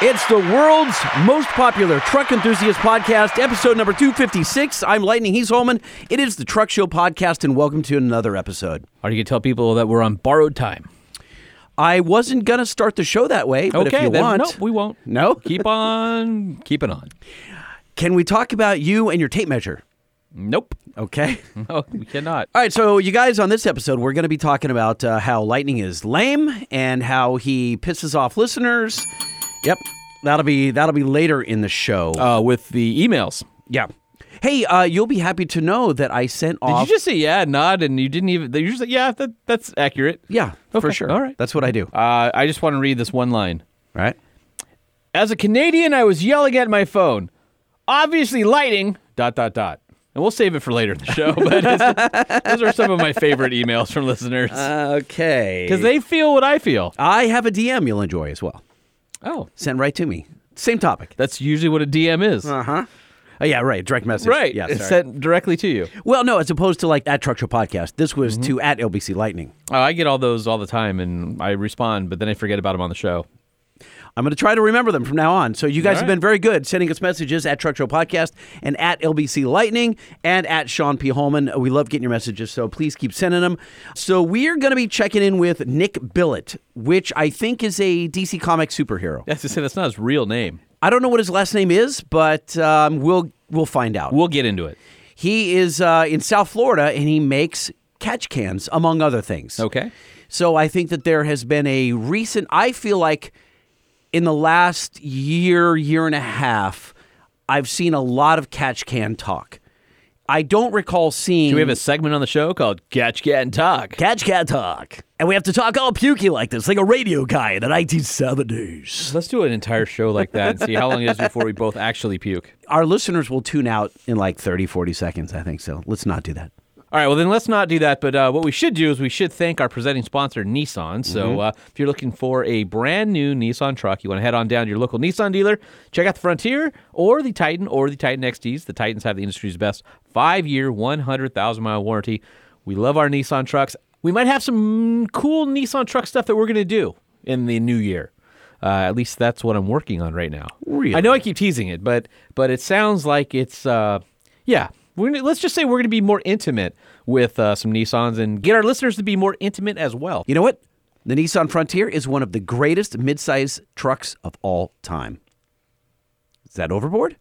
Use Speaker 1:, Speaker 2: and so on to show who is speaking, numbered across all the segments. Speaker 1: It's the world's most popular truck enthusiast podcast, episode number 256. I'm Lightning, he's Holman. It is the Truck Show podcast, and welcome to another episode.
Speaker 2: Are you going to tell people that we're on borrowed time?
Speaker 1: I wasn't going to start the show that way, but if you
Speaker 2: then
Speaker 1: want.
Speaker 2: no, we won't.
Speaker 1: No?
Speaker 2: Keep on keeping on.
Speaker 1: Can we talk about you and your tape measure?
Speaker 2: Nope.
Speaker 1: Okay.
Speaker 2: No, we cannot.
Speaker 1: All right, so you guys, on this episode, we're going to be talking about uh, how Lightning is lame and how he pisses off listeners. Yep, that'll be that'll be later in the show.
Speaker 2: Uh, with the emails.
Speaker 1: yeah. Hey, uh, you'll be happy to know that I sent
Speaker 2: Did you
Speaker 1: off.
Speaker 2: just say yeah, nod, and you didn't even? You just said yeah, that, that's accurate.
Speaker 1: yeah, for
Speaker 2: Okay,
Speaker 1: sure.
Speaker 2: all right.
Speaker 1: that's what I do. All
Speaker 2: Uh, I just want to read this one line.
Speaker 1: right.
Speaker 2: As a Canadian, I was yelling at my phone. Obviously, lighting. Dot dot dot. And we'll save it for later in the show. But it's- those are some of my favorite emails from listeners because
Speaker 1: Okay.
Speaker 2: they feel what I feel.
Speaker 1: I have a DM you'll enjoy as well.
Speaker 2: Oh,
Speaker 1: Sent right to me. Same topic.
Speaker 2: that's usually what a DM is.
Speaker 1: Uh huh. Oh, yeah, right. Direct message.
Speaker 2: Uh-huh. Right.
Speaker 1: Yeah.
Speaker 2: it's
Speaker 1: sorry.
Speaker 2: sent directly to you.
Speaker 1: well, no, as opposed to like at Truck Show Podcast, this was
Speaker 2: Mm-hmm.
Speaker 1: to at LBC Lightning.
Speaker 2: Oh, I get all those all the time, and I respond, but then I forget about them on the show.
Speaker 1: I'm going to try to remember them from now on. So you guys
Speaker 2: All
Speaker 1: have
Speaker 2: right.
Speaker 1: been very good sending us messages at Truck Show Podcast and at LBC Lightning and at Sean P. Holman. We love getting your messages, so please keep sending them. So we're going to be checking in with Nick Billet, which I think is a DC comic superhero.
Speaker 2: That's to say, that's not his real name.
Speaker 1: I don't know what his last name is, but um, we'll we'll find out.
Speaker 2: We'll get into it.
Speaker 1: He is uh, in South Florida and he makes catch cans, among other things.
Speaker 2: Okay.
Speaker 1: So I think that there has been a recent, I feel like in the last year, year and a half, I've seen a lot of catch can talk. I don't recall seeing.
Speaker 2: Do we have a segment on the show called Catch, Cat, and Talk?
Speaker 1: catch can talk? And we have to talk all pukey like this, like a radio guy in the 1970s.
Speaker 2: Let's do an entire show like that and see how long it is before we both actually puke.
Speaker 1: Our listeners will tune out in like 30, 40 seconds, I think. So let's not do that.
Speaker 2: All right, well, then let's not do that. But uh, what we should do is we should thank our presenting sponsor, Nissan. So uh, if you're looking for a brand new Nissan truck, you want to head on down to your local Nissan dealer, check out the Frontier or the Titan or the Titan XDs. The Titans have the industry's best five year, 100,000 mile warranty. We love our Nissan trucks. We might have some cool Nissan truck stuff that we're going to do in the new year. Uh, at least that's what I'm working on right now.
Speaker 1: Really?
Speaker 2: I know I keep teasing it, but but it sounds like it's uh, yeah. We're gonna, let's just say we're going to be more intimate with uh, some Nissans and get our listeners to be more intimate as well.
Speaker 1: You know what? The Nissan Frontier is one of the greatest midsize trucks of all time. Is that overboard?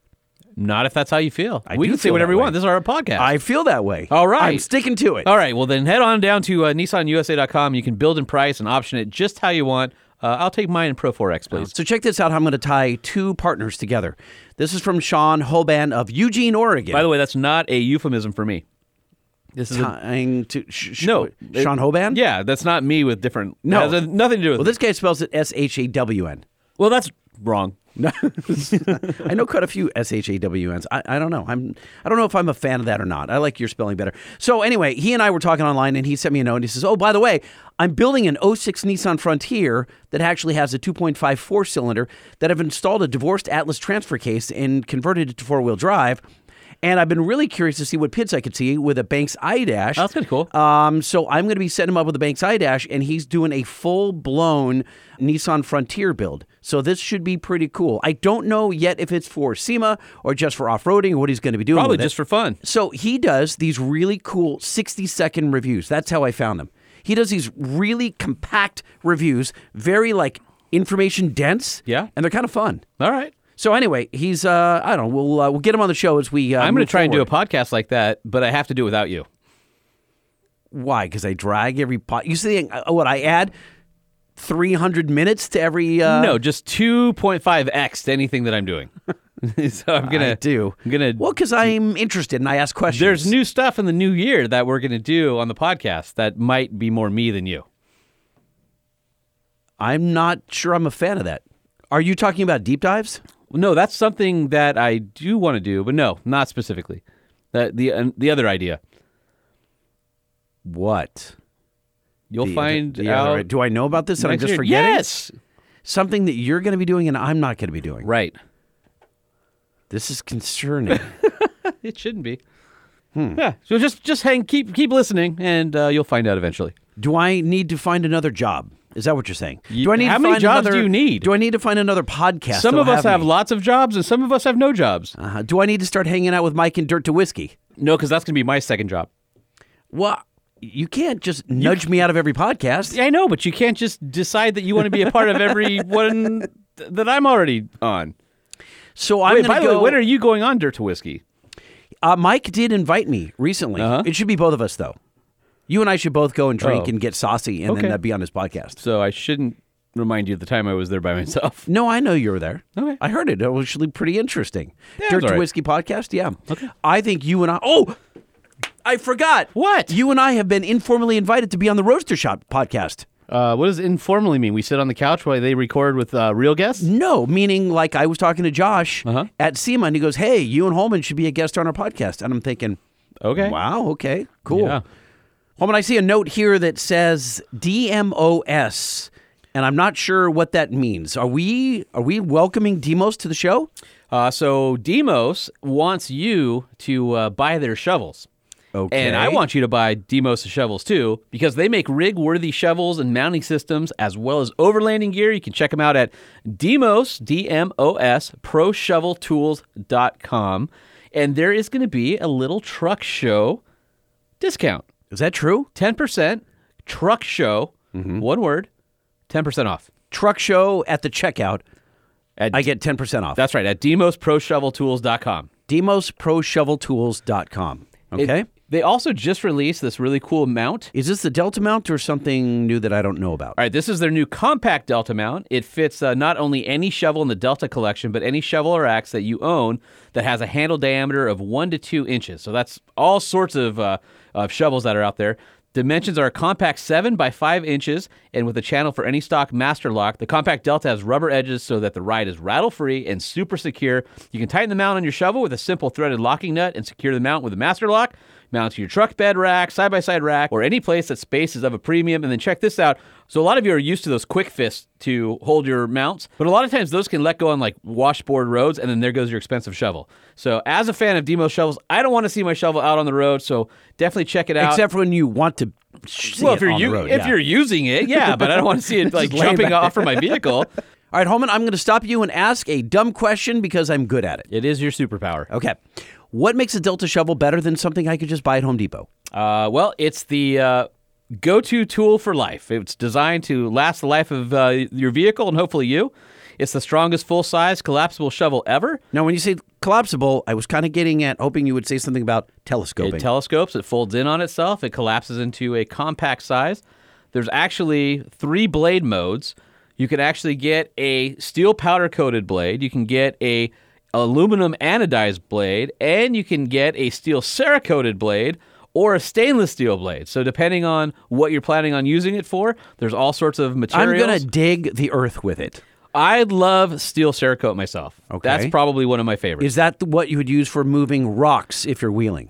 Speaker 2: Not if that's how you feel.
Speaker 1: I
Speaker 2: we
Speaker 1: do
Speaker 2: can say
Speaker 1: feel
Speaker 2: whatever
Speaker 1: that
Speaker 2: we
Speaker 1: way.
Speaker 2: want. This is our podcast.
Speaker 1: I feel that way.
Speaker 2: All right.
Speaker 1: I'm sticking to it.
Speaker 2: All right. Well, then head on down to uh, NissanUSA.com. You can build and price and option it just how you want. Uh, I'll take mine in Pro 4X, please.
Speaker 1: So check this out. How I'm going to tie two partners together. This is from Sean Hoban of Eugene, Oregon.
Speaker 2: By the way, that's not a euphemism for me. This is a,
Speaker 1: tying to sh- sh-
Speaker 2: no it-
Speaker 1: Sean Hoban.
Speaker 2: Yeah, that's not me with different.
Speaker 1: No.
Speaker 2: it has nothing to do with.
Speaker 1: Well,
Speaker 2: Well,
Speaker 1: this guy spells it S H A W N.
Speaker 2: well that's wrong.
Speaker 1: I know quite a few S H A W N's. I, I don't know. I'm I don't know if I'm a fan of that or not. I like your spelling better. So anyway, he and I were talking online, and he sent me a note. and He says, "Oh, by the way, I'm building an 06 Nissan Frontier that actually has a 2.5 four cylinder that I've installed a divorced Atlas transfer case and converted it to four wheel drive." And I've been really curious to see what pits I could see with a Banks iDash.
Speaker 2: Oh, That's kinda cool.
Speaker 1: Um, so I'm going to be setting him up with a Banks iDash, and he's doing a full blown Nissan Frontier build. So this should be pretty cool. I don't know yet if it's for SEMA or just for off roading or what he's going to be doing.
Speaker 2: Probably
Speaker 1: with it.
Speaker 2: just for fun.
Speaker 1: So he does these really cool 60 second reviews. That's how I found him. He does these really compact reviews, very like information dense.
Speaker 2: Yeah.
Speaker 1: and they're kind of fun.
Speaker 2: All right.
Speaker 1: So anyway, he's uh, I don't know. We'll uh, we'll get him on the show as we. Uh,
Speaker 2: I'm going to try and do a
Speaker 1: it.
Speaker 2: podcast like that, but I have to do it without you.
Speaker 1: Why? Because I drag every pot. You see uh, what I add? 300 minutes to every. Uh,
Speaker 2: no, just 2.5x to anything that I'm doing. so I'm going
Speaker 1: I
Speaker 2: to
Speaker 1: do.
Speaker 2: I'm going to
Speaker 1: Well, because I'm interested and I ask questions.
Speaker 2: There's new stuff in the new year that we're going to do on the podcast that might be more me than you.
Speaker 1: I'm not sure I'm a fan of that. Are you talking about deep dives?
Speaker 2: No, that's something that I do want to do, but no, not specifically. That the uh, the other idea.
Speaker 1: What?
Speaker 2: You'll find
Speaker 1: the
Speaker 2: out.
Speaker 1: other- do I know about this and I'm
Speaker 2: next
Speaker 1: just
Speaker 2: year.
Speaker 1: forgetting?
Speaker 2: Yes.
Speaker 1: Something that you're going to be doing and I'm not going to be doing.
Speaker 2: Right.
Speaker 1: This is concerning.
Speaker 2: It shouldn't be.
Speaker 1: Hmm.
Speaker 2: Yeah. So just just hang keep keep listening and uh, you'll find out eventually.
Speaker 1: do I need to find another job? Is that what you're saying?
Speaker 2: You-
Speaker 1: do I need
Speaker 2: how
Speaker 1: to
Speaker 2: many
Speaker 1: find
Speaker 2: jobs do
Speaker 1: another,
Speaker 2: you need?
Speaker 1: Do I need to find another podcast?
Speaker 2: Some
Speaker 1: that'll
Speaker 2: of us have,
Speaker 1: me?
Speaker 2: lots of jobs, and some of us have no jobs.
Speaker 1: Uh-huh. Do I need to start hanging out with Mike and Dirt to Whiskey?
Speaker 2: No, because that's going to be my second job.
Speaker 1: Well, you can't just nudge me out of every podcast.
Speaker 2: Yeah, I know, but you can't just decide that you want to be a part of every one th- that I'm already on.
Speaker 1: So I'm
Speaker 2: Wait,
Speaker 1: going
Speaker 2: by
Speaker 1: to
Speaker 2: the way,
Speaker 1: go.
Speaker 2: when are you going on Dirt to Whiskey?
Speaker 1: uh, Mike did invite me recently.
Speaker 2: Uh-huh.
Speaker 1: It should be both of us though. You and I should both go and drink
Speaker 2: Oh.
Speaker 1: and get saucy, and
Speaker 2: Okay.
Speaker 1: then uh, be on his podcast.
Speaker 2: So I shouldn't remind you of the time I was there by myself.
Speaker 1: No, I know you were there.
Speaker 2: Okay.
Speaker 1: I heard it. It was actually pretty interesting.
Speaker 2: it was
Speaker 1: Dirt
Speaker 2: all
Speaker 1: to
Speaker 2: right.
Speaker 1: Whiskey podcast. Yeah. Okay. I think you and I. Oh, I forgot.
Speaker 2: What?
Speaker 1: You and I have been informally invited to be on the Roaster Shop podcast.
Speaker 2: Uh, what does informally mean? We sit on the couch while they record with uh, real guests?
Speaker 1: No, meaning like I was talking to Josh
Speaker 2: Uh-huh.
Speaker 1: at SEMA, and he goes, "Hey, you and Holman should be a guest on our podcast." And I'm thinking,
Speaker 2: Okay.
Speaker 1: wow, okay, cool."
Speaker 2: Yeah.
Speaker 1: Holman, I see a note here that says DMOS, and I'm not sure what that means. Are we are we welcoming Demos to the show?
Speaker 2: Uh, so Demos wants you to uh, buy their shovels.
Speaker 1: Okay.
Speaker 2: And I want you to buy Demos shovels too because they make rig worthy shovels and mounting systems as well as overlanding gear. You can check them out at Demos, D M O S, proshoveltools.com. And there is going to be a little truck show discount
Speaker 1: Is that true?
Speaker 2: 10% truck show, one word, 10% off.
Speaker 1: Truck show at the checkout,
Speaker 2: At,
Speaker 1: I get 10% off.
Speaker 2: that's right, at demosproshoveltools.com.
Speaker 1: DemosProShovelTools.com. Okay.
Speaker 2: It- they also just released this really cool mount.
Speaker 1: Is this the Delta mount or something new that I don't know about?
Speaker 2: All right, this is their new compact Delta mount. It fits uh, not only any shovel in the Delta collection, but any shovel or axe that you own that has a handle diameter of one to two inches. So that's all sorts of, uh, of shovels that are out there. Dimensions are a compact seven by five inches, and with a channel for any stock master lock. The compact Delta has rubber edges so that the ride is rattle free and super secure. You can tighten the mount on your shovel with a simple threaded locking nut and secure the mount with a master lock mount to your truck bed rack, side by side rack, or any place that space is of a premium. And then check this out. So a lot of you are used to those quick fists to hold your mounts, but a lot of times those can let go on like washboard roads, and then there goes your expensive shovel. So as a fan of Demo shovels, I don't want to see my shovel out on the road, so definitely check it out.
Speaker 1: Except for when you want to. See
Speaker 2: well,
Speaker 1: it
Speaker 2: if you're
Speaker 1: on the
Speaker 2: u-
Speaker 1: road,
Speaker 2: if
Speaker 1: yeah.
Speaker 2: you're using it, yeah, but I don't want to see it like
Speaker 1: laying
Speaker 2: jumping
Speaker 1: back
Speaker 2: off from my vehicle.
Speaker 1: All right, Holman, I'm going to stop you and ask a dumb question because I'm good at it.
Speaker 2: It is your superpower.
Speaker 1: Okay. What makes a Delta shovel better than something I could just buy at Home Depot?
Speaker 2: Uh, well, it's the uh, go-to tool for life. It's designed to last the life of uh, your vehicle and hopefully you. It's the strongest full-size collapsible shovel ever.
Speaker 1: Now, when you say collapsible, I was kind of getting at hoping you would say something about telescoping.
Speaker 2: It telescopes. It folds in on itself. It collapses into a compact size. There's actually three blade modes. You can actually get a steel powder coated blade. You can get a aluminum anodized blade, and you can get a steel cerakoted blade or a stainless steel blade. So depending on what you're planning on using it for, there's all sorts of
Speaker 1: I'm
Speaker 2: materials.
Speaker 1: going to dig the earth with it.
Speaker 2: I love steel cerakote myself.
Speaker 1: Okay.
Speaker 2: That's probably one of my favorites.
Speaker 1: Is that what you would use for moving rocks if you're wheeling?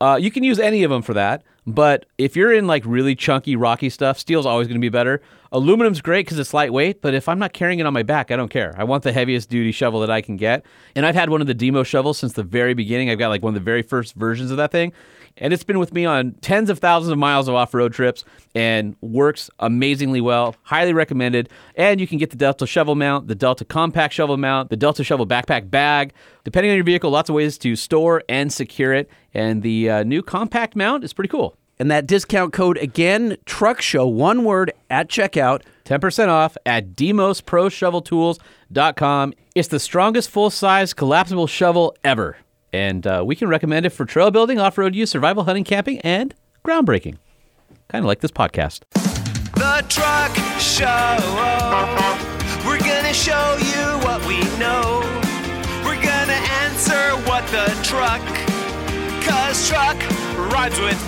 Speaker 2: Uh, you can use any of them for that, but if you're in like really chunky, rocky stuff, steel's always going to be better. Aluminum's great because it's lightweight, but if I'm not carrying it on my back, I don't care. I want the heaviest duty shovel that I can get. And I've had one of the demo shovels since the very beginning. I've got like one of the very first versions of that thing, and it's been with me on tens of thousands of miles of off road trips and works amazingly well. Highly recommended. And you can get the Delta shovel mount, the Delta compact shovel mount, the Delta shovel backpack bag. Depending on your vehicle, lots of ways to store and secure it. And the uh, new compact mount is pretty cool.
Speaker 1: And that discount code again, truck show, one word at checkout.
Speaker 2: 10% off at demosproshoveltools.com. It's the strongest full size collapsible shovel ever. And uh, we can recommend it for trail building, off road use, survival hunting, camping, and groundbreaking. Kind of like this podcast.
Speaker 3: The Truck Show. We're gonna show you what we know. We're gonna answer what the truck. Cause truck rhymes with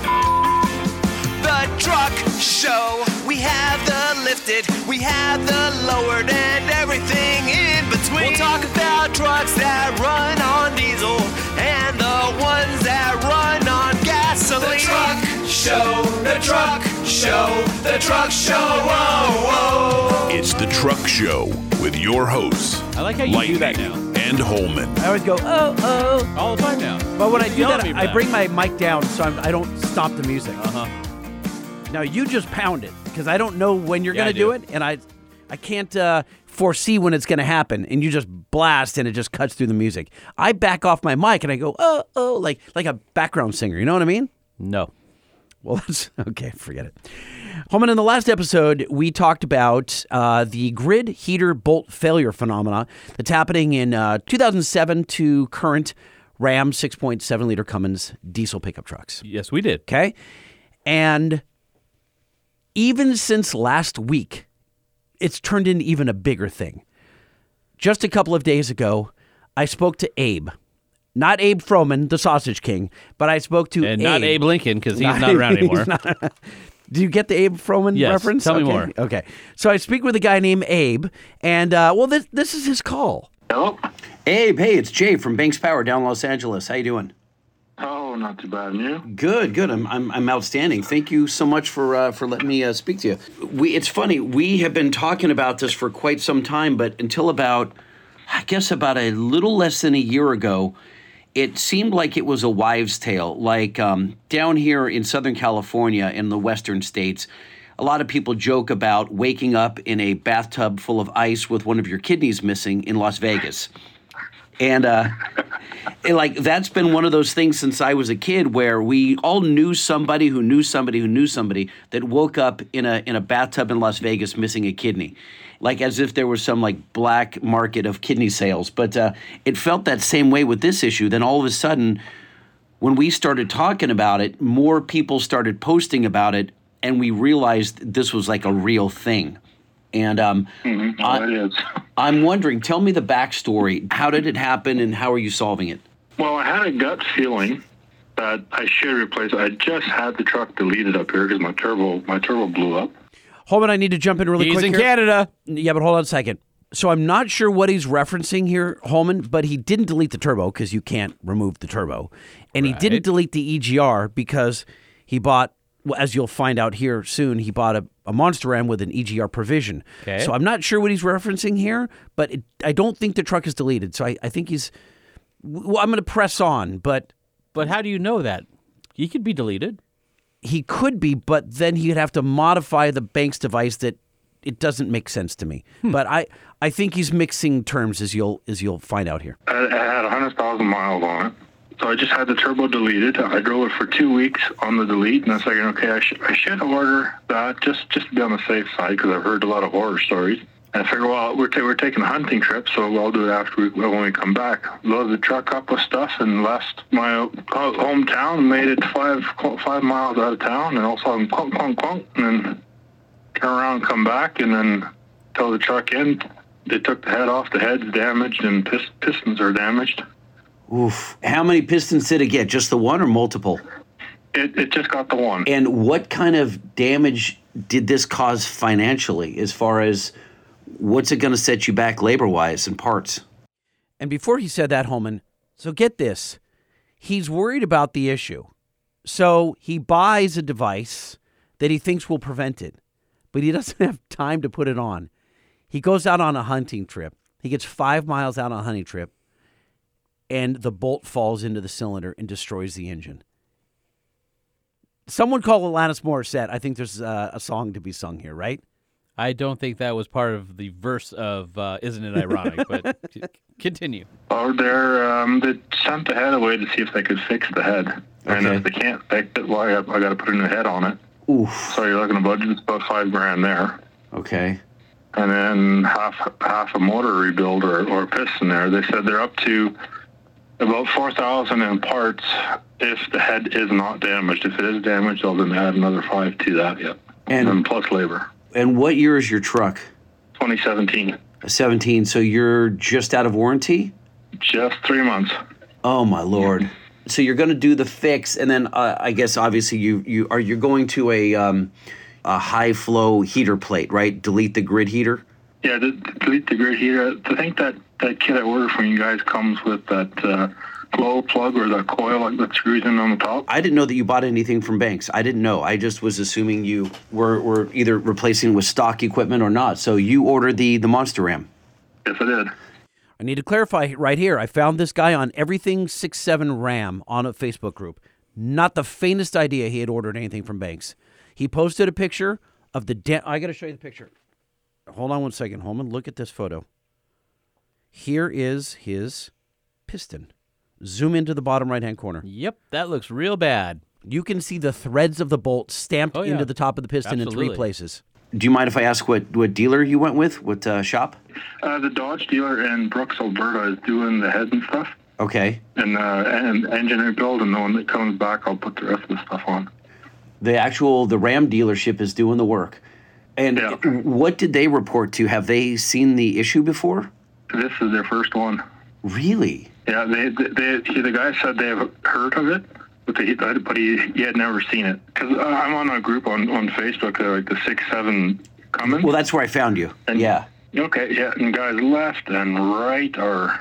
Speaker 3: the truck show. We have the lifted, we have the lowered, and everything in between. We'll talk about trucks that run on diesel and the ones that run on gasoline. The truck show, the truck show, the truck show. Whoa, whoa.
Speaker 4: It's the Truck Show with your hosts.
Speaker 2: I like how you do that now.
Speaker 4: Lightning And Holman.
Speaker 1: I always go, oh, oh.
Speaker 2: All the time now.
Speaker 1: But when I do
Speaker 2: Yell at
Speaker 1: that,
Speaker 2: me Uh-huh. for
Speaker 1: I
Speaker 2: that.
Speaker 1: bring my mic down so I'm, I don't stop the music. Uh huh. Now you just pound it. because I don't know when you're
Speaker 2: Yeah,
Speaker 1: going
Speaker 2: I
Speaker 1: to do.
Speaker 2: do.
Speaker 1: it, and I, I can't uh, foresee when it's going to happen. And you just blast, and it just cuts through the music. I back off my mic, and I go, oh, oh, like like a background singer. You know what I mean? No. Well, that's okay. Forget it. Holman, in the last episode, we talked about uh, the grid heater bolt failure phenomena that's happening in uh, 2007 to current Ram 6.7 liter Cummins diesel pickup trucks.
Speaker 2: Yes, we did.
Speaker 1: Okay. And even since last week, it's turned into even a bigger thing. Just a couple of days ago, I spoke to Abe, not Abe Froman, the Sausage King, but I spoke to
Speaker 2: And not Abe Lincoln because he's not, around
Speaker 1: he's
Speaker 2: anymore.
Speaker 1: not- Do you get the Abe Froman
Speaker 2: Yes.
Speaker 1: reference?
Speaker 2: Tell me
Speaker 1: Okay.
Speaker 2: more.
Speaker 1: Okay. So I speak with a guy named Abe, and uh, well, this this is his call.
Speaker 5: Hello?
Speaker 1: Abe, hey, it's Jay from Banks Power down in Los Angeles. How you doing?
Speaker 5: Oh, not too bad. And you?
Speaker 1: Good, good. I'm, I'm, I'm outstanding. Thank you so much for uh, for letting me uh, speak to you. We, it's funny. We have been talking about this for quite some time, but until about, I guess, about a little less than a year ago, it seemed like it was a wives' tale. Like um, down here in Southern California, in the Western states, a lot of people joke about waking up in a bathtub full of ice with one of your kidneys missing in Las Vegas, and. Uh, it, like that's been one of those things since I was a kid where we all knew somebody who knew somebody who knew somebody that woke up in a in a bathtub in Las Vegas missing a kidney. Like as if there was some like black market of kidney sales, but uh, it felt that same way with this issue. Then all of a sudden, when we started talking about it, more people started posting about it, and we realized this was like a real thing. And um,
Speaker 5: Oh, it is.
Speaker 1: I'm wondering, tell me the backstory. How did it happen, and how are you solving it?
Speaker 5: Well, I had a gut feeling that I should replace. I just had the truck deleted up here because my turbo my turbo blew up.
Speaker 1: Holman, I need to jump in really
Speaker 2: he's
Speaker 1: quick
Speaker 2: in
Speaker 1: here.
Speaker 2: Canada.
Speaker 1: Yeah, but hold on a second. So I'm not sure what he's referencing here, Holman, but he didn't delete the turbo because you can't remove the turbo. And he didn't delete the EGR because he bought, well, as you'll find out here soon, he bought a, a Monster M with an EGR provision.
Speaker 2: Okay.
Speaker 1: So I'm not sure what he's referencing here, but it, I don't think the truck is deleted. So I, I think he's, well, I'm going to press on, but
Speaker 2: But how do you know that? He could be deleted.
Speaker 1: he could be, but then he'd have to modify the bank's device that it doesn't make sense to me. But I, I think he's mixing terms as you'll as you'll find out here.
Speaker 5: I, I had 100,000 miles on it. So I just had the turbo deleted. I drove it for two weeks on the delete, and I was thinking, okay, I, sh- I should order that just, just to be on the safe side because I've heard a lot of horror stories. And I figured, well, we're, ta we're taking a hunting trip, so I'll do it after we, when we come back. Loaded the truck up with stuff and left my ho- hometown, made it five qu- five miles out of town, and all of a sudden, clunk, clunk, clunk, and then turn around, come back, and then tow the truck in. They took the head off. The head's damaged, and pist- pistons are damaged.
Speaker 1: Oof! How many pistons did it get? Just the one or multiple?
Speaker 5: It, it just got the one.
Speaker 1: And what kind of damage did this cause financially? As far as what's it going to set you back labor wise and parts? And before he said that, Holman, so get this. He's worried about the issue. So he buys a device that he thinks will prevent it, but he doesn't have time to put it on. He goes out on a hunting trip. He gets five miles out on a hunting trip, and the bolt falls into the cylinder and destroys the engine. Someone call Alanis Morissette. I think there's uh, a song to be sung here, right?
Speaker 2: I don't think that was part of the verse of uh, "Isn't It Ironic." but c- continue.
Speaker 5: Or they're um, they sent the head away to see if they could fix the head. And
Speaker 1: Okay.
Speaker 5: if they can't fix it, well, I got, I got to put a new head on it.
Speaker 1: Oof.
Speaker 5: So you're looking at a budget it's about five grand there,
Speaker 1: Okay.
Speaker 5: and then half half a motor rebuild or, or a piston there. They said they're up to about four thousand in parts if the head is not damaged. If it is damaged, they'll then add another five to that. Yep.
Speaker 1: And-
Speaker 5: then plus labor.
Speaker 1: And what year is your truck?
Speaker 5: 2017,
Speaker 1: 17. So you're just out of warranty?
Speaker 5: just three months.
Speaker 1: Oh my lord! So you're going to do the fix, and then uh, I guess obviously you you are you're going to a um, a high flow heater plate, right? Delete the grid heater.
Speaker 5: Yeah, the, the delete the grid heater. I think that that kit I ordered from you guys comes with that uh, glow plug or the coil like that screws in on the top.
Speaker 1: I didn't know that you bought anything from Banks. I didn't know. I just was assuming you were were either replacing with stock equipment or not. So you ordered the the Monster Ram.
Speaker 5: Yes, I did.
Speaker 1: I need to clarify right here. I found this guy on Everything 67 Ram on a Facebook group. Not the faintest idea he had ordered anything from Banks. He posted a picture
Speaker 6: of the dam. I got to show you the picture. Hold on one second, Holman. Look at this photo. Here is his piston. Zoom into the bottom right hand corner.
Speaker 2: Yep, that looks real bad.
Speaker 6: You can see the threads of the bolt stamped
Speaker 2: Oh, yeah.
Speaker 6: into the top of the piston in three
Speaker 2: Absolutely.
Speaker 6: places.
Speaker 1: Do you mind if I ask what, what dealer you went with? What uh, shop?
Speaker 5: Uh, the Dodge dealer in Brooks, Alberta, is doing the heads and stuff,
Speaker 1: Okay.
Speaker 5: and uh, and engineer build, and the one that comes back, I'll put the rest of the stuff on.
Speaker 1: The actual the Ram dealership is doing the work. And
Speaker 5: Yeah.
Speaker 1: what did they report to? Have they seen the issue before?
Speaker 5: This is their first one.
Speaker 1: Really?
Speaker 5: Yeah, they, they, they the guy said they have heard of it, but they, but he, he had never seen it. Because uh, I'm on a group on on Facebook, they're like the six seven coming.
Speaker 1: Well, that's where I found you.
Speaker 5: And-
Speaker 1: yeah.
Speaker 5: okay, yeah, and guys left and right are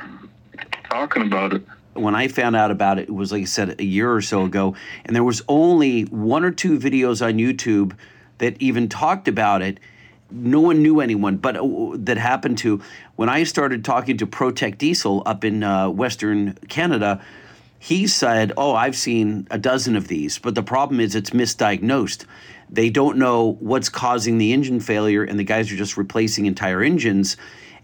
Speaker 5: talking about it.
Speaker 1: when I found out about it, it was like I said a year or
Speaker 5: Mm-hmm.
Speaker 1: so ago, and there was only one or two videos on YouTube that even talked about it. No one knew anyone, but uh, that happened to when I started talking to ProTech Diesel up in uh, Western Canada. He said, "Oh, I've seen a dozen of these, but the problem is it's misdiagnosed. They don't know what's causing the engine failure, and the guys are just replacing entire engines."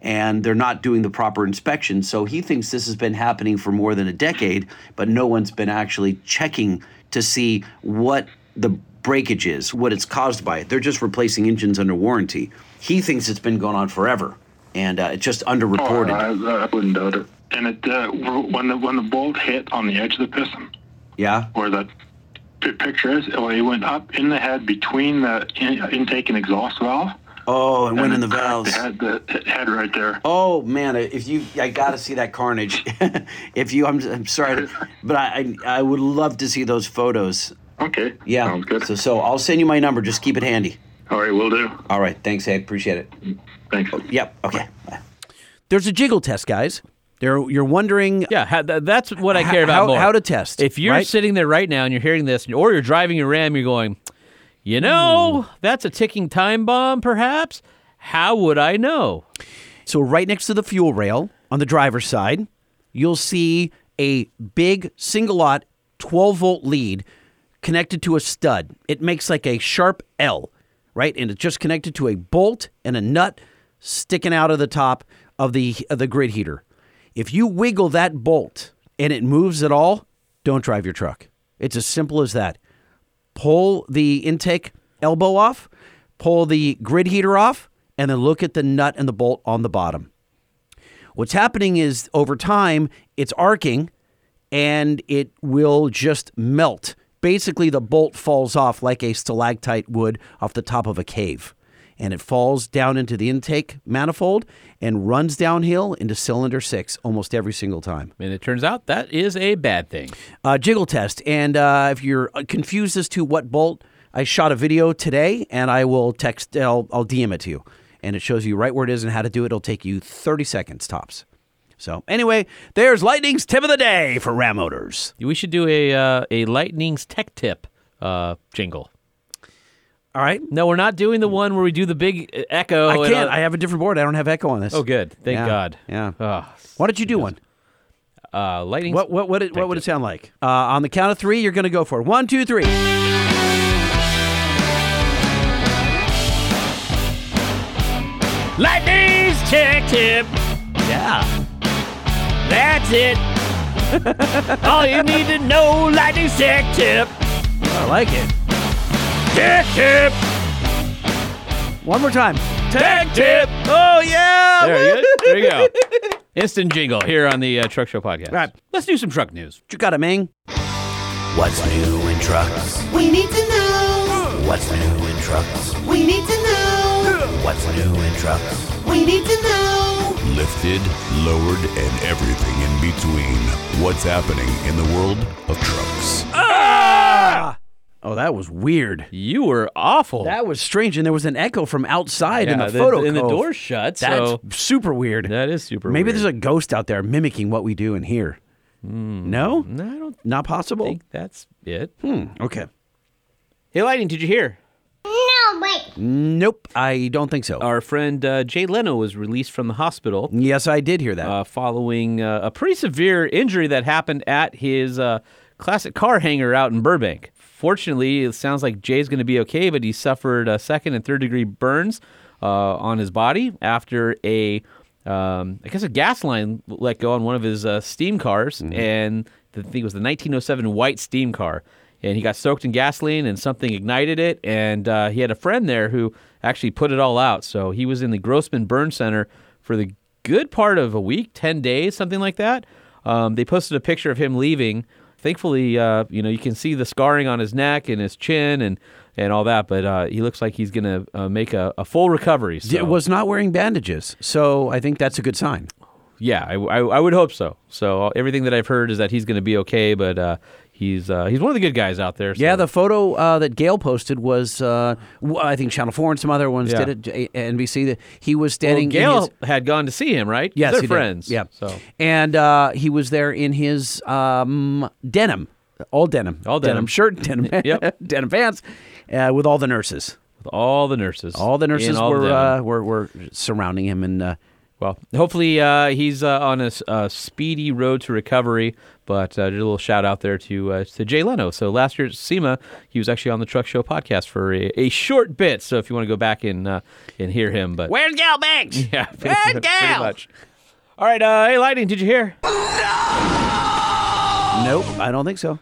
Speaker 1: and they're not doing the proper inspection. So he thinks this has been happening for more than a decade, but no one's been actually checking to see what the breakage is, what it's caused by. They're just replacing engines under warranty. He thinks it's been going on forever, and uh, it's just
Speaker 5: Oh,
Speaker 1: underreported.
Speaker 5: I, I wouldn't doubt it. And it uh, when the when the bolt hit on the edge of the piston,
Speaker 1: yeah,
Speaker 5: where that pi- picture is, well, it went up in the head between the in, intake and exhaust valve.
Speaker 1: Oh, it went in
Speaker 5: and
Speaker 1: the
Speaker 5: it cracked
Speaker 1: valves.
Speaker 5: The head, the head right there.
Speaker 1: Oh man, if you, I gotta see that carnage. if you, I'm, I'm sorry, to- but I, I, I would love to see those photos.
Speaker 5: Okay.
Speaker 1: Yeah.
Speaker 5: Sounds good.
Speaker 1: So, so I'll send you my number. Just keep it handy.
Speaker 5: All right, will do.
Speaker 1: All right. Thanks. Hey, appreciate it.
Speaker 5: Mm. Thanks.
Speaker 1: Yep. Okay.
Speaker 6: There's a jiggle test, guys. There, you're wondering
Speaker 2: Yeah, ha- th- that's what I care about
Speaker 6: how-
Speaker 2: more.
Speaker 6: how to test,
Speaker 2: If you're
Speaker 6: right?
Speaker 2: sitting there right now and you're hearing this, or you're driving your Ram, you're going, you know, that's a ticking time bomb, perhaps. How would I know?
Speaker 6: So right next to the fuel rail on the driver's side, you'll see a big single lot 12 volt lead connected to a stud. It makes like a sharp L, right? And it's just connected to a bolt and a nut sticking out of the top of the of the grid heater. If you wiggle that bolt and it moves at all, don't drive your truck. It's as simple as that pull the intake elbow off, pull the grid heater off, and then look at the nut and the bolt on the bottom. What's happening is over time, it's arcing and it will just melt. Basically, the bolt falls off like a stalactite would off the top of a cave. And it falls down into the intake manifold and runs downhill into cylinder six almost every single time
Speaker 2: And it turns out that is a bad thing.
Speaker 6: uh, jiggle test. And uh, if you're confused as to what bolt, I shot a video today, and I will text. I'll, I'll DM it to you, and it shows you right where it is and how to do it. It'll take you 30 seconds tops. So anyway, there's lightning's tip of the day for Ram Motors.
Speaker 2: We should do a uh, a lightning's tech tip uh, jingle.
Speaker 6: All right,
Speaker 2: No, we're not doing the one where we do the big uh, echo.
Speaker 6: I
Speaker 2: and,
Speaker 6: can't.
Speaker 2: uh,
Speaker 6: I have a different board. I don't have echo on this.
Speaker 2: oh, good. Thank
Speaker 6: Yeah,
Speaker 2: God.
Speaker 6: yeah.
Speaker 2: Oh,
Speaker 6: Why don't you do one?
Speaker 2: uh, lightning's
Speaker 6: What what what, it, what would it sound like? Uh, on the count of three, you're going to go for it. One, two, three.
Speaker 2: Lightning's tech tip. Yeah. That's it. All you need to know, lightning's tech tip.
Speaker 6: Oh, I like it.
Speaker 2: Tech tip.
Speaker 6: One more time.
Speaker 2: Tech tip. Oh yeah. There you go. There you go. Instant jingle here on the uh, Truck Show podcast.
Speaker 6: Right.
Speaker 2: Let's do some truck news.
Speaker 6: You got it, man.
Speaker 7: What's new in trucks?
Speaker 8: We need to know.
Speaker 7: What's new in trucks?
Speaker 8: We need to know.
Speaker 7: What's new in trucks?
Speaker 8: We need to know.
Speaker 4: Lifted, lowered, and everything in between. What's happening in the world of trucks?
Speaker 2: Ah!
Speaker 6: Oh, that was weird.
Speaker 2: You were awful.
Speaker 6: That was strange, and there was an echo from outside in
Speaker 2: Yeah,
Speaker 6: the, photo.
Speaker 2: and the
Speaker 6: cove.
Speaker 2: door shut.
Speaker 6: That's
Speaker 2: so
Speaker 6: super weird.
Speaker 2: that is super.
Speaker 6: Maybe
Speaker 2: weird. Hmm.
Speaker 6: there's a ghost out there mimicking what we do in here. No,
Speaker 2: No, I don't
Speaker 6: not possible.
Speaker 2: think that's it.
Speaker 6: Hmm. Okay,
Speaker 2: Hey, lightning. Did you hear?
Speaker 6: nope, I don't think so.
Speaker 2: Our friend uh, Jay Leno was released from the hospital
Speaker 6: yes, I did hear that.
Speaker 2: uh, following uh, a pretty severe injury that happened at his uh, classic car hangar out in Burbank. Fortunately, it sounds like Jay's going to be okay, but he suffered uh, second and third degree burns uh, on his body after a, um, I guess, a gas line let go on one of his uh, steam cars, and the thing was the 1907 white steam car, and he got soaked in gasoline, and something ignited it, and uh, he had a friend there who actually put it all out. So he was in the Grossman Burn Center for the good part of a week, 10 days, something like that. Um, they posted a picture of him leaving. Thankfully, uh, you know, you can see the scarring on his neck and his chin and, and all that, but uh, he looks like he's going to uh, make a, a full recovery. So,
Speaker 6: It was not wearing bandages, so I think that's a good sign.
Speaker 2: yeah, I, I, I would hope so. So uh, everything that I've heard is that he's going to be okay, but uh, he's uh, he's one of the good guys out there. So.
Speaker 6: Yeah, the photo uh, that Gail posted was, uh, w- I think Channel 4 and some other ones
Speaker 2: Yeah.
Speaker 6: did it, J- NBC. That he was
Speaker 2: Well,
Speaker 6: standing in
Speaker 2: Gail
Speaker 6: his,
Speaker 2: had gone to see him, right? 'Cause
Speaker 6: Yes,
Speaker 2: they're
Speaker 6: he did.
Speaker 2: friends.
Speaker 6: Yeah.
Speaker 2: So
Speaker 6: And uh, he was there in his um, denim, all denim,
Speaker 2: All denim.
Speaker 6: shirt, denim,
Speaker 2: Yep.
Speaker 6: denim pants, uh, with all the nurses.
Speaker 2: with all the nurses,
Speaker 6: All the
Speaker 2: in
Speaker 6: nurses
Speaker 2: all
Speaker 6: were,
Speaker 2: the-
Speaker 6: uh, were were surrounding him, and uh,
Speaker 2: Well, hopefully uh, he's uh, on a, s- a speedy road to recovery. But uh, just a little shout out there to uh, to Jay Leno. So last year at SEMA, he was actually on the Truck Show podcast for a, a short bit. So if you want to go back and uh, and hear him, but
Speaker 6: where's Gail Banks?
Speaker 2: yeah, pretty, pretty much. All right, uh, hey Lightning, did you hear?
Speaker 6: Nope, I don't think so.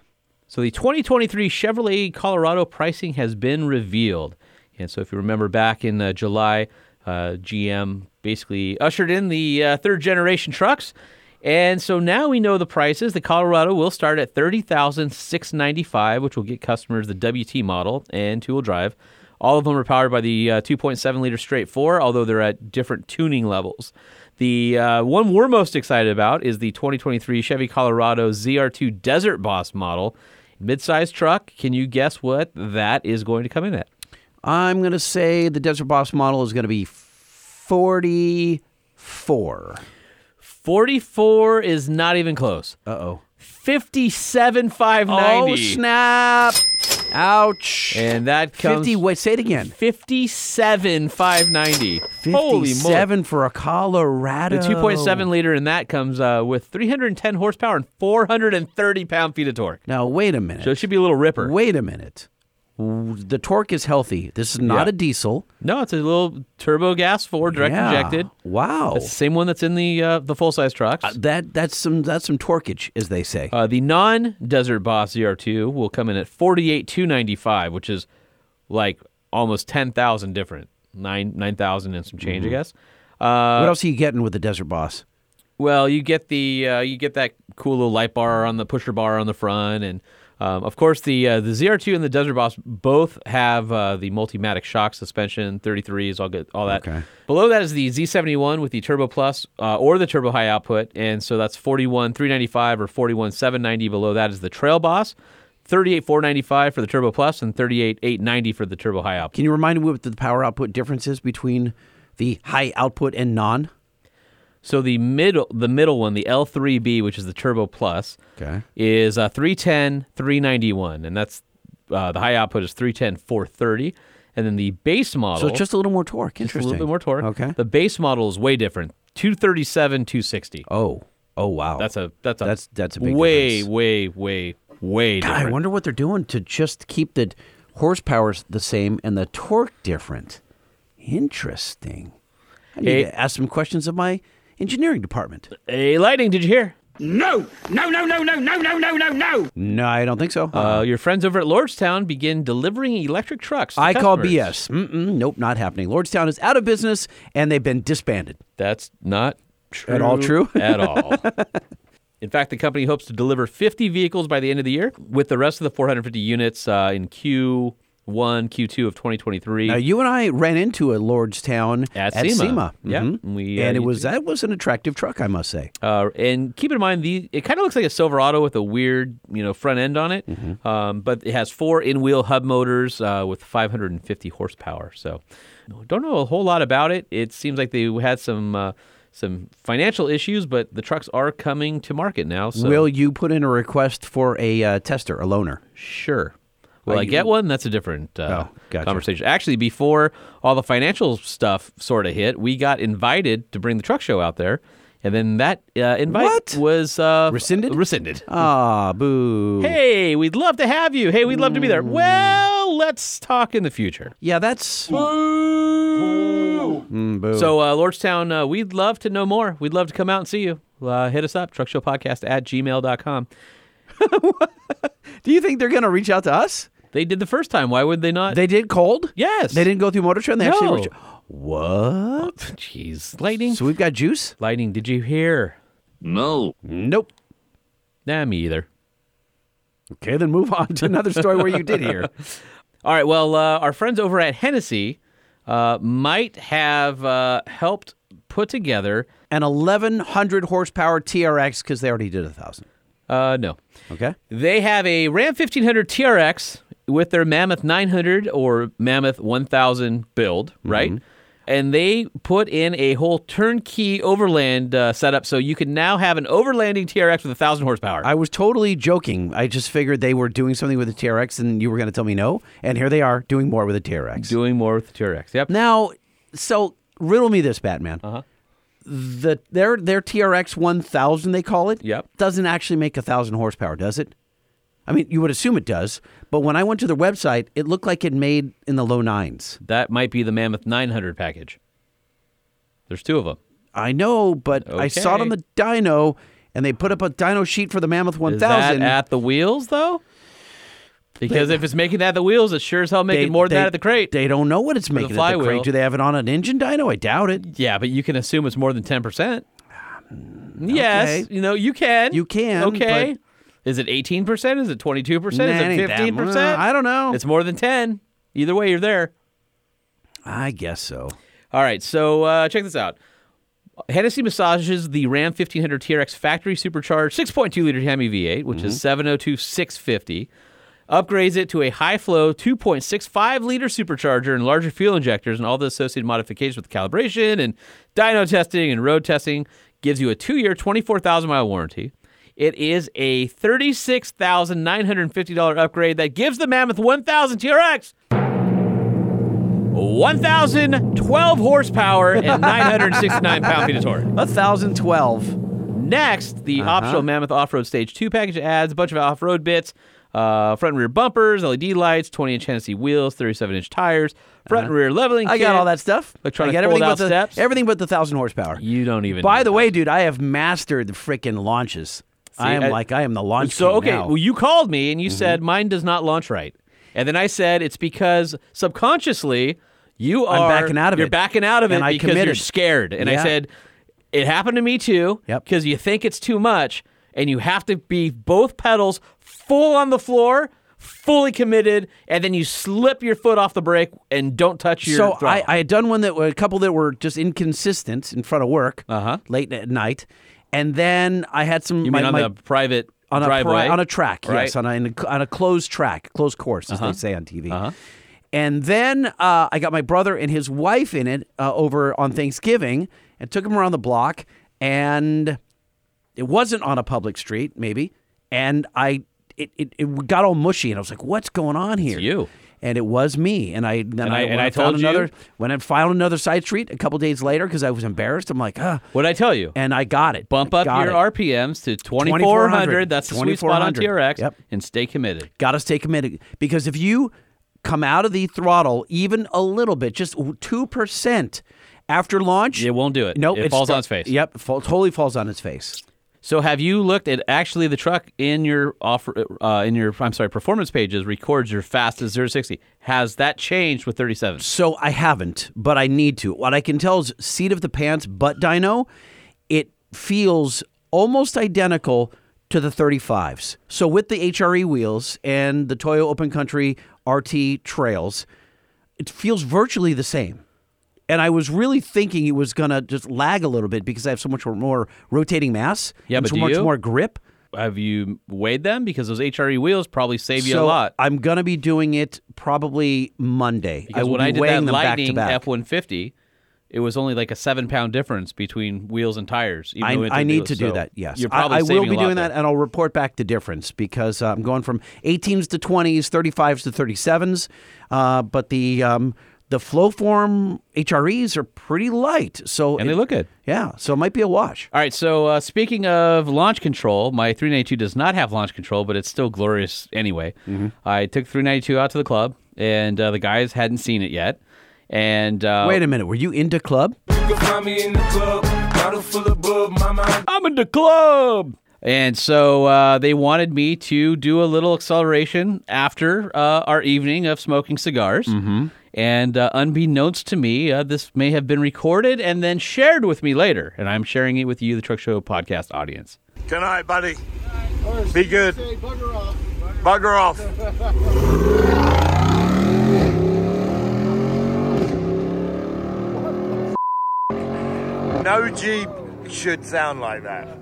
Speaker 2: So the 2023 Chevrolet Colorado pricing has been revealed. And so if you remember back in uh, July, uh, GM basically ushered in the uh, third generation trucks. And so now we know the prices. The Colorado will start at 30,695, which will get customers the WT model and two-wheel drive. All of them are powered by the uh, 2.7 liter straight four, although they're at different tuning levels. The uh, one we're most excited about is the 2023 Chevy Colorado ZR2 Desert Boss model, midsize truck. Can you guess what that is going to come in at?
Speaker 6: I'm gonna say the Desert Boss model is gonna be forty-four.
Speaker 2: 44 is not even close.
Speaker 6: Uh oh.
Speaker 2: 57 590.
Speaker 6: Oh snap! Ouch!
Speaker 2: And that comes
Speaker 6: fifty. Wait, say it again.
Speaker 2: 57 590. Holy moly.
Speaker 6: Fifty-seven for a Colorado.
Speaker 2: The 2.7 liter in that comes uh, with 310 horsepower and 430 pound feet of torque.
Speaker 6: Now wait a minute.
Speaker 2: So it should be a little ripper.
Speaker 6: Wait a minute. W- The torque is healthy. This is not
Speaker 2: Yeah.
Speaker 6: a diesel.
Speaker 2: No, it's a little turbo gas four direct
Speaker 6: Yeah.
Speaker 2: injected.
Speaker 6: Wow.
Speaker 2: It's the same one that's in the uh, the full size trucks. Uh,
Speaker 6: That that's some that's some torqueage, as they say.
Speaker 2: the non Desert Boss ZR2 will come in at 48295, which is like almost 10,000 different. 9 9,000 and some change, I guess. Uh,
Speaker 6: what else are you getting with the Desert Boss?
Speaker 2: Well, you get the uh, you get that cool little light bar on the pusher bar on the front, and um, of course the uh, the ZR2 and the Desert Boss both have uh, the Multimatic shock suspension, 33s, all good, all that.
Speaker 6: Okay.
Speaker 2: Below that is the Z71 with the Turbo Plus uh, or the Turbo High output, and so that's 41 395 or 41 790. Below that is the Trail Boss, 38 495 for the Turbo Plus and 38 890 for the Turbo High output.
Speaker 6: Can you remind me what the power output difference is between the high output and non?
Speaker 2: So the middle the middle one, the L3B, which is the Turbo Plus,
Speaker 6: Okay.
Speaker 2: is uh, 310, 391, and that's uh, the high output is 310, 430, and then the base model
Speaker 6: So it's just a little more torque.
Speaker 2: just a
Speaker 6: Interesting.
Speaker 2: little bit more torque.
Speaker 6: Okay.
Speaker 2: The base model is way different, 237, 260.
Speaker 6: oh. Oh wow.
Speaker 2: That's a that's a
Speaker 6: That's- that's a big
Speaker 2: way
Speaker 6: difference.
Speaker 2: way way way
Speaker 6: I
Speaker 2: different.
Speaker 6: wonder what they're doing to just keep the horsepower the same and the torque different. Interesting. I need
Speaker 2: Hey-
Speaker 6: to ask some questions of my engineering department.
Speaker 2: hey, lighting, did you hear?
Speaker 6: No, I don't think so.
Speaker 2: Uh, your friends over at Lordstown begin delivering electric trucks. to
Speaker 6: I call
Speaker 2: customers.
Speaker 6: BS. Mm-mm, nope, not happening. Lordstown is out of business and they've been disbanded.
Speaker 2: That's not true.
Speaker 6: At all true?
Speaker 2: at all. In fact, the company hopes to deliver 50 vehicles by the end of the year, with the rest of the 450 units uh, in Q1, Q2 of 2023.
Speaker 6: Now, you and I ran into a Lordstown
Speaker 2: At
Speaker 6: at
Speaker 2: SEMA.
Speaker 6: SEMA.
Speaker 2: Yeah,
Speaker 6: Mhm.
Speaker 2: and we, uh,
Speaker 6: and it
Speaker 2: you
Speaker 6: was that was an attractive truck, I must say.
Speaker 2: Uh, and keep in mind, the it kind of looks like a Silverado with a weird, you know, front end on it.
Speaker 6: Mm-hmm.
Speaker 2: Um, but it has four in-wheel hub motors uh, with 550 horsepower. So, don't know a whole lot about it. It seems like they had some uh, some financial issues, but the trucks are coming to market now. So,
Speaker 6: Will you put in a request for a uh, tester, a loaner?
Speaker 2: Sure. Will
Speaker 6: Well,
Speaker 2: I
Speaker 6: you-
Speaker 2: get one? That's a different uh,
Speaker 6: Oh, gotcha.
Speaker 2: conversation. Actually, before all the financial stuff sort of hit, we got invited to bring the truck show out there, and then that uh, invite
Speaker 6: What?
Speaker 2: was uh,
Speaker 6: Rescinded?
Speaker 2: Rescinded.
Speaker 6: Ah, boo.
Speaker 2: Hey, we'd love to have you. Hey, we'd love to be there. Well, let's talk in the future.
Speaker 6: Yeah, that's. Mm, boo.
Speaker 2: So, uh, Lordstown, uh, we'd love to know more. We'd love to come out and see you. Uh, hit us up, truckshowpodcast at gmail.com.
Speaker 6: do you think they're going to reach out to us?
Speaker 2: They did the first time. Why would they not?
Speaker 6: They did cold?
Speaker 2: yes.
Speaker 6: They didn't go through Motor Trend? They
Speaker 2: No.
Speaker 6: actually reached What?
Speaker 2: Jeez. Lightning.
Speaker 6: So we've got juice?
Speaker 2: Lightning, did you hear?
Speaker 9: No.
Speaker 6: Nope.
Speaker 2: Nah, me either.
Speaker 6: Okay, then move on to another story where you did hear.
Speaker 2: All right. Well, uh, our friends over at Hennessy uh, might have uh, helped put together.
Speaker 6: An 1100 horsepower TRX because they already did a thousand.
Speaker 2: Uh, no.
Speaker 6: Okay.
Speaker 2: They have a Ram 1500 TRX with their Mammoth 900 or Mammoth 1000 build, right? And they put in a whole turnkey overland uh, setup, so you can now have an overlanding TRX with 1,000 horsepower.
Speaker 6: I was totally joking. I just figured they were doing something with the TRX and you were going to tell me no. And here they are doing more with the TRX.
Speaker 2: Doing more with the TRX. Yep.
Speaker 6: Now, so riddle me this, Batman. Uh-huh. The their their TRX 1000 they call it.
Speaker 2: Yep.
Speaker 6: Doesn't actually make a thousand horsepower, does it? I mean, you would assume it does, but when I went to their website, it looked like it made in the low nines.
Speaker 2: That might be the Mammoth 900 package. There's two of them.
Speaker 6: I know, but I saw it on
Speaker 2: Okay.
Speaker 6: the dyno, and they put up a dyno sheet for the Mammoth
Speaker 2: Is that
Speaker 6: 1000.
Speaker 2: at the wheels, though? Because if it's making that at the wheels, it's sure as hell making more than that at the crate.
Speaker 6: They don't know what it's making at the crate.
Speaker 2: flywheel.
Speaker 6: Do they have it on an engine dyno? I doubt it.
Speaker 2: Yeah, but you can assume it's more than 10%. Yes,
Speaker 6: Mm, okay.
Speaker 2: you know, you can.
Speaker 6: You can,
Speaker 2: Okay. Is it 18%? Is it 22%? Is
Speaker 6: Nah, it
Speaker 2: it
Speaker 6: ain't that
Speaker 2: 15%?
Speaker 6: much. I don't know.
Speaker 2: It's more than 10. Either way, you're there.
Speaker 6: I guess so.
Speaker 2: All right, so uh, check this out. Hennessy massages the Ram 1500 TRX factory supercharged 6.2 liter Hemi V8, which is 702 650. Upgrades it to a high flow 2.65 liter supercharger and larger fuel injectors, and all the associated modifications with calibration and dyno testing and road testing. Gives you a two year, 24,000 mile warranty. It is a $36,950 upgrade that gives the Mammoth 1000 TRX 1,012 horsepower and 969 pound feet of torque.
Speaker 6: 1,012.
Speaker 2: Next, the
Speaker 6: Uh-huh.
Speaker 2: optional Mammoth Off Road Stage 2 package adds a bunch of off road bits uh, front and rear bumpers, LED lights, 20 inch Hennessy wheels, 37 inch tires, front and rear leveling.
Speaker 6: Uh-huh. I got
Speaker 2: kit.
Speaker 6: all that stuff.
Speaker 2: Electronic
Speaker 6: I got everything
Speaker 2: fold-out
Speaker 6: but the
Speaker 2: steps.
Speaker 6: everything but the thousand horsepower.
Speaker 2: You don't even.
Speaker 6: By
Speaker 2: need
Speaker 6: the
Speaker 2: that.
Speaker 6: way, dude, I have mastered the freaking launches. I am
Speaker 2: I-
Speaker 6: like I am the launch.
Speaker 2: So,
Speaker 6: king
Speaker 2: okay,
Speaker 6: now. Mm-hmm.
Speaker 2: well, you called me and you said mine does not launch right. And then I said it's because subconsciously you are.
Speaker 6: I'm backing out of
Speaker 2: You're
Speaker 6: it.
Speaker 2: backing out of
Speaker 6: And
Speaker 2: it
Speaker 6: I
Speaker 2: because you're
Speaker 6: committed.
Speaker 2: scared. And I
Speaker 6: Yeah.
Speaker 2: said, it happened to me too
Speaker 6: Yep.
Speaker 2: because you think it's too much and you have to be both pedals full on the floor. Fully committed, and then you slip your foot off the brake and don't touch your.
Speaker 6: so I, I had done one that were a couple that were just inconsistent in front of work,
Speaker 2: Uh-huh.
Speaker 6: late at night, and then I had some.
Speaker 2: you
Speaker 6: my,
Speaker 2: mean on
Speaker 6: my-
Speaker 2: the private
Speaker 6: on a pri-
Speaker 2: driveway
Speaker 6: on a track,
Speaker 2: right?
Speaker 6: yes, on a, in a- on a closed track, closed course,
Speaker 2: Uh-huh.
Speaker 6: as they say on TV. And then uh, I got my brother and his wife in it uh, over on Thanksgiving, and took him around the block, and it wasn't on a public street, maybe, and I it, it, it got all mushy, and I was like, "What's going on here?"
Speaker 2: you.
Speaker 6: And it was me, and I then
Speaker 2: And I-
Speaker 6: I,
Speaker 2: and
Speaker 6: when
Speaker 2: I
Speaker 6: found
Speaker 2: told you?
Speaker 6: another when I found another side street a couple days later because I was embarrassed. I'm like, ah,
Speaker 2: What did I tell you?
Speaker 6: and I got it.
Speaker 2: Bump
Speaker 6: I
Speaker 2: up
Speaker 6: got
Speaker 2: your
Speaker 6: it.
Speaker 2: RPMs to 2400. That's the sweet spot on TRX.
Speaker 6: 2400. Yep.
Speaker 2: And stay committed.
Speaker 6: Got to stay committed because if you come out of the throttle even a little bit, just two percent after launch,
Speaker 2: It won't do it.
Speaker 6: Nope,
Speaker 2: It
Speaker 6: it's
Speaker 2: falls
Speaker 6: stu-
Speaker 2: on its face.
Speaker 6: Yep, fall, totally falls on its face.
Speaker 2: So have you looked at actually the truck in your offer uh, in your I'm sorry performance pages records your fastest 0 to 60. Has that changed with 37?
Speaker 6: So I haven't, but I need to. What I can tell is seat of the pants butt dyno, it feels almost identical to the 35s. So with the HRE wheels and the Toyo Open Country RT trails, it feels virtually the same. And I was really thinking it was gonna just lag a little bit because I have so much more rotating mass,
Speaker 2: Yeah,
Speaker 6: and
Speaker 2: but
Speaker 6: so
Speaker 2: do
Speaker 6: much
Speaker 2: you?
Speaker 6: more grip.
Speaker 2: Have you weighed them because those HRE wheels probably save you
Speaker 6: so
Speaker 2: a lot.
Speaker 6: I'm gonna be doing it probably Monday. I
Speaker 2: Because
Speaker 6: will
Speaker 2: when
Speaker 6: be
Speaker 2: I did
Speaker 6: weighing
Speaker 2: that
Speaker 6: them back to
Speaker 2: Lightning
Speaker 6: back.
Speaker 2: F150, it was only like a seven pound difference between wheels and tires. even
Speaker 6: I,
Speaker 2: though it
Speaker 6: I
Speaker 2: took
Speaker 6: need
Speaker 2: wheels.
Speaker 6: to do
Speaker 2: So
Speaker 6: that. Yes,
Speaker 2: you're
Speaker 6: I,
Speaker 2: probably
Speaker 6: I will
Speaker 2: saving
Speaker 6: be
Speaker 2: a lot
Speaker 6: doing
Speaker 2: there.
Speaker 6: that, and I'll report back the difference because uh, I'm going from 18s to 20s, 35s to 37s. Uh, but the um, the Flowform HREs are pretty light. So
Speaker 2: And they look good.
Speaker 6: Yeah, so it might be a wash.
Speaker 2: All right, so uh, speaking of launch control, my 392 does not have launch control, but it's still glorious anyway. I took 392 out to the club, and uh, the guys hadn't seen it yet. And uh,
Speaker 6: Wait a minute, were you into club?
Speaker 2: I'm in the club. And so uh, they wanted me to do a little acceleration after uh, our evening of smoking cigars. Mm-hmm. And uh, unbeknownst to me, uh, this may have been recorded and then shared with me later. And I'm sharing it with you, the Truck Show podcast audience.
Speaker 9: Good night, buddy. Be good. Bugger off. no Jeep should sound like that.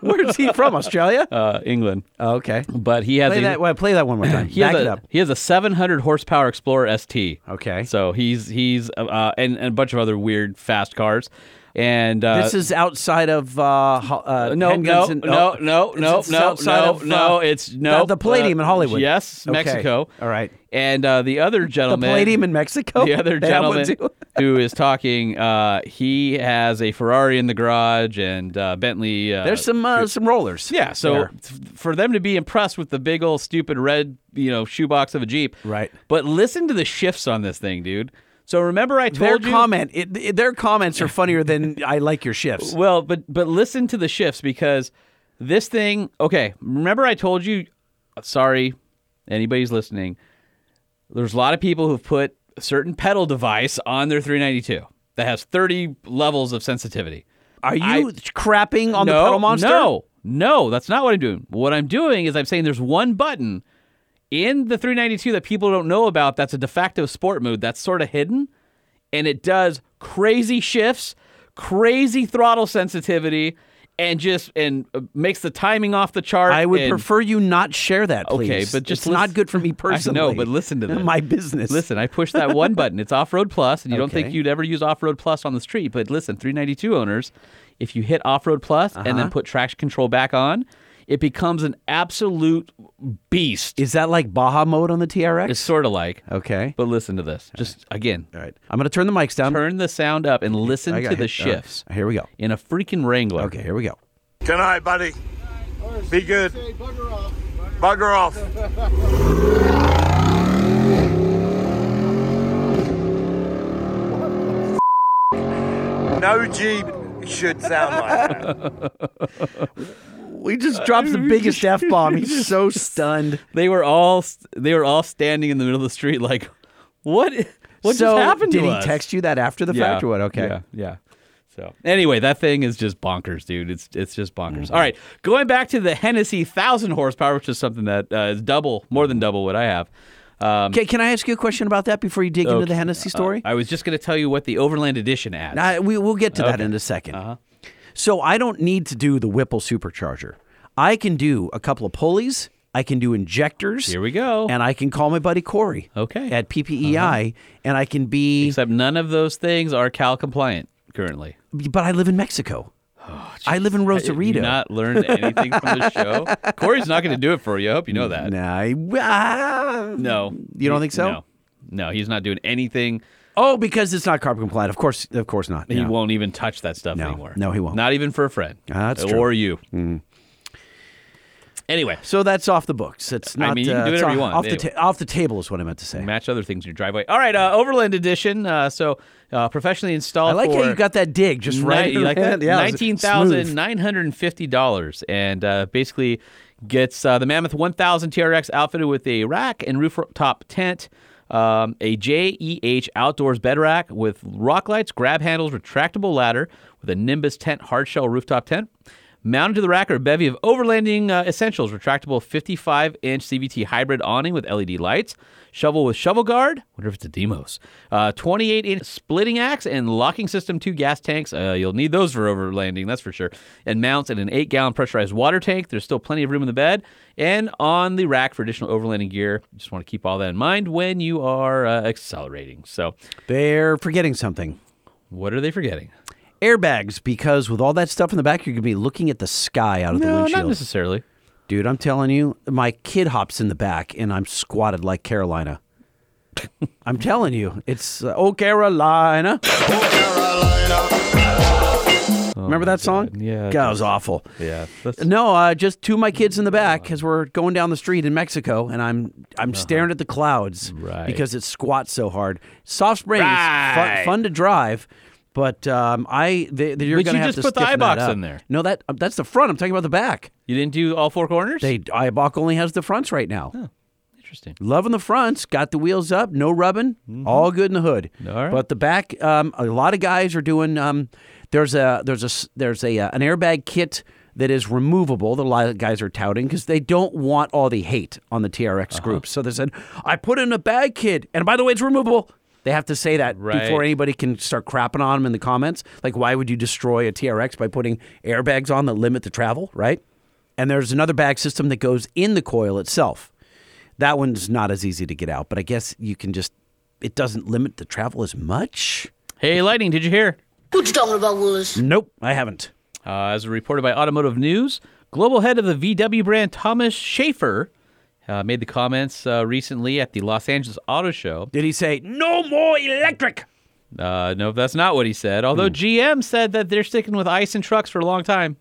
Speaker 6: Where's he from? Australia?
Speaker 2: Uh, England.
Speaker 6: okay.
Speaker 2: But he has
Speaker 6: Play
Speaker 2: a,
Speaker 6: that, well, play that one more time.
Speaker 2: he
Speaker 6: Back
Speaker 2: has
Speaker 6: it
Speaker 2: a,
Speaker 6: up.
Speaker 2: He has a 700 horsepower Explorer ST.
Speaker 6: Okay.
Speaker 2: So he's he's uh, uh, and, and a bunch of other weird fast cars. And uh,
Speaker 6: This is outside of uh, ho- uh,
Speaker 2: no, no,
Speaker 6: handguns and-
Speaker 2: no,
Speaker 6: oh,
Speaker 2: no,
Speaker 6: it's-
Speaker 2: no,
Speaker 6: it's
Speaker 2: no,
Speaker 6: outside
Speaker 2: no,
Speaker 6: of, uh,
Speaker 2: no. It's no uh,
Speaker 6: the Palladium in Hollywood.
Speaker 2: Yes,
Speaker 6: Okay.
Speaker 2: Mexico.
Speaker 6: All right.
Speaker 2: And uh, the other
Speaker 6: the
Speaker 2: gentleman,
Speaker 6: Palladium in Mexico.
Speaker 2: the other
Speaker 6: They have one
Speaker 2: gentleman
Speaker 6: too?
Speaker 2: who is talking, uh, he has a Ferrari in the garage and uh, Bentley. Uh,
Speaker 6: There's some uh, some rollers.
Speaker 2: yeah. So
Speaker 6: there.
Speaker 2: f- for them to be impressed with the big old stupid red, you know, shoebox of a Jeep,
Speaker 6: Right.
Speaker 2: But listen to the shifts on this thing, dude. So remember, I
Speaker 6: their
Speaker 2: told you
Speaker 6: comment, it, it- their comments are funnier than I like your shifts.
Speaker 2: Well, but but listen to the shifts because this thing. Okay, remember I told you. Sorry, anybody's listening. There's a lot of people who've put a certain pedal device on their 392 that has 30 levels of sensitivity.
Speaker 6: Are you
Speaker 2: I-
Speaker 6: crapping on
Speaker 2: no,
Speaker 6: the pedal monster?
Speaker 2: No, no, that's not what I'm doing. What I'm doing is I'm saying there's one button in the 392 that people don't know about that's a de facto sport mode that's sort of hidden and it does crazy shifts, crazy throttle sensitivity, and just and uh, makes the timing off the chart.
Speaker 6: I would
Speaker 2: and-
Speaker 6: prefer you not share that, please.
Speaker 2: Okay, but just
Speaker 6: it's not
Speaker 2: listen-
Speaker 6: good for me personally.
Speaker 2: I know, but listen to this.
Speaker 6: my business.
Speaker 2: Listen, I push that one button. It's off road plus, and you don't think
Speaker 6: Okay.
Speaker 2: you'd ever use off road plus on the street. But listen, 392 owners, if you hit off road and
Speaker 6: Uh-huh.
Speaker 2: then put traction control back on, it becomes an absolute beast.
Speaker 6: Is that like Baja mode on the TRX?
Speaker 2: It's sort of like,
Speaker 6: okay.
Speaker 2: but listen to this. Just again,
Speaker 6: All right. I'm going to turn the mics down.
Speaker 2: turn the sound up and listen
Speaker 6: I got
Speaker 2: to the
Speaker 6: hit. All right.
Speaker 2: shifts
Speaker 6: Here we go.
Speaker 2: in a freaking Wrangler.
Speaker 6: Okay, here we go.
Speaker 9: Good night, buddy. Be good. Bugger off. No Jeep should sound like that.
Speaker 6: He
Speaker 2: Uh,
Speaker 6: just drops the biggest f bomb. He's so stunned.
Speaker 2: They were all they were all standing in the middle of the street, like, what? What
Speaker 6: so
Speaker 2: just happened
Speaker 6: Did
Speaker 2: to
Speaker 6: he
Speaker 2: us?
Speaker 6: text you that after the fact or what? Okay.
Speaker 2: Yeah. Yeah. So anyway, that thing is just bonkers, dude. It's it's just bonkers.
Speaker 6: Mm-hmm.
Speaker 2: All right, going back to the Hennessy thousand horsepower, which is something that uh, is double, more than double what I have. Um,
Speaker 6: Okay. Can I ask you a question about that before you dig into
Speaker 2: Okay.
Speaker 6: the Hennessy story?
Speaker 2: I was just going to tell you what the Overland Edition adds.
Speaker 6: I, we we'll get to that in a 2nd
Speaker 2: Uh-huh.
Speaker 6: So I don't need to do the Whipple supercharger. I can do a couple of pulleys. I can do injectors.
Speaker 2: Here we go.
Speaker 6: And I can call my buddy Corey.
Speaker 2: Okay. Uh-huh.
Speaker 6: At PPEI, and I can be.
Speaker 2: Except none of those things are Cal compliant currently.
Speaker 6: But I live in Mexico.
Speaker 2: Oh,
Speaker 6: I live in Rosarito.
Speaker 2: You not learned anything from the show. Corey's not going to do it for you. I hope you know that.
Speaker 6: Nah, I- ah.
Speaker 2: No,
Speaker 6: You don't think so?
Speaker 2: No, no, he's not doing anything.
Speaker 6: Oh, because it's not carbon compliant. Of course, of course not.
Speaker 2: He
Speaker 6: Yeah.
Speaker 2: won't even touch that stuff
Speaker 6: No.
Speaker 2: anymore.
Speaker 6: No, he won't.
Speaker 2: Not even for a friend.
Speaker 6: Ah, that's
Speaker 2: or
Speaker 6: true. Mm.
Speaker 2: you. Anyway,
Speaker 6: So that's off the books. It's not.
Speaker 2: mean, you
Speaker 6: uh,
Speaker 2: can do
Speaker 6: it's
Speaker 2: whatever
Speaker 6: off,
Speaker 2: you want,
Speaker 6: Off the,
Speaker 2: anyway.
Speaker 6: ta- off the table is what I meant to say.
Speaker 2: match other things in your driveway. All right, uh, Overland Edition. Uh, so uh, professionally installed.
Speaker 6: I like
Speaker 2: for
Speaker 6: how you got that dig just
Speaker 2: ni-
Speaker 6: right.
Speaker 2: You like that?
Speaker 6: Yeah, it was
Speaker 2: Nineteen
Speaker 6: smooth.
Speaker 2: thousand nine hundred and fifty dollars, and uh, basically gets uh, the Mammoth one thousand TRX outfitted with a rack and rooftop tent. Um, a JEH outdoors bed rack with rock lights, grab handles, retractable ladder with a Nimbus tent, hardshell rooftop tent. Mounted to the rack are a bevy of overlanding uh, essentials, retractable 55 inch CVT hybrid awning with LED lights, shovel with shovel guard, wonder if it's a Demos, uh, 28 inch splitting axe, and locking system, two gas tanks. Uh, you'll need those for overlanding, that's for sure. And mounts and an 8 gallon pressurized water tank. There's still plenty of room in the bed and on the rack for additional overlanding gear. Just want to keep all that in mind when you are uh, accelerating. So,
Speaker 6: They're forgetting something.
Speaker 2: what are they forgetting?
Speaker 6: Airbags, because with all that stuff in the back, you're gonna be looking at the sky out of the
Speaker 2: No, not
Speaker 6: windshield.
Speaker 2: necessarily.
Speaker 6: Dude, I'm telling you, my kid hops in the back, and I'm squatted like Carolina. I'm telling you, it's uh, Oh Carolina. Remember that song?
Speaker 2: Oh Yeah, it
Speaker 6: God, it was awful.
Speaker 2: Yeah. that's-
Speaker 6: No, uh, just two of my kids in the
Speaker 2: Oh.
Speaker 6: back as we're going down the street in Mexico, and I'm I'm staring at the clouds
Speaker 2: Uh-huh. Right.
Speaker 6: because it squats so hard. Soft Springs,
Speaker 2: Right.
Speaker 6: fun, fun to drive, but um, I they, they, you're
Speaker 2: But
Speaker 6: going to
Speaker 2: you
Speaker 6: have
Speaker 2: just
Speaker 6: to
Speaker 2: put the
Speaker 6: stiffen that
Speaker 2: iBox
Speaker 6: up.
Speaker 2: in there.
Speaker 6: No, that uh, that's the front. I'm talking about the back.
Speaker 2: You didn't do all four corners?
Speaker 6: They iBox only has the fronts right now.
Speaker 2: Interesting.
Speaker 6: Loving the fronts, got the wheels up, no rubbing, all good in the hood.
Speaker 2: Mm-hmm. All right.
Speaker 6: But the back, um, a lot of guys are doing. Um, there's a there's a s- there's a uh, an airbag kit that is removable. That a lot of guys are touting because they don't want all the hate on the TRX
Speaker 2: Uh-huh.
Speaker 6: group. So they said, I put in a bag kit, and by the way, it's removable. They have to say that
Speaker 2: Right.
Speaker 6: before anybody can start crapping on them in the comments. Like, why would you destroy a TRX by putting airbags on that limit the travel, right? And there's another bag system that goes in the coil itself. That one's not as easy to get out, but I guess you can just, it doesn't limit the travel as much.
Speaker 2: Hey, Lightning, did you hear?
Speaker 8: What you talking about, Willis?
Speaker 6: Nope, I haven't.
Speaker 2: Uh, as reported by Automotive News, global head of the VW brand Thomas Schaefer uh, made the comments uh, recently at the Los Angeles Auto Show.
Speaker 6: Did he say, no more electric?
Speaker 2: Uh, no, that's not what he said. Although GM said that they're sticking with ice and trucks for a long time.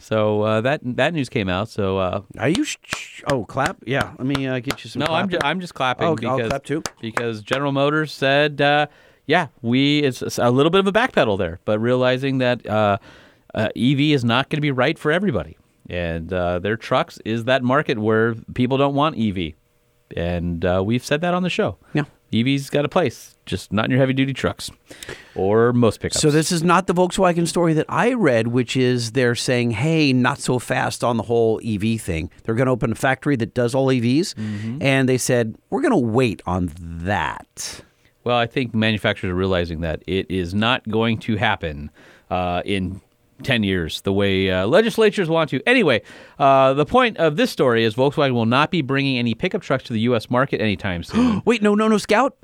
Speaker 2: So uh, that that news came out. So uh,
Speaker 6: Are you, sh- sh- oh, clap? Yeah, let me uh, get you some
Speaker 2: no, I'm, ju-
Speaker 6: clapping.
Speaker 2: I'm just clapping
Speaker 6: Oh, I'll
Speaker 2: because
Speaker 6: clap too.
Speaker 2: because General Motors said, uh, yeah, we it's it's a little bit of a backpedal there, but realizing that uh, uh, EV is not going to be right for everybody, and uh, their trucks is that market where people don't want EV, and uh, we've said that on the show.
Speaker 6: Yeah.
Speaker 2: EV's got a place, just not in your heavy duty trucks or most pickups.
Speaker 6: So this is not the Volkswagen story that I read, which is they're saying, "Hey, not so fast on the whole EV thing." They're going to open a factory that does all EVs, and they said we're going to wait on that.
Speaker 2: Well, I think manufacturers are realizing that it is not going to happen uh, in 10 years the way uh, legislatures want to. Anyway, uh, the point of this story is Volkswagen will not be bringing any pickup trucks to the U.S. market anytime soon.
Speaker 6: Wait, no, no, no, Scout.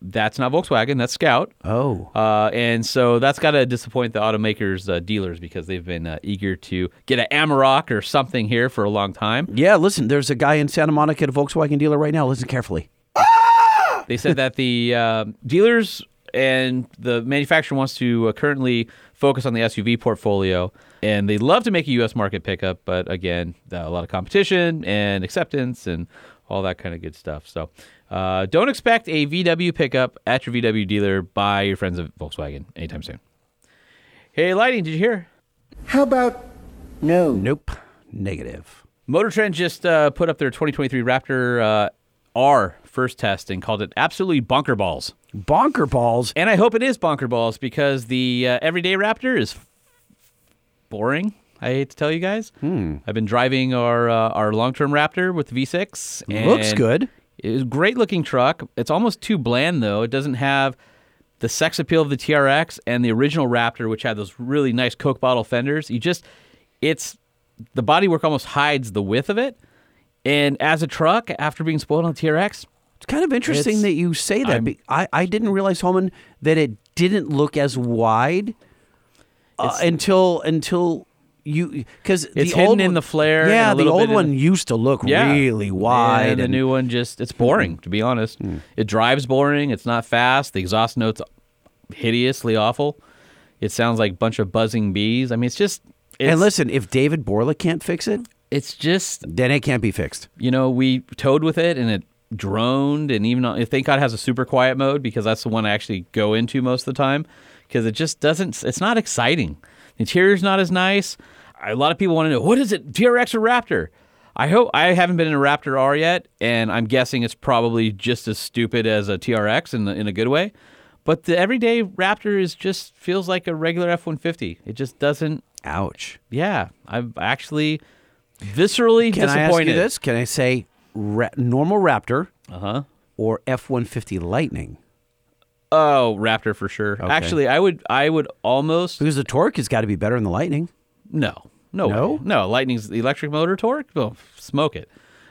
Speaker 2: that's not Volkswagen, that's Scout.
Speaker 6: Oh,
Speaker 2: Uh, and so that's got to disappoint the automakers' uh, dealers because they've been uh, eager to get an Amarok or something here for a long time.
Speaker 6: yeah. Listen, there's a guy in Santa Monica at a Volkswagen dealer right now. Listen carefully.
Speaker 2: They said that the uh, dealers and the manufacturer wants to uh, currently focus on the SUV portfolio, and they love to make a U.S. market pickup, but again, uh, a lot of competition and acceptance and all that kind of good stuff. So, uh, don't expect a VW pickup at your VW dealer by your friends at Volkswagen anytime soon. Hey, lighting, did you hear?
Speaker 6: Nope, negative.
Speaker 2: Motor Trend just uh, put up their 2023 Raptor uh, R first test and called it absolutely bonker balls.
Speaker 6: Bonker balls.
Speaker 2: And I hope it is bonker balls because the uh, everyday Raptor is f- boring. I hate to tell you guys.
Speaker 6: Hmm.
Speaker 2: I've been driving our uh, our long term Raptor with V6. And
Speaker 6: Looks good.
Speaker 2: It's a great looking truck. It's almost too bland though. It doesn't have the sex appeal of the TRX and the original Raptor, which had those really nice Coke bottle fenders. You just, it's the bodywork almost hides the width of it. And as a truck, after being spoiled on the TRX,
Speaker 6: It's kind of interesting
Speaker 2: It's-
Speaker 6: that you say that.
Speaker 2: I'm-
Speaker 6: be- I, I didn't realize, Holman, that it didn't look as wide uh, until until you because
Speaker 2: It's
Speaker 6: the old
Speaker 2: hidden in one-
Speaker 6: the flare.
Speaker 2: and
Speaker 6: Yeah,
Speaker 2: a
Speaker 6: the
Speaker 2: little
Speaker 6: old
Speaker 2: bit in
Speaker 6: one
Speaker 2: the-
Speaker 6: used to look really wide. Hmm.
Speaker 2: And the new one just it's boring, to be honest. It drives boring, it's not fast, the exhaust notes hideously awful. It sounds like a bunch of buzzing bees. I mean it's just it's,
Speaker 6: and listen, if David Borla can't fix it,
Speaker 2: it's just
Speaker 6: then it can't be fixed.
Speaker 2: you know, we towed with it and it droned and even on, thank God it has a super quiet mode because that's the one I actually go into most of the time because it just doesn't it's not exciting. The interior's not as nice. A lot of people want to know what is it, TRX or Raptor? I hope I haven't been in a Raptor R yet, and I'm guessing it's probably just as stupid as a TRX in, in a good way. But the everyday Raptor is just feels like a regular F-150. It just doesn't.
Speaker 6: Ouch.
Speaker 2: Yeah, I'm actually viscerally
Speaker 6: Can I
Speaker 2: disappointed.
Speaker 6: ask you this? Can I say ra- normal Raptor
Speaker 2: Uh huh.
Speaker 6: or F one fifty Lightning?
Speaker 2: Oh, Raptor for sure. Actually, I would I would almost
Speaker 6: Because the torque has got to be better than the Lightning.
Speaker 2: no. No.
Speaker 6: No?
Speaker 2: way. No, Lightning's the electric motor torque. Oh, smoke it.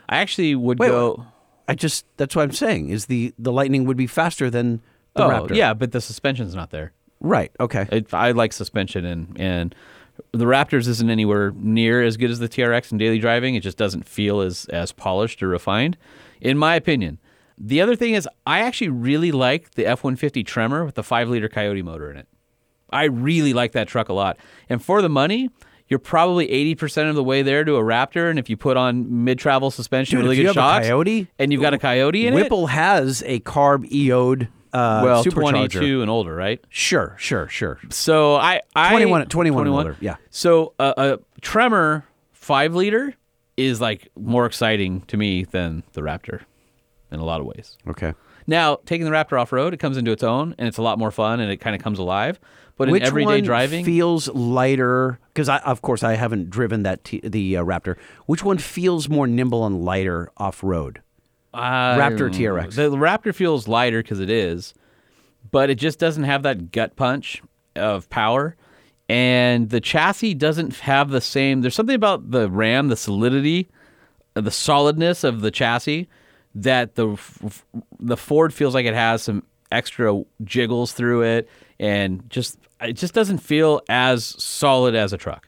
Speaker 2: I actually would
Speaker 6: Wait,
Speaker 2: go
Speaker 6: I just that's what I'm saying is the the Lightning would be faster than the
Speaker 2: Oh,
Speaker 6: Raptor.
Speaker 2: yeah, Uh, but the suspension's not there.
Speaker 6: Right. Okay.
Speaker 2: It, I like suspension and and the Raptors isn't anywhere near as good as the TRX in daily driving. It just doesn't feel as as polished or refined in my opinion. The other thing is, I actually really like the F 150 Tremor with the five liter Coyote motor in it. I really like that truck a lot. And for the money, you're probably 80% of the way there to a Raptor. And if you put on mid travel suspension,
Speaker 6: Dude,
Speaker 2: really
Speaker 6: if you
Speaker 2: good
Speaker 6: have a
Speaker 2: shocks,
Speaker 6: Coyote,
Speaker 2: and you've got a Coyote in
Speaker 6: Whipple has a carb EO'd uh,
Speaker 2: it, well,
Speaker 6: supercharger.
Speaker 2: 22 and older, right?
Speaker 6: Sure, sure, sure.
Speaker 2: So I, I
Speaker 6: 21 21 and older, yeah.
Speaker 2: So uh, a Tremor five liter is like more exciting to me than the Raptor in a lot of ways.
Speaker 6: Okay.
Speaker 2: Now, taking the Raptor off road, it comes into its own and it's a lot more fun and it kind of comes alive. But
Speaker 6: Which
Speaker 2: in everyday
Speaker 6: one
Speaker 2: driving,
Speaker 6: feels lighter? Because I, of course, I haven't driven that t- the uh, Raptor. Which one feels more nimble and lighter off road?
Speaker 2: I
Speaker 6: Raptor
Speaker 2: don't-
Speaker 6: TRX.
Speaker 2: The Raptor feels lighter because it is, but it just doesn't have that gut punch of power. And the chassis doesn't have the same. There's something about the Ram, the solidity, uh, the solidness of the chassis that the f- f- the Ford feels like it has some extra jiggles through it, and just it just doesn't feel as solid as a truck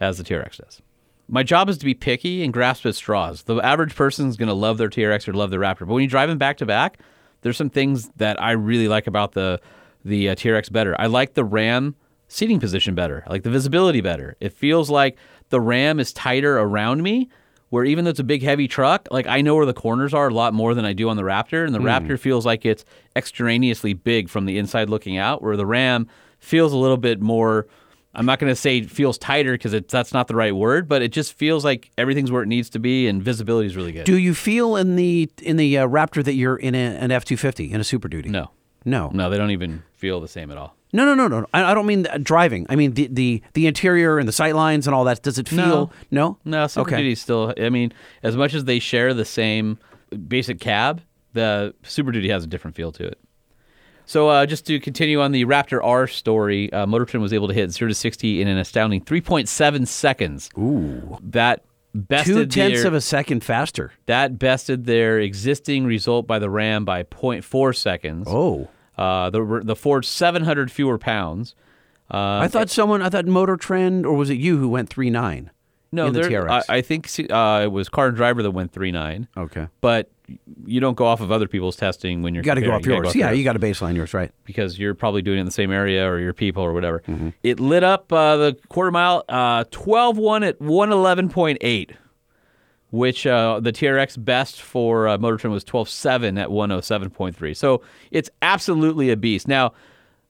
Speaker 2: as the TRX does. My job is to be picky and grasp at straws. The average person is going to love their TRX or love their Raptor, but when you drive them back to back, there's some things that I really like about the the uh, TRX better. I like the Ram seating position better. I like the visibility better. It feels like the Ram is tighter around me, where even though it's a big heavy truck, like I know where the corners are a lot more than I do on the Raptor, and the Raptor feels like it's extraneously big from the inside looking out, where the Ram feels a little bit more. I'm not going to say it feels tighter because that's not the right word, but it just feels like everything's where it needs to be, and visibility is really good.
Speaker 6: Do you feel in the in the uh, Raptor that you're in a, an F two fifty in a Super Duty?
Speaker 2: no,
Speaker 6: no,
Speaker 2: no, they don't even feel the same at all.
Speaker 6: no, no, no, no. I, I don't mean the, uh, driving. I mean the, the the interior and the sight lines and all that. Does it feel no?
Speaker 2: No, Super
Speaker 6: okay.
Speaker 2: Duty still. I mean, as much as they share the same basic cab, the Super Duty has a different feel to it. So, uh, just to continue on the Raptor R story, uh, Motor Trend was able to hit zero to sixty in an astounding three point seven seconds. Ooh, that bested
Speaker 6: Two tenths
Speaker 2: their-
Speaker 6: of a second faster.
Speaker 2: that bested their existing result by the Ram by 0.4 seconds.
Speaker 6: Oh,
Speaker 2: Uh, the the Ford 700 fewer pounds. Uh,
Speaker 6: I thought someone. I thought Motor Trend or was it you who went three nine?
Speaker 2: No,
Speaker 6: in the
Speaker 2: they're-
Speaker 6: TRX.
Speaker 2: I, I think uh, it was Car and Driver that went three nine.
Speaker 6: okay.
Speaker 2: but you don't go off of other people's testing when you're
Speaker 6: You got to go
Speaker 2: comparing.
Speaker 6: off yours. yeah,
Speaker 2: yours
Speaker 6: you got to baseline yours, right?
Speaker 2: because you're probably doing it in the same area or your people or whatever.
Speaker 6: Mm-hmm.
Speaker 2: It lit up uh, the quarter mile uh, 12-1 at 111.8, which uh, the TRX best for uh, Motor Trend was 12-7 at 107.3. So it's absolutely a beast. Now,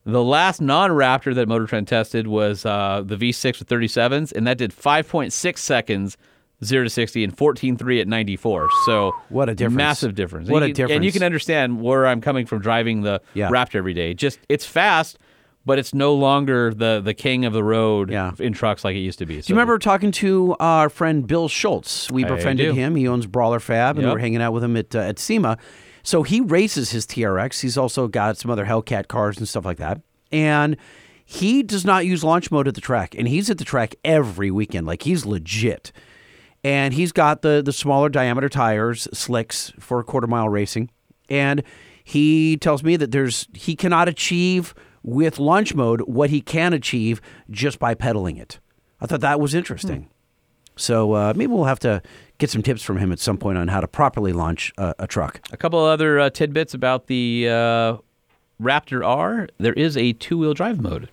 Speaker 2: the last non-Raptor that Motor Trend tested was uh, the V6 with 37s, and that did 5.6 seconds. 0 to 60 and 14.3 at 94. So,
Speaker 6: What a difference.
Speaker 2: Massive difference.
Speaker 6: What
Speaker 2: And
Speaker 6: a
Speaker 2: you can- And you
Speaker 6: difference.
Speaker 2: can understand where I'm coming from driving the
Speaker 6: Yeah.
Speaker 2: Raptor every day. Just it's fast, but it's no longer the the king of the road
Speaker 6: Yeah.
Speaker 2: in trucks like it used to be. So
Speaker 6: Do you remember talking to our friend Bill Schultz? We
Speaker 2: I
Speaker 6: befriended
Speaker 2: do.
Speaker 6: him. He owns Brawler Fab, and
Speaker 2: Yep.
Speaker 6: we're hanging out with him at uh, at SEMA. So he races his TRX. He's also got some other Hellcat cars and stuff like that. And he does not use launch mode at the track, and he's at the track every weekend. Like he's legit. And he's got the the smaller diameter tires, slicks for quarter mile racing. And he tells me that there's he cannot achieve with launch mode what he can achieve just by pedaling it. I thought that was interesting. So uh, maybe we'll have to get some tips from him at some point on how to properly launch a, a truck.
Speaker 2: a couple of other uh, tidbits about the uh, Raptor R. There is a two wheel drive mode.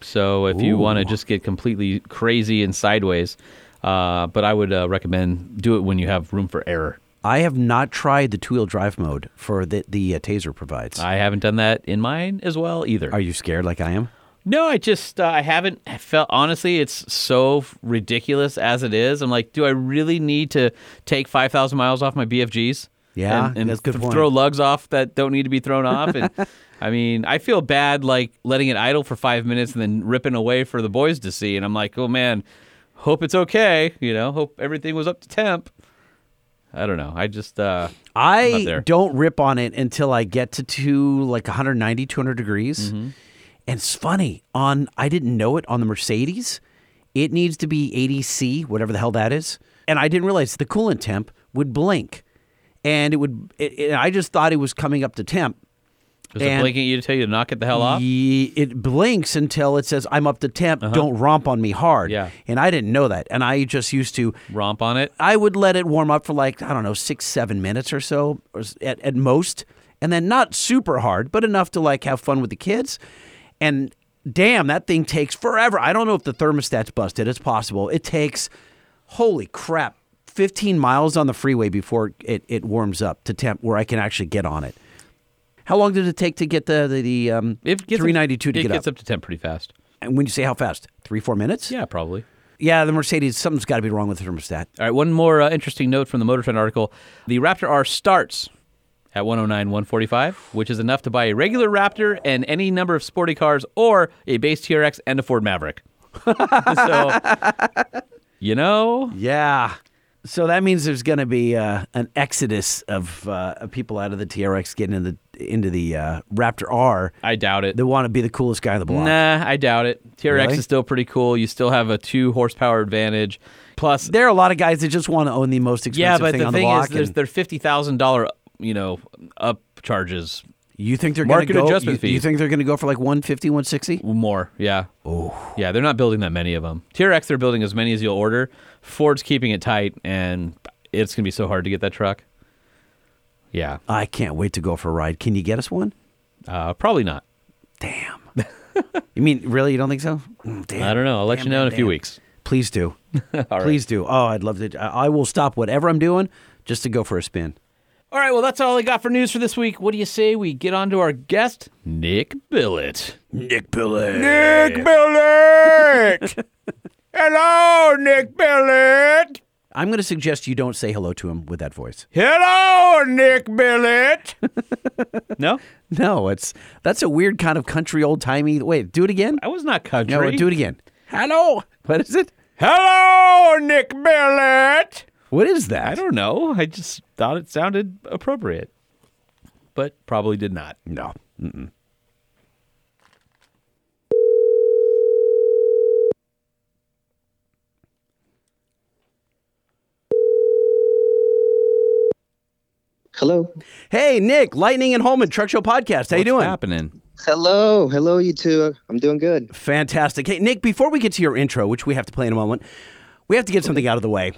Speaker 2: So if you want to just get completely crazy and sideways, uh, but I would uh, recommend do it when you have room for error.
Speaker 6: I have not tried the two-wheel drive mode for that the uh, Taser provides.
Speaker 2: I haven't done that in mine as well either.
Speaker 6: Are you scared like I am?
Speaker 2: No, I just uh, I haven't felt honestly. It's so ridiculous as it is. I'm like, do I really need to take five thousand miles off my BFGs?
Speaker 6: Yeah,
Speaker 2: and, and
Speaker 6: that's a good
Speaker 2: th-
Speaker 6: point.
Speaker 2: throw lugs off that don't need to be thrown off. And I mean, I feel bad like letting it idle for five minutes and then ripping away for the boys to see. And I'm like, oh man, hope it's okay. You know, hope everything was up to temp. I don't know. I just uh, Not
Speaker 6: I
Speaker 2: there.
Speaker 6: don't rip on it until I get to, to like 190, 200 degrees.
Speaker 2: Mm-hmm.
Speaker 6: And it's funny on I didn't know it on the Mercedes. It needs to be 80C, whatever the hell that is. And I didn't realize the coolant temp would blink, and it would. It, it- I just thought it was coming up to temp,
Speaker 2: Is it
Speaker 6: And-
Speaker 2: blinking at you to tell you to knock it the hell off? Uh-huh.
Speaker 6: Ye- it blinks until it says, I'm up to temp. Don't romp on me hard.
Speaker 2: Yeah.
Speaker 6: And I didn't know that. And I just used to,
Speaker 2: Romp on it.
Speaker 6: I would let it warm up for like, I don't know, six, seven minutes or so or s- at, at most. And then not super hard, but enough to like have fun with the kids. And damn, that thing takes forever. I don't know if the thermostat's busted. It's possible. It takes, holy crap, 15 miles on the freeway before it, it warms up to temp where I can actually get on it. How long did it take to get the, the, the um,
Speaker 2: It gets up-
Speaker 6: 392 to
Speaker 2: it
Speaker 6: get
Speaker 2: gets
Speaker 6: up?
Speaker 2: up. to 10 pretty fast.
Speaker 6: And when you say how fast? Three, four minutes?
Speaker 2: Yeah, probably.
Speaker 6: Yeah, the Mercedes, something's got to be wrong with the thermostat.
Speaker 2: All right, one more uh, interesting note from the Motor Trend article. The Raptor R starts at 109 145, which is enough to buy a regular Raptor and any number of sporty cars or a base TRX and a Ford Maverick. so, you know,
Speaker 6: Yeah. So that means there's going to be uh, an exodus of uh, of people out of the TRX getting into the, into the uh, Raptor R
Speaker 2: I doubt it.
Speaker 6: They want to be the coolest guy on the block.
Speaker 2: Nah, I doubt it. TRX
Speaker 6: Really?
Speaker 2: is still pretty cool. You still have a two horsepower advantage. Plus,
Speaker 6: There are a lot of guys that just want to own the most expensive
Speaker 2: yeah, but
Speaker 6: thing
Speaker 2: the
Speaker 6: on
Speaker 2: thing
Speaker 6: the block.
Speaker 2: is, there's
Speaker 6: and
Speaker 2: their fifty thousand dollar, you know, upcharges
Speaker 6: you think they're going
Speaker 2: market
Speaker 6: to go?
Speaker 2: adjustment
Speaker 6: you, you
Speaker 2: fees.
Speaker 6: think they're going to go for like 150, 160?
Speaker 2: more. Yeah. Oh. Yeah, they're not building that many of them. TRX, they're building as many as you'll order. Ford's keeping it tight, and it's gonna be so hard to get that truck. Yeah,
Speaker 6: I can't wait to go for a ride. Can you get us one?
Speaker 2: uh, probably not.
Speaker 6: Damn. you mean really? You don't think so? Mm, damn.
Speaker 2: I don't know. I'll let
Speaker 6: Damn,
Speaker 2: you know in a
Speaker 6: damn,
Speaker 2: few
Speaker 6: damn.
Speaker 2: weeks.
Speaker 6: Please do.
Speaker 2: All right.
Speaker 6: Please do. Oh, I'd love to. I I will stop whatever I'm doing just to go for a spin.
Speaker 2: All right, well, that's all I got for news for this week. What do you say we get on to our guest, Nick Billet?
Speaker 6: Nick Billet.
Speaker 2: Nick Billet! Hello, Nick Billet!
Speaker 6: I'm going to suggest you don't say hello to him with that voice.
Speaker 2: Hello, Nick Billet! no,
Speaker 6: No, it's that's a weird kind of country old timey. Wait, do it again.
Speaker 2: I was not country.
Speaker 6: No, do it again. Hello. What is it?
Speaker 2: Hello, Nick Billet!
Speaker 6: What is that?
Speaker 2: I don't know. I just thought it sounded appropriate, but probably did not.
Speaker 6: No. Mm-mm.
Speaker 10: Hello.
Speaker 6: Hey, Nick, Lightning and Holman Truck Show Podcast. How you
Speaker 2: What's
Speaker 6: doing?
Speaker 2: happening?
Speaker 10: Hello. Hello, you two. I'm doing good.
Speaker 6: Fantastic. Hey, Nick, before we get to your intro, which we have to play in a moment, we have to get something out of the way.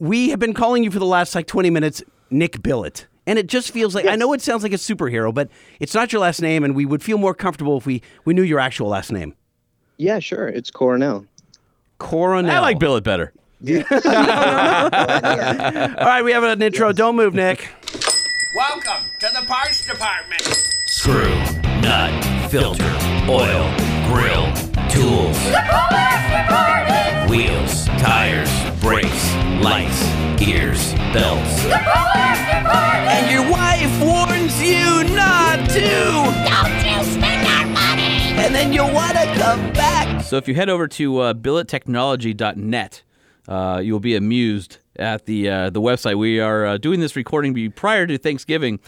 Speaker 6: We have been calling you for the last like 20 minutes Nick Billet. And it just feels like I know it sounds like a superhero, but it's not your last name, and we would feel more comfortable if we, we knew your actual last name.
Speaker 10: Yeah, sure. It's Coronel.
Speaker 6: Coronel.
Speaker 2: I like Billet better.
Speaker 6: All right, we have an intro. Don't move, Nick.
Speaker 7: Welcome to the parts department.
Speaker 4: Screw, nut, filter, oil, grill,
Speaker 7: Tools. Wheels, tires, brakes, lights, gears, belts.
Speaker 6: And your wife warns you not to,
Speaker 8: Don't you spend our money!
Speaker 6: and then you want to come back.
Speaker 2: So if you head over to uh, billettechnology.net, uh, you will be amused at the uh, the website. We are uh, doing this recording be- prior to Thanksgiving,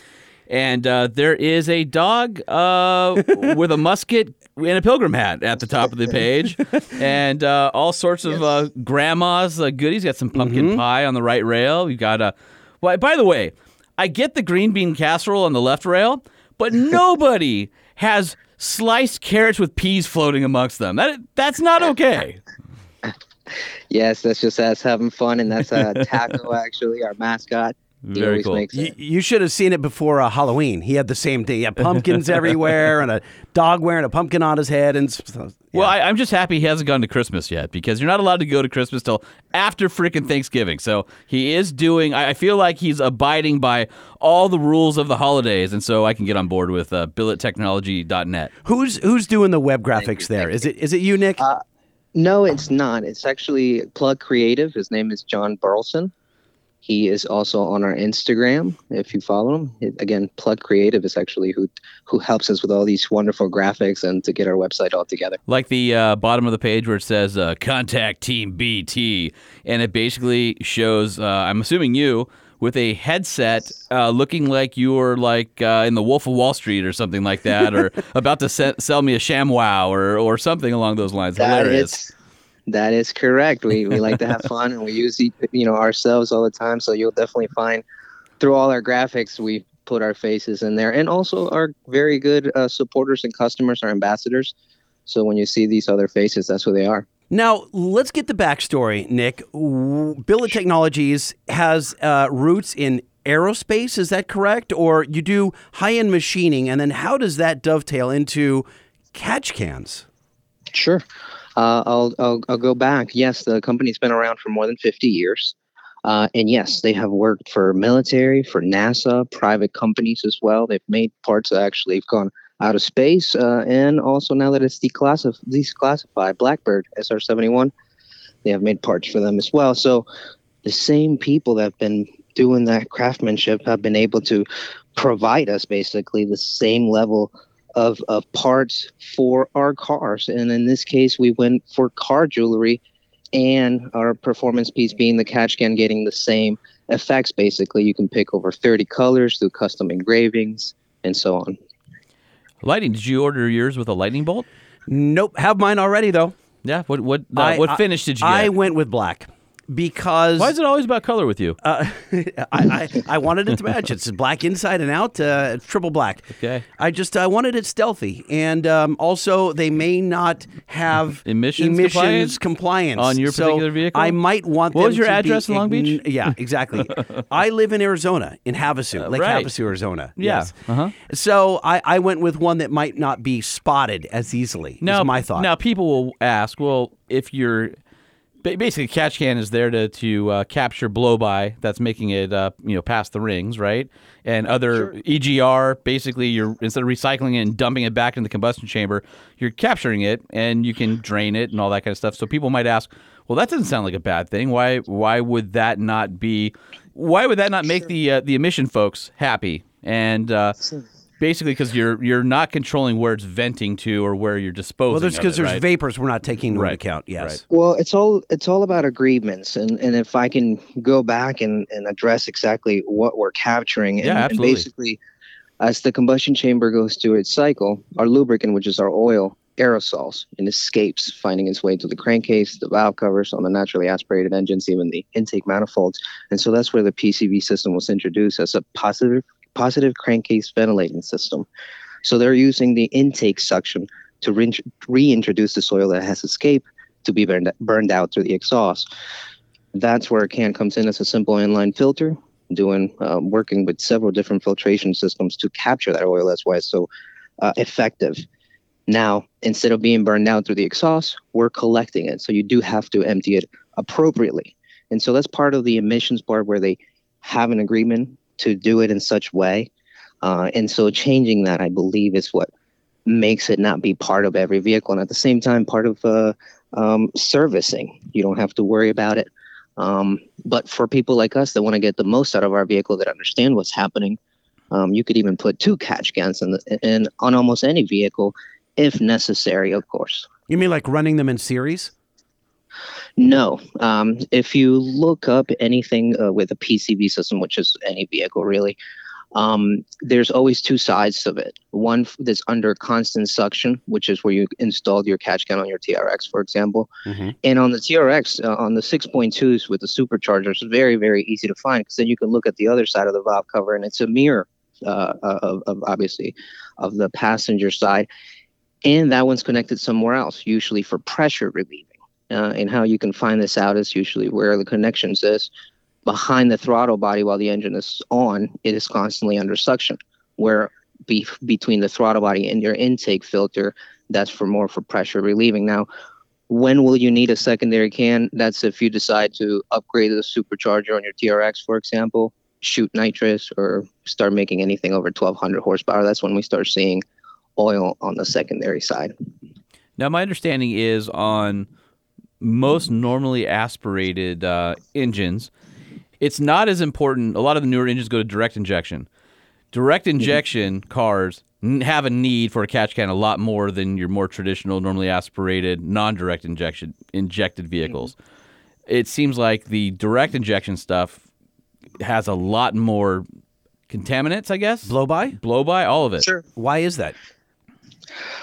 Speaker 2: and uh, there is a dog uh, with a musket and a pilgrim hat at the top of the page, and uh, all sorts of uh, grandma's uh, goodies. You got some pumpkin pie on the right rail. You got a. Well, by the way, I get the green bean casserole on the left rail, but nobody has sliced carrots with peas floating amongst them. That that's not okay.
Speaker 10: Yes, that's just us having fun, and that's uh, Taco, actually, our mascot. He
Speaker 2: Very
Speaker 10: always
Speaker 2: cool.
Speaker 10: makes
Speaker 6: You,
Speaker 10: it.
Speaker 6: you should have seen it before uh, Halloween. He had the same thing. He had pumpkins everywhere, and a dog wearing a pumpkin on his head, and s- s-
Speaker 2: Well, I, I'm just happy he hasn't gone to Christmas yet because you're not allowed to go to Christmas till after freaking Thanksgiving. So he is doing. I, I feel like he's abiding by all the rules of the holidays, and so I can get on board with uh, billettechnology.net.
Speaker 6: who's who's doing the web graphics there? Is it is it you, Nick?
Speaker 10: No, it's not. It's actually Plug Creative. His name is John Burleson. He is also on our Instagram. If you follow him, It- again, Plug Creative is actually who who helps us with all these wonderful graphics and to get our website all together.
Speaker 2: like the uh, bottom of the page where it says uh, contact team bt and it basically shows uh, i'm assuming you with a headset uh, looking like you were like uh, in the wolf of wall street or something like that or about to se- sell me a ShamWow or, or something along those lines
Speaker 10: That
Speaker 2: hilarious
Speaker 10: is, that is correct. We, we like to have fun and we use e- you know ourselves all the time. So you'll definitely find through all our graphics we put our faces in there, and also our very good uh, supporters and customers, our ambassadors. So when you see these other faces, that's who they are.
Speaker 6: Now, let's get the backstory, Nick. W- Billet Technologies has uh, roots in aerospace, is that correct? Or you do high end machining, and then how does that dovetail into catch cans?
Speaker 10: Sure. Uh, I'll, I'll, I'll go back. Yes, the company's been around for more than 50 years. Uh, and yes, they have worked for military, for NASA, private companies as well. They've made parts that actually have gone out of space. Uh, and also, now that it's declassif- declassified, Blackbird SR 71, they have made parts for them as well. So the same people that have been doing that craftsmanship have been able to provide us basically the same level of, of parts for our cars. And in this case, we went for car jewelry and our performance piece being the catch can getting the same effects basically. You can pick over 30 colors through custom engravings and so on.
Speaker 2: Lighting? Did you order yours with a lightning bolt?
Speaker 6: Nope. Have mine already though.
Speaker 2: Yeah. What what uh, what finish did you get?
Speaker 6: I went with black because
Speaker 2: Why is it always about color with you?
Speaker 6: Uh, I, I, I wanted it to match. It's black inside and out, uh, triple black.
Speaker 2: Okay.
Speaker 6: I just I wanted it stealthy, and um, also they may not have
Speaker 2: Emissions compliance?
Speaker 6: emissions compliance?
Speaker 2: On your
Speaker 6: So
Speaker 2: particular vehicle?
Speaker 6: I might want.
Speaker 2: What was
Speaker 6: them
Speaker 2: your
Speaker 6: to be
Speaker 2: address in Long Beach?
Speaker 6: ign- Yeah, exactly. I live in Arizona, in Havasu, Lake
Speaker 2: Uh, right.
Speaker 6: Havasu, Arizona.
Speaker 2: Yeah.
Speaker 6: Yes.
Speaker 2: Uh-huh.
Speaker 6: So I, I went with one that might not be spotted as easily.
Speaker 2: Now,
Speaker 6: is my thought.
Speaker 2: Now people will ask, well, if you're ba- basically catch can is there to to uh, capture blow by that's making it uh, you know past the rings, right? And other EGR, basically you're instead of recycling it and dumping it back in the combustion chamber, you're capturing it and you can drain it and all that kind of stuff. So people might ask, well, that doesn't sound like a bad thing. Why why would that not be? Why would that not make the uh, the emission folks happy? And uh, basically because you're you're not controlling where it's venting to or where you're disposing.
Speaker 6: well, there's
Speaker 2: of
Speaker 6: because
Speaker 2: it,
Speaker 6: there's
Speaker 2: right?
Speaker 6: vapors we're not taking into
Speaker 2: Right.
Speaker 6: account. Yes.
Speaker 10: Well, it's all it's all about agreements, and and if I can go back and and address exactly what we're capturing, and,
Speaker 2: Yeah,
Speaker 10: and
Speaker 2: absolutely.
Speaker 10: basically, as the combustion chamber goes through its cycle, our lubricant, which is our oil, aerosols and escapes, finding its way to the crankcase, the valve covers on the naturally aspirated engines, even the intake manifolds, and so that's where the PCV system was introduced as a positive positive crankcase ventilating system. So they're using the intake suction to rein- reintroduce the soil that has escaped to be burned, burned out through the exhaust. That's where a can comes in as a simple inline filter, doing um, working with several different filtration systems to capture that oil. That's why it's so uh, effective. Now, instead of being burned out through the exhaust, we're collecting it. So you do have to empty it appropriately. And so that's part of the emissions part where they have an agreement to do it in such way. Uh, and so changing that, I believe, is what makes it not be part of every vehicle. And at the same time, part of uh, um, servicing. You don't have to worry about it. Um, but for people like us that want to get the most out of our vehicle, that understand what's happening, um, you could even put two catch cans in, the, in on almost any vehicle, if necessary, of course.
Speaker 6: You mean like running them in series?
Speaker 10: No, um, if you look up anything uh, with a PCV system, which is any vehicle really, um, there's always two sides of it. One f- that's under constant suction, which is where you installed your catch can on your TRX, for example. And on the TRX, uh, on the 6.2s with the superchargers, very, very easy to find because then you can look at the other side of the valve cover and it's a mirror uh, of, of obviously of the passenger side. And that one's connected somewhere else, usually for pressure relieving. Uh, and how you can find this out is usually where the connections is behind the throttle body while the engine is on, it is constantly under suction. Where be- between the throttle body and your intake filter, that's for more for pressure relieving. Now, when will you need a secondary can? That's if you decide to upgrade the supercharger on your TRX, for example, shoot nitrous or start making anything over 1200 horsepower. That's when we start seeing oil on the secondary side.
Speaker 2: Now, my understanding is on most normally aspirated uh, engines, it's not as important. A lot of the newer engines go to direct injection. Direct
Speaker 6: Mm-hmm.
Speaker 2: injection cars n- have a need for a catch can a lot more than your more traditional, normally aspirated, non-direct injection injected vehicles.
Speaker 6: Mm-hmm.
Speaker 2: It seems like the direct injection stuff has a lot more contaminants, I guess.
Speaker 6: Blow by?
Speaker 2: blow by all of it.
Speaker 6: Why is that?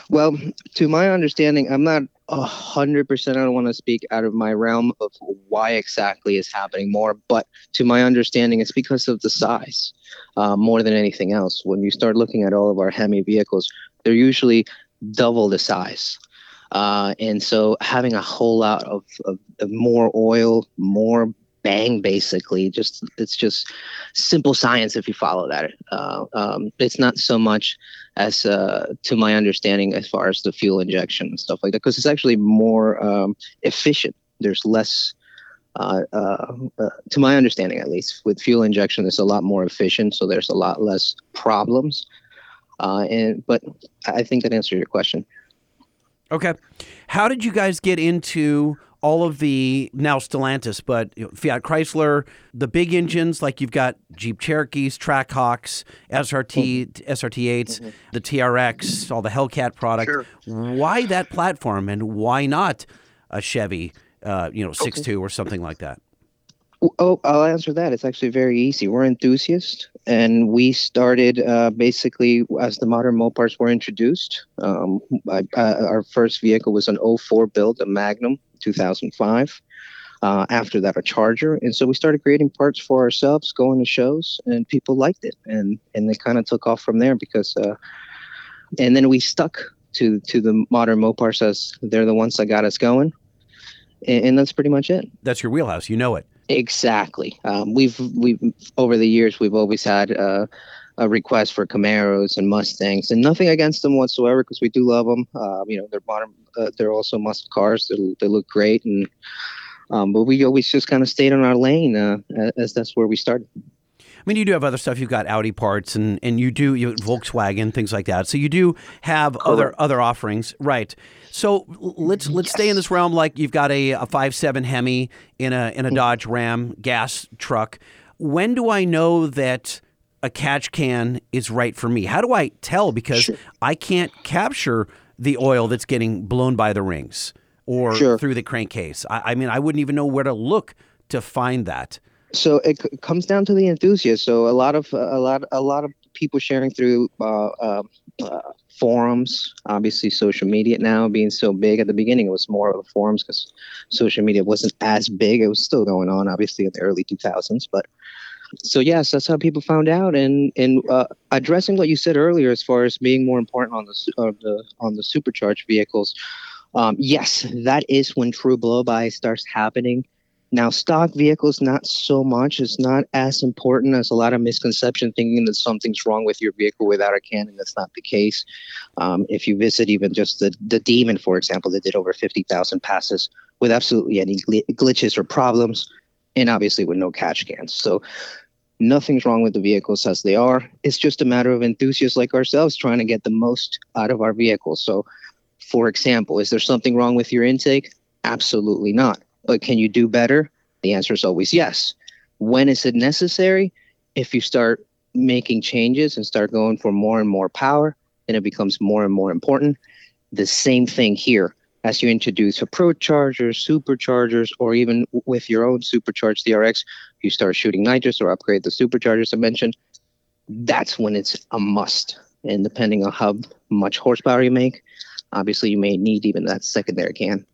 Speaker 10: Well, to my understanding, I'm not a hundred percent. I don't want to speak out of my realm of why exactly is happening more, but to my understanding, it's because of the size uh, more than anything else. When you start looking at all of our Hemi vehicles, they're usually double the size. Uh, and so having a whole lot of, of, of more oil, more bang basically just it's just simple science if you follow that uh, um, it's not so much as uh, to my understanding as far as the fuel injection and stuff like that because it's actually more um, efficient there's less uh, to my understanding at least with fuel injection it's a lot more efficient so there's a lot less problems Uh, and but i think that answers your question
Speaker 6: Okay. How did you guys get into all of the now Stellantis, but you know, Fiat Chrysler, the big engines like you've got Jeep Cherokees, Trackhawks, SRT, SRT8s, the TRX, all the Hellcat product. Why that platform and why not a Chevy, uh, you know, six two or something like that?
Speaker 10: Oh, I'll answer that. It's actually very easy. We're enthusiasts, and we started uh, basically as the modern Mopars were introduced. Um, I, I, our first vehicle was an 04 build, a Magnum 2005. Uh, after that, a Charger, and so we started creating parts for ourselves, going to shows, and people liked it, and and they kind of took off from there because, uh, and then we stuck to to the modern Mopars as they're the ones that got us going, and, and that's pretty much it.
Speaker 6: That's your wheelhouse. You know it.
Speaker 10: Exactly. Um, we've we've over the years we've always had uh, a request for Camaros and Mustangs, and nothing against them whatsoever because we do love them. Uh, you know, they're modern. Uh, they're also muscle cars. They, they look great, and um, but we always just kind of stayed on our lane uh, as that's where we started.
Speaker 6: I mean, you do have other stuff. You've got Audi parts, and and you do you Volkswagen things like that. So you do have other other offerings, right? So l- let's let's stay in this realm. Like you've got a a five seven Hemi in a in a Dodge Ram gas truck. When do I know that? A catch can is right for me. How do I tell? Because I can't capture the oil that's getting blown by the rings or
Speaker 10: Sure.
Speaker 6: through the crankcase. I, I mean, I wouldn't even know where to look to find that.
Speaker 10: so it c- comes down to the enthusiast. So a lot of a lot a lot of people sharing through uh, uh, uh, forums. Obviously, social media now being so big. At the beginning, it was more of the forums because social media wasn't as big. It was still going on, obviously, in the early two thousands. But so yes, that's how people found out. And and uh, addressing what you said earlier, as far as being more important on the su- on the on the supercharged vehicles. Um, yes, that is when true blow by starts happening. Now, stock vehicles, not so much. It's not as important as a lot of misconception thinking that something's wrong with your vehicle without a can, and that's not the case. Um, if you visit even just the, the Demon, for example, that did over 50,000 passes with absolutely any gl- glitches or problems, and obviously with no catch cans. So, nothing's wrong with the vehicles as they are. It's just a matter of enthusiasts like ourselves trying to get the most out of our vehicles. So, for example, is there something wrong with your intake? Absolutely not. But can you do better? The answer is always yes. When is it necessary? If you start making changes and start going for more and more power, then it becomes more and more important. The same thing here. As you introduce approach chargers, superchargers, or even w- with your own supercharged DRX, you start shooting nitrous or upgrade the superchargers I mentioned. That's when it's a must. And depending on how much horsepower you make, obviously you may need even that secondary can.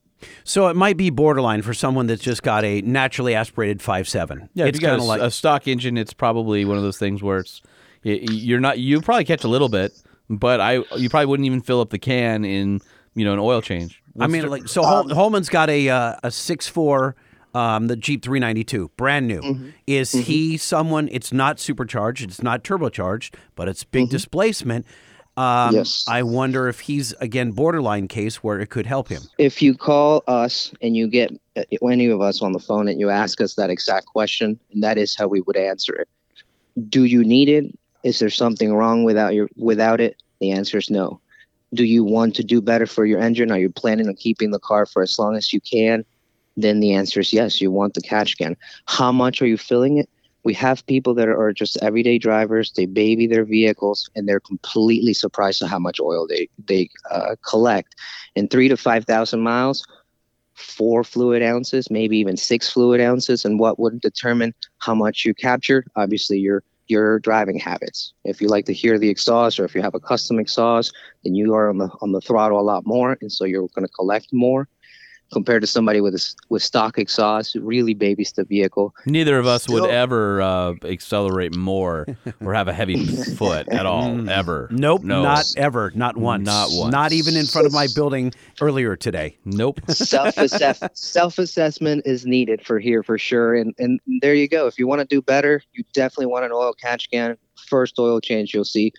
Speaker 6: So it might be borderline for someone that's just got a naturally aspirated five seven.
Speaker 2: Yeah,
Speaker 6: it's
Speaker 2: if you got
Speaker 6: kind
Speaker 2: a,
Speaker 6: of
Speaker 2: s-
Speaker 6: like
Speaker 2: a stock engine, it's probably one of those things where it's y- you're not you probably catch a little bit, but I you probably wouldn't even fill up the can in you know an oil change.
Speaker 6: I mean,
Speaker 2: Let's- um,
Speaker 6: like so. Hol- Holman's got a uh, a six four, um, the Jeep three ninety two, brand new.
Speaker 2: Mm-hmm.
Speaker 6: Is he someone? It's not supercharged. It's not turbocharged, but it's big
Speaker 2: Mm-hmm.
Speaker 6: displacement. Um,
Speaker 10: Yes.
Speaker 6: I wonder if he's again borderline case where it could help him.
Speaker 10: If you call us and you get uh, any of us on the phone and you ask us that exact question, and that is how we would answer it. Do you need it? Is there something wrong without your without it? The answer is no. Do you want to do better for your engine? Are you planning on keeping the car for as long as you can? Then the answer is yes, you want the catch can. How much are you filling it? We have people that are just everyday drivers. They baby their vehicles, and they're completely surprised at how much oil they they uh, collect. In three to five thousand miles, four fluid ounces, maybe even six fluid ounces, and what would determine how much you captured? Obviously, your your driving habits. If you like to hear the exhaust, or if you have a custom exhaust, then you are on the on the throttle a lot more, and so you're going to collect more compared to somebody with a, s- with stock exhaust. It really babies the vehicle.
Speaker 11: Neither of us would
Speaker 10: Still-
Speaker 11: ever uh, accelerate more or have a heavy foot at
Speaker 10: Mm.
Speaker 11: all, ever.
Speaker 6: Nope,
Speaker 11: No.
Speaker 6: not ever, not once,
Speaker 11: Not once.
Speaker 6: not even in front of my building earlier today.
Speaker 11: Nope.
Speaker 10: self self assessment is needed for here for sure. And and there you go. If you want to do better, you definitely want an oil catch can. First oil change you'll see,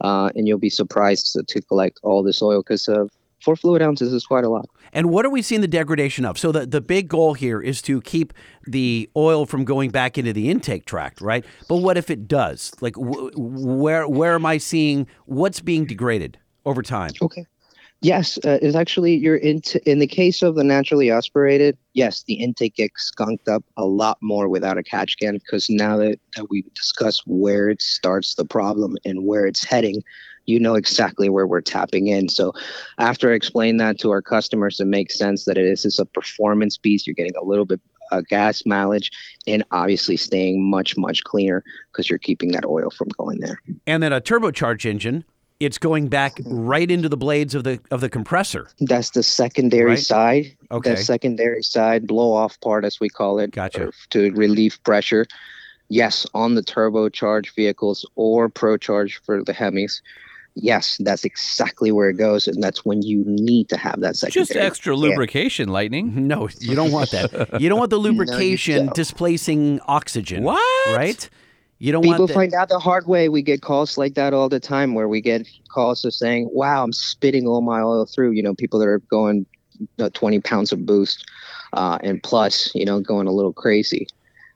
Speaker 10: uh, and you'll be surprised to, to collect all this oil because uh, four fluid ounces is quite a lot.
Speaker 6: And what are we seeing the degradation of? So the, the big goal here is to keep the oil from going back into the intake tract, right? But what if it does? Like wh- where where am I seeing what's being degraded over time?
Speaker 10: Okay. Yes, uh, it's actually you're into in the case of the naturally aspirated. Yes, the intake gets skunked up a lot more without a catch can because now that, that we discuss where it starts the problem and where it's heading, you know exactly where we're tapping in. So, after I explain that to our customers, it makes sense that it is it's a performance piece. You're getting a little bit uh, gas mileage and obviously staying much much cleaner because you're keeping that oil from going there.
Speaker 6: And then a turbocharged engine, it's going back right into the blades of the of the compressor.
Speaker 10: That's the secondary
Speaker 6: Right?
Speaker 10: side.
Speaker 6: Okay.
Speaker 10: The secondary side blow off part, as we call it.
Speaker 6: Gotcha.
Speaker 10: or To relieve pressure. Yes, on the turbocharged vehicles or pro charge for the Hemis. Yes, that's exactly where it goes, and that's when you need to have that secondary.
Speaker 11: Just extra
Speaker 10: Yeah.
Speaker 11: lubrication, Lightning.
Speaker 6: No, you don't want that. You don't want the
Speaker 10: you
Speaker 6: lubrication
Speaker 10: don't.
Speaker 6: displacing oxygen.
Speaker 11: What?
Speaker 6: Mm-hmm. Right? You don't
Speaker 10: People
Speaker 6: want that.
Speaker 10: find out the hard way. We get calls like that all the time, where we get calls of saying, "Wow, I'm spitting all my oil through." You know, people that are going uh, 20 pounds of boost uh, and plus, you know, going a little crazy.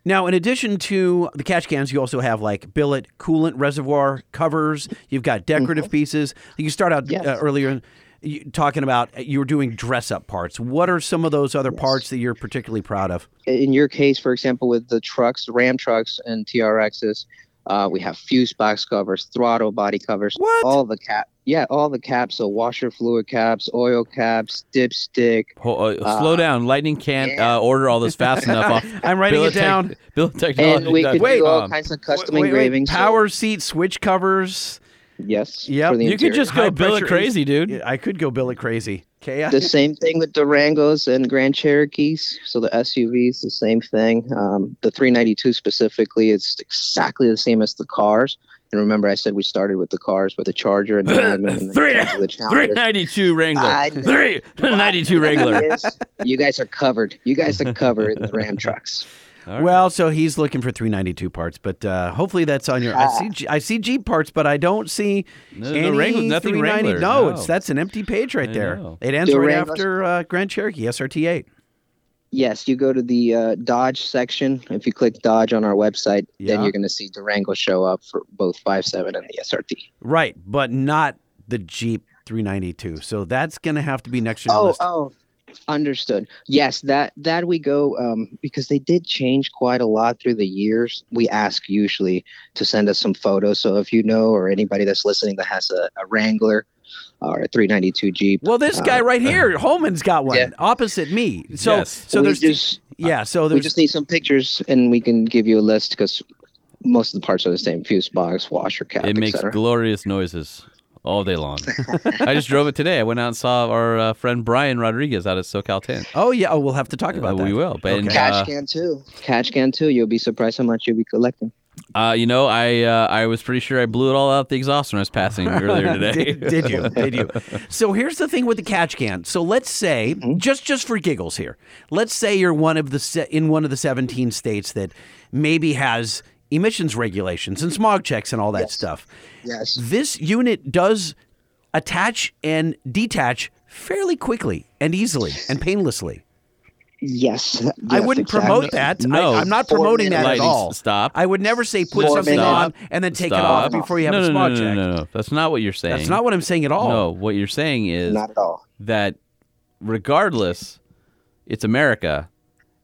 Speaker 6: Now, in addition to the catch cans, you also have like billet, coolant reservoir covers. You've got decorative pieces. You start out
Speaker 10: Mm-hmm. Yes.
Speaker 6: uh, earlier you, talking about uh, you were doing dress up parts. What are some of those other parts that you're particularly proud of?
Speaker 10: in your case, for example, with the trucks, Ram trucks and TRXs, uh, we have fuse box covers, throttle body covers,
Speaker 6: What?
Speaker 10: all the cap, yeah, all the caps, so washer fluid caps, oil caps, dipstick.
Speaker 11: Ho- uh, slow down. Lightning can't uh, order all this fast enough. Off
Speaker 6: I'm writing
Speaker 11: Bill
Speaker 6: it down.
Speaker 11: Bill
Speaker 10: And we could do all
Speaker 11: technology.com.
Speaker 10: kinds of custom
Speaker 6: Wait, wait, wait.
Speaker 10: engravings. so-
Speaker 6: Power seat switch covers.
Speaker 10: yes.
Speaker 6: Yep.
Speaker 10: for the
Speaker 11: You could
Speaker 10: interior.
Speaker 11: just go
Speaker 6: High
Speaker 11: Bill
Speaker 6: pressure
Speaker 11: crazy, dude.
Speaker 6: Yeah, I could go billet crazy. Chaos.
Speaker 10: the same thing with Durangos and Grand Cherokees. So the SUVs, the same thing. Um, the 392 specifically, it's exactly the same as the cars. And remember, I said we started with the cars with the Charger and the Magnum and
Speaker 11: Three-
Speaker 10: then the Challenger.
Speaker 11: 392 Wrangler.
Speaker 10: I know.
Speaker 11: 392 Wrangler.
Speaker 10: Yes, you guys are covered. You guys are covered in the Ram trucks.
Speaker 6: Well, so he's looking for 392 parts, but uh, hopefully that's on your. I
Speaker 10: Ah.
Speaker 6: see, G- I see Jeep parts, but I don't see
Speaker 11: No, no
Speaker 6: any
Speaker 11: Wrangler- nothing
Speaker 6: 390.
Speaker 11: Wrangler,
Speaker 6: no,
Speaker 11: no.
Speaker 6: it's that's an empty page right
Speaker 11: I
Speaker 6: there.
Speaker 11: know.
Speaker 6: It ends
Speaker 10: The
Speaker 6: right
Speaker 10: Wranglers-
Speaker 6: after uh, Grand Cherokee SRT8.
Speaker 10: Yes, you go to the uh, Dodge section. If you click Dodge on our website,
Speaker 6: Yeah.
Speaker 10: then you're going to see Durango show up for both 5.7 and the SRT.
Speaker 6: Right, but not the Jeep 392. So that's going to have to be next year's
Speaker 10: Oh,
Speaker 6: list.
Speaker 10: oh, understood. Yes, that that we go um, because they did change quite a lot through the years. We ask usually to send us some photos. So if you know or anybody that's listening that has a, a Wrangler or a 392 Jeep, uh,
Speaker 6: well, this guy right here, Holman's got one
Speaker 10: Yeah.
Speaker 6: opposite me. So,
Speaker 11: Yes.
Speaker 6: so
Speaker 10: we
Speaker 6: there's
Speaker 10: just
Speaker 6: yeah. So
Speaker 10: we
Speaker 6: there's
Speaker 10: just need some pictures and we can give you a list because most of the parts are the same fuse box washer cap
Speaker 11: It makes
Speaker 10: etc
Speaker 11: glorious noises all day long. I just drove it today. I went out and saw our uh, friend Brian Rodriguez out at SoCal 10.
Speaker 6: oh yeah. Oh, we'll have to talk
Speaker 11: Uh,
Speaker 6: about that.
Speaker 11: we will. But and,
Speaker 10: catch
Speaker 11: uh,
Speaker 10: can too catch can too you'll be surprised how much you'll be collecting
Speaker 11: uh, you know, I uh, I was pretty sure I blew it all out the exhaust when I was passing earlier today.
Speaker 6: did, did you? Did you? So here's the thing with the catch can. So let's say just just for giggles here, let's say you're one of the se- in one of the 17 states that maybe has emissions regulations and smog checks and all that stuff.
Speaker 10: yes
Speaker 6: This unit does attach and detach fairly quickly and easily and painlessly.
Speaker 10: yes
Speaker 6: I wouldn't promote that.
Speaker 11: No.
Speaker 6: I, am not
Speaker 10: Four
Speaker 6: promoting that at
Speaker 11: Lightning,
Speaker 6: all.
Speaker 11: stop.
Speaker 6: I would never say put
Speaker 10: Four
Speaker 6: something
Speaker 10: minutes.
Speaker 6: on and then take it
Speaker 11: Stop.
Speaker 6: off before you have
Speaker 11: no,
Speaker 6: a
Speaker 11: no,
Speaker 6: smog
Speaker 11: no,
Speaker 6: check.
Speaker 11: no, no, no. That's not what you're saying.
Speaker 6: That's not what I'm saying at all.
Speaker 11: No, what you're saying is
Speaker 10: not at all
Speaker 11: that regardless, it's America,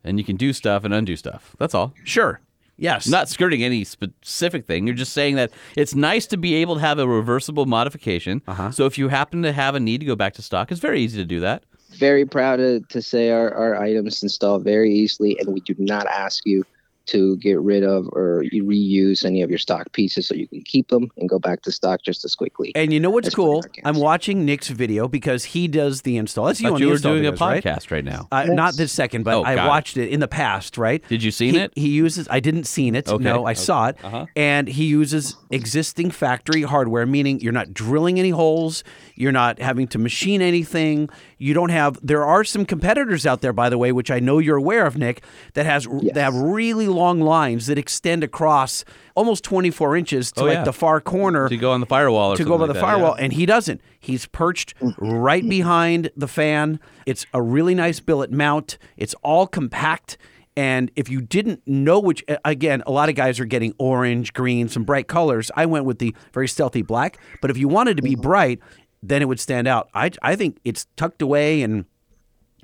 Speaker 11: and you can do stuff and undo stuff. That's all.
Speaker 6: Sure. Yes.
Speaker 11: Not skirting any specific thing. You're just saying that it's nice to be able to have a reversible modification.
Speaker 6: Uh-huh.
Speaker 11: So if you happen to have a need to go back to stock, it's very easy to do that.
Speaker 10: very proud to, to say our, our items install very easily and we do not ask you to get rid of or you reuse any of your stock pieces so you can keep them and go back to stock just as quickly.
Speaker 6: And you know what's cool? I'm watching Nick's video because he does the install. That's you
Speaker 2: Thought
Speaker 6: on
Speaker 2: you
Speaker 6: the
Speaker 2: were
Speaker 6: install
Speaker 2: doing a
Speaker 6: videos, right?
Speaker 2: podcast right now.
Speaker 6: Uh, Not this second, but
Speaker 2: Oh,
Speaker 6: I
Speaker 2: got it.
Speaker 6: watched it. in the past, right?
Speaker 2: Did you seen
Speaker 6: he,
Speaker 2: it?
Speaker 6: He uses. I didn't seen it.
Speaker 2: Okay.
Speaker 6: No, I
Speaker 2: Okay.
Speaker 6: saw it.
Speaker 2: Uh-huh.
Speaker 6: And he uses existing factory hardware, meaning you're not drilling any holes, you're not having to machine anything. You don't have. There are some competitors out there, by the way, which I know you're aware of, Nick, that has that have really long lines that extend across almost 24 inches to
Speaker 2: Oh,
Speaker 6: like
Speaker 2: yeah.
Speaker 6: the far corner
Speaker 2: To go on the firewall or
Speaker 6: to
Speaker 2: something
Speaker 6: go over
Speaker 2: like
Speaker 6: the
Speaker 2: that, yeah.
Speaker 6: firewall, and he doesn't. He's perched right behind the fan. It's a really nice billet mount. It's all compact. And if you didn't know which, again, a lot of guys are getting orange, green, some bright colors. I went with the very stealthy black. But if you wanted to be bright, then it would stand out. I, I think it's tucked away, and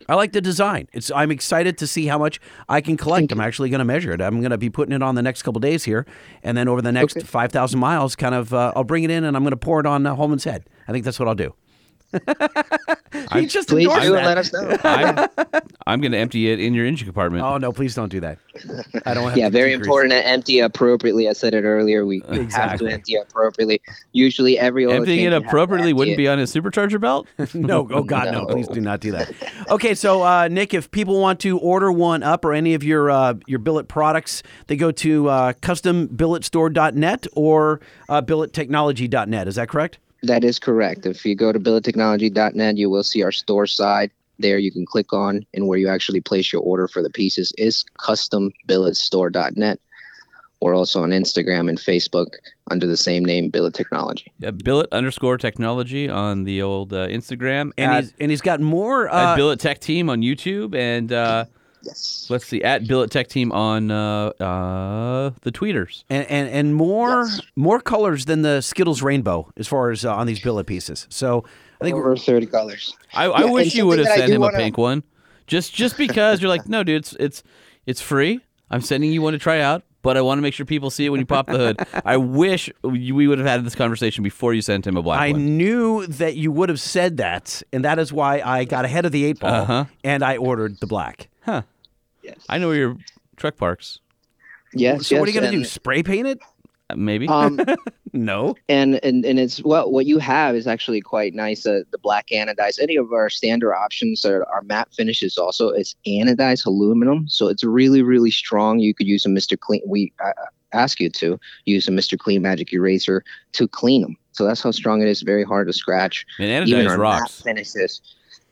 Speaker 6: I like the design. It's I'm excited to see how much I can collect. I'm actually going to measure it. I'm going to be putting it on the next couple days here, and then over the next five thousand miles, kind of, uh, I'll bring it in and I'm going to pour it on uh, Holman's head. I think that's what I'll do. he just
Speaker 10: Please
Speaker 6: endorsed
Speaker 10: do
Speaker 6: that.
Speaker 10: and let us know.
Speaker 2: I'm, I'm going to empty it in your engine compartment.
Speaker 6: Oh no, please don't do that. I don't. Have
Speaker 10: yeah,
Speaker 6: to
Speaker 10: very
Speaker 6: decrease.
Speaker 10: important to empty appropriately. I said it earlier. We we have to
Speaker 6: Exactly.
Speaker 10: empty appropriately. Usually, every oil
Speaker 2: Emptying
Speaker 10: change
Speaker 2: it
Speaker 10: you have to
Speaker 2: appropriately
Speaker 10: empty
Speaker 2: wouldn't
Speaker 10: it.
Speaker 2: be on his supercharger belt.
Speaker 6: No, oh God, no! Please do not do that. Okay, so uh, Nick, if people want to order one up or any of your uh, your billet products, they go to uh, custombilletstore.net or uh, billettechnology.net. Is that correct?
Speaker 10: That is correct. If you go to billettechnology.net, you will see our store side. There you can click on, and where you actually place your order for the pieces is custombilletstore.net. We're also on Instagram and Facebook under the same name, Billet Technology.
Speaker 2: Yeah, billet underscore technology on the old uh, Instagram.
Speaker 6: And
Speaker 2: at,
Speaker 6: he's and he's got more.
Speaker 2: at
Speaker 6: Uh,
Speaker 2: Billet Tech Team on YouTube. And uh, let's see, at Billet Tech Team on uh, uh, the tweeters.
Speaker 6: and, and, and more more colors than the Skittles rainbow as far as uh, on these billet pieces. So I think
Speaker 10: Over 30 colors.
Speaker 2: I,
Speaker 10: Yeah,
Speaker 2: I
Speaker 10: and
Speaker 2: wish you would have
Speaker 10: something that
Speaker 2: sent
Speaker 10: I do
Speaker 2: him
Speaker 10: wanna-
Speaker 2: a pink one, just just because you're like, no, dude, it's it's it's free. I'm sending you one to try out, but I want to make sure people see it when you pop the hood. I wish we we would have had this conversation before you sent him a black
Speaker 6: I
Speaker 2: one.
Speaker 6: knew that you would have said that, and that is why I got ahead of the eight ball
Speaker 2: Uh-huh.
Speaker 6: and I ordered the black.
Speaker 2: Huh? I know where your truck parks.
Speaker 10: Yes.
Speaker 6: So what are
Speaker 10: yes,
Speaker 6: you gonna
Speaker 10: and-
Speaker 6: do? Spray paint it?
Speaker 2: Uh, Maybe.
Speaker 10: Um,
Speaker 6: No.
Speaker 10: and and and it's what what you have is actually quite nice. Uh, the black anodized. Any of our standard options are our matte finishes. Also, it's anodized aluminum, so it's really really strong. You could use a Mister Clean. We uh, ask you to use a Mister Clean Magic Eraser to clean them. So that's how strong it is. Very hard to scratch.
Speaker 2: And
Speaker 10: Even
Speaker 2: anodized
Speaker 10: our
Speaker 2: rocks.
Speaker 10: matte finishes.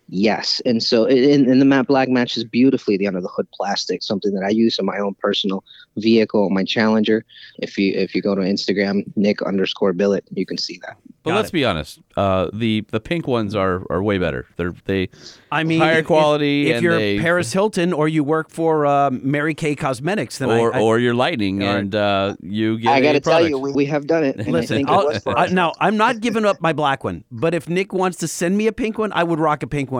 Speaker 10: Yes, and so and, and the matte black matches beautifully the under the hood plastic, something that I use in my own personal vehicle, my Challenger. If you if you go to Instagram, Nick underscore Billet, you can see that.
Speaker 2: But let's be honest. Uh, the the pink ones are are way better. They're they
Speaker 6: I mean,
Speaker 2: higher
Speaker 6: if- if-
Speaker 2: quality.
Speaker 6: If,
Speaker 2: and
Speaker 6: you're
Speaker 2: they,
Speaker 6: Paris Hilton or you work for um, Mary Kay Cosmetics, then I-
Speaker 2: or
Speaker 6: I,
Speaker 2: or your lightning, and uh, you get.
Speaker 10: I got
Speaker 2: a
Speaker 10: to tell
Speaker 2: product.
Speaker 10: you, we, we have done it. And I
Speaker 6: Listen,
Speaker 10: think it
Speaker 6: I'll,
Speaker 10: was for
Speaker 6: I,
Speaker 10: us.
Speaker 6: now I'm not giving up my black one, but if Nick wants to send me a pink one, I would rock a pink one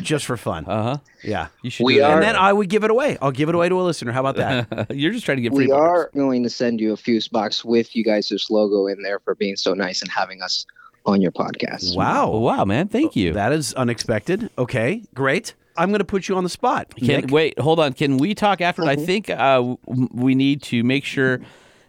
Speaker 6: just for fun.
Speaker 2: Uh huh.
Speaker 6: Yeah,
Speaker 2: You should.
Speaker 10: We
Speaker 2: do that.
Speaker 10: are-
Speaker 6: and then I would give it away. I'll give it away to a listener. How about that?
Speaker 2: you're just trying to get free.
Speaker 10: we
Speaker 2: products.
Speaker 10: are going to send you a fuse box with you guys' logo in there for being so nice and having us on your podcast.
Speaker 6: Wow.
Speaker 2: Oh, wow, man. Thank you.
Speaker 6: That is unexpected. Okay, great. I'm going to put you on the spot.
Speaker 2: Can,
Speaker 6: Nick.
Speaker 2: Wait, hold on. Can we talk after?
Speaker 10: Mm-hmm.
Speaker 2: I think uh, w- we need to make sure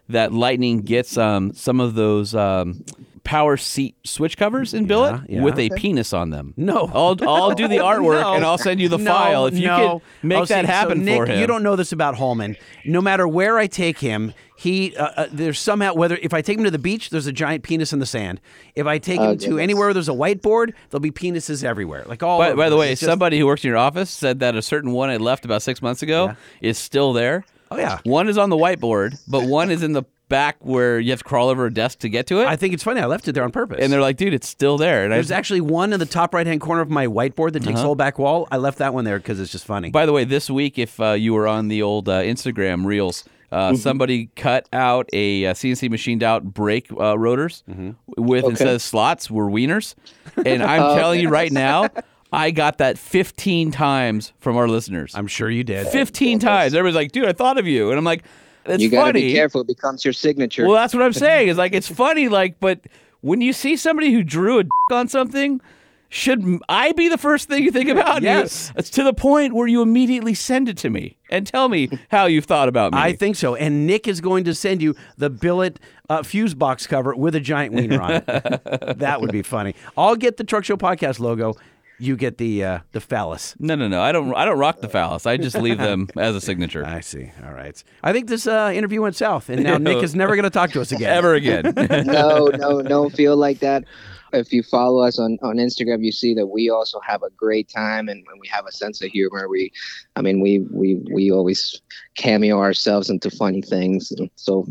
Speaker 2: that Lightning gets um, some of those um, power seat switch covers in billet
Speaker 6: yeah.
Speaker 2: with a penis on them.
Speaker 6: No.
Speaker 2: I'll, I'll do the artwork
Speaker 6: No.
Speaker 2: and I'll send you the
Speaker 6: No,
Speaker 2: file if you
Speaker 6: no.
Speaker 2: can make
Speaker 6: Oh, see,
Speaker 2: that
Speaker 6: so
Speaker 2: happen
Speaker 6: Nick,
Speaker 2: for him.
Speaker 6: You don't know this about Hallman. No matter where I take him, he uh, uh, there's somehow whether if I take him to the beach, there's a giant penis in the sand. If I take him to
Speaker 10: Oh, goodness.
Speaker 6: anywhere where there's a whiteboard, there'll be penises everywhere. Like all.
Speaker 2: By,
Speaker 6: over
Speaker 2: by the
Speaker 6: It's
Speaker 2: way,
Speaker 6: just-
Speaker 2: somebody who works in your office said that a certain one I left about six months ago is still there.
Speaker 6: Oh, yeah.
Speaker 2: One is on the whiteboard, but one is in the back where you have to crawl over a desk to get to it.
Speaker 6: I think it's funny. I left it there on purpose.
Speaker 2: and they're like, dude, it's still there. And I
Speaker 6: there's actually one in the top right hand corner of my whiteboard that takes the whole back wall. I left that one there because it's just funny.
Speaker 2: By the way, this week, if uh, you were on the old uh, Instagram reels, uh,
Speaker 6: Mm-hmm.
Speaker 2: somebody cut out a uh, CNC machined out brake uh, rotors
Speaker 6: Mm-hmm.
Speaker 2: with instead of slots were wieners, and I'm
Speaker 6: Oh.
Speaker 2: telling you right now, I got that 15 times from our listeners.
Speaker 6: I'm sure you did.
Speaker 2: 15 times. Everybody's like, "Dude, I thought of you," and I'm like, "That's
Speaker 10: You got to
Speaker 2: funny."
Speaker 10: be careful. It becomes your signature.
Speaker 2: Well, that's what I'm saying. Is like it's funny, like, but when you see somebody who drew a dick on something, should m- I be the first thing you think about? You-
Speaker 6: Yes.
Speaker 2: it's to the point where you immediately send it to me, and tell me how you've thought about me.
Speaker 6: I think so. And Nick is going to send you the billet uh, fuse box cover with a giant wiener on it. that would be funny. I'll get the Truck Show Podcast logo. You get the uh, the phallus.
Speaker 2: No, no, no. I don't. I don't rock the phallus. I just leave them as a signature.
Speaker 6: I see. All right. I think this uh, interview went south, and now Nick is never going to talk to us again.
Speaker 2: Ever again.
Speaker 10: no, no, don't feel like that. If you follow us on, on Instagram, you see that we also have a great time and, and we have a sense of humor. We, I mean, we we we always cameo ourselves into funny things, so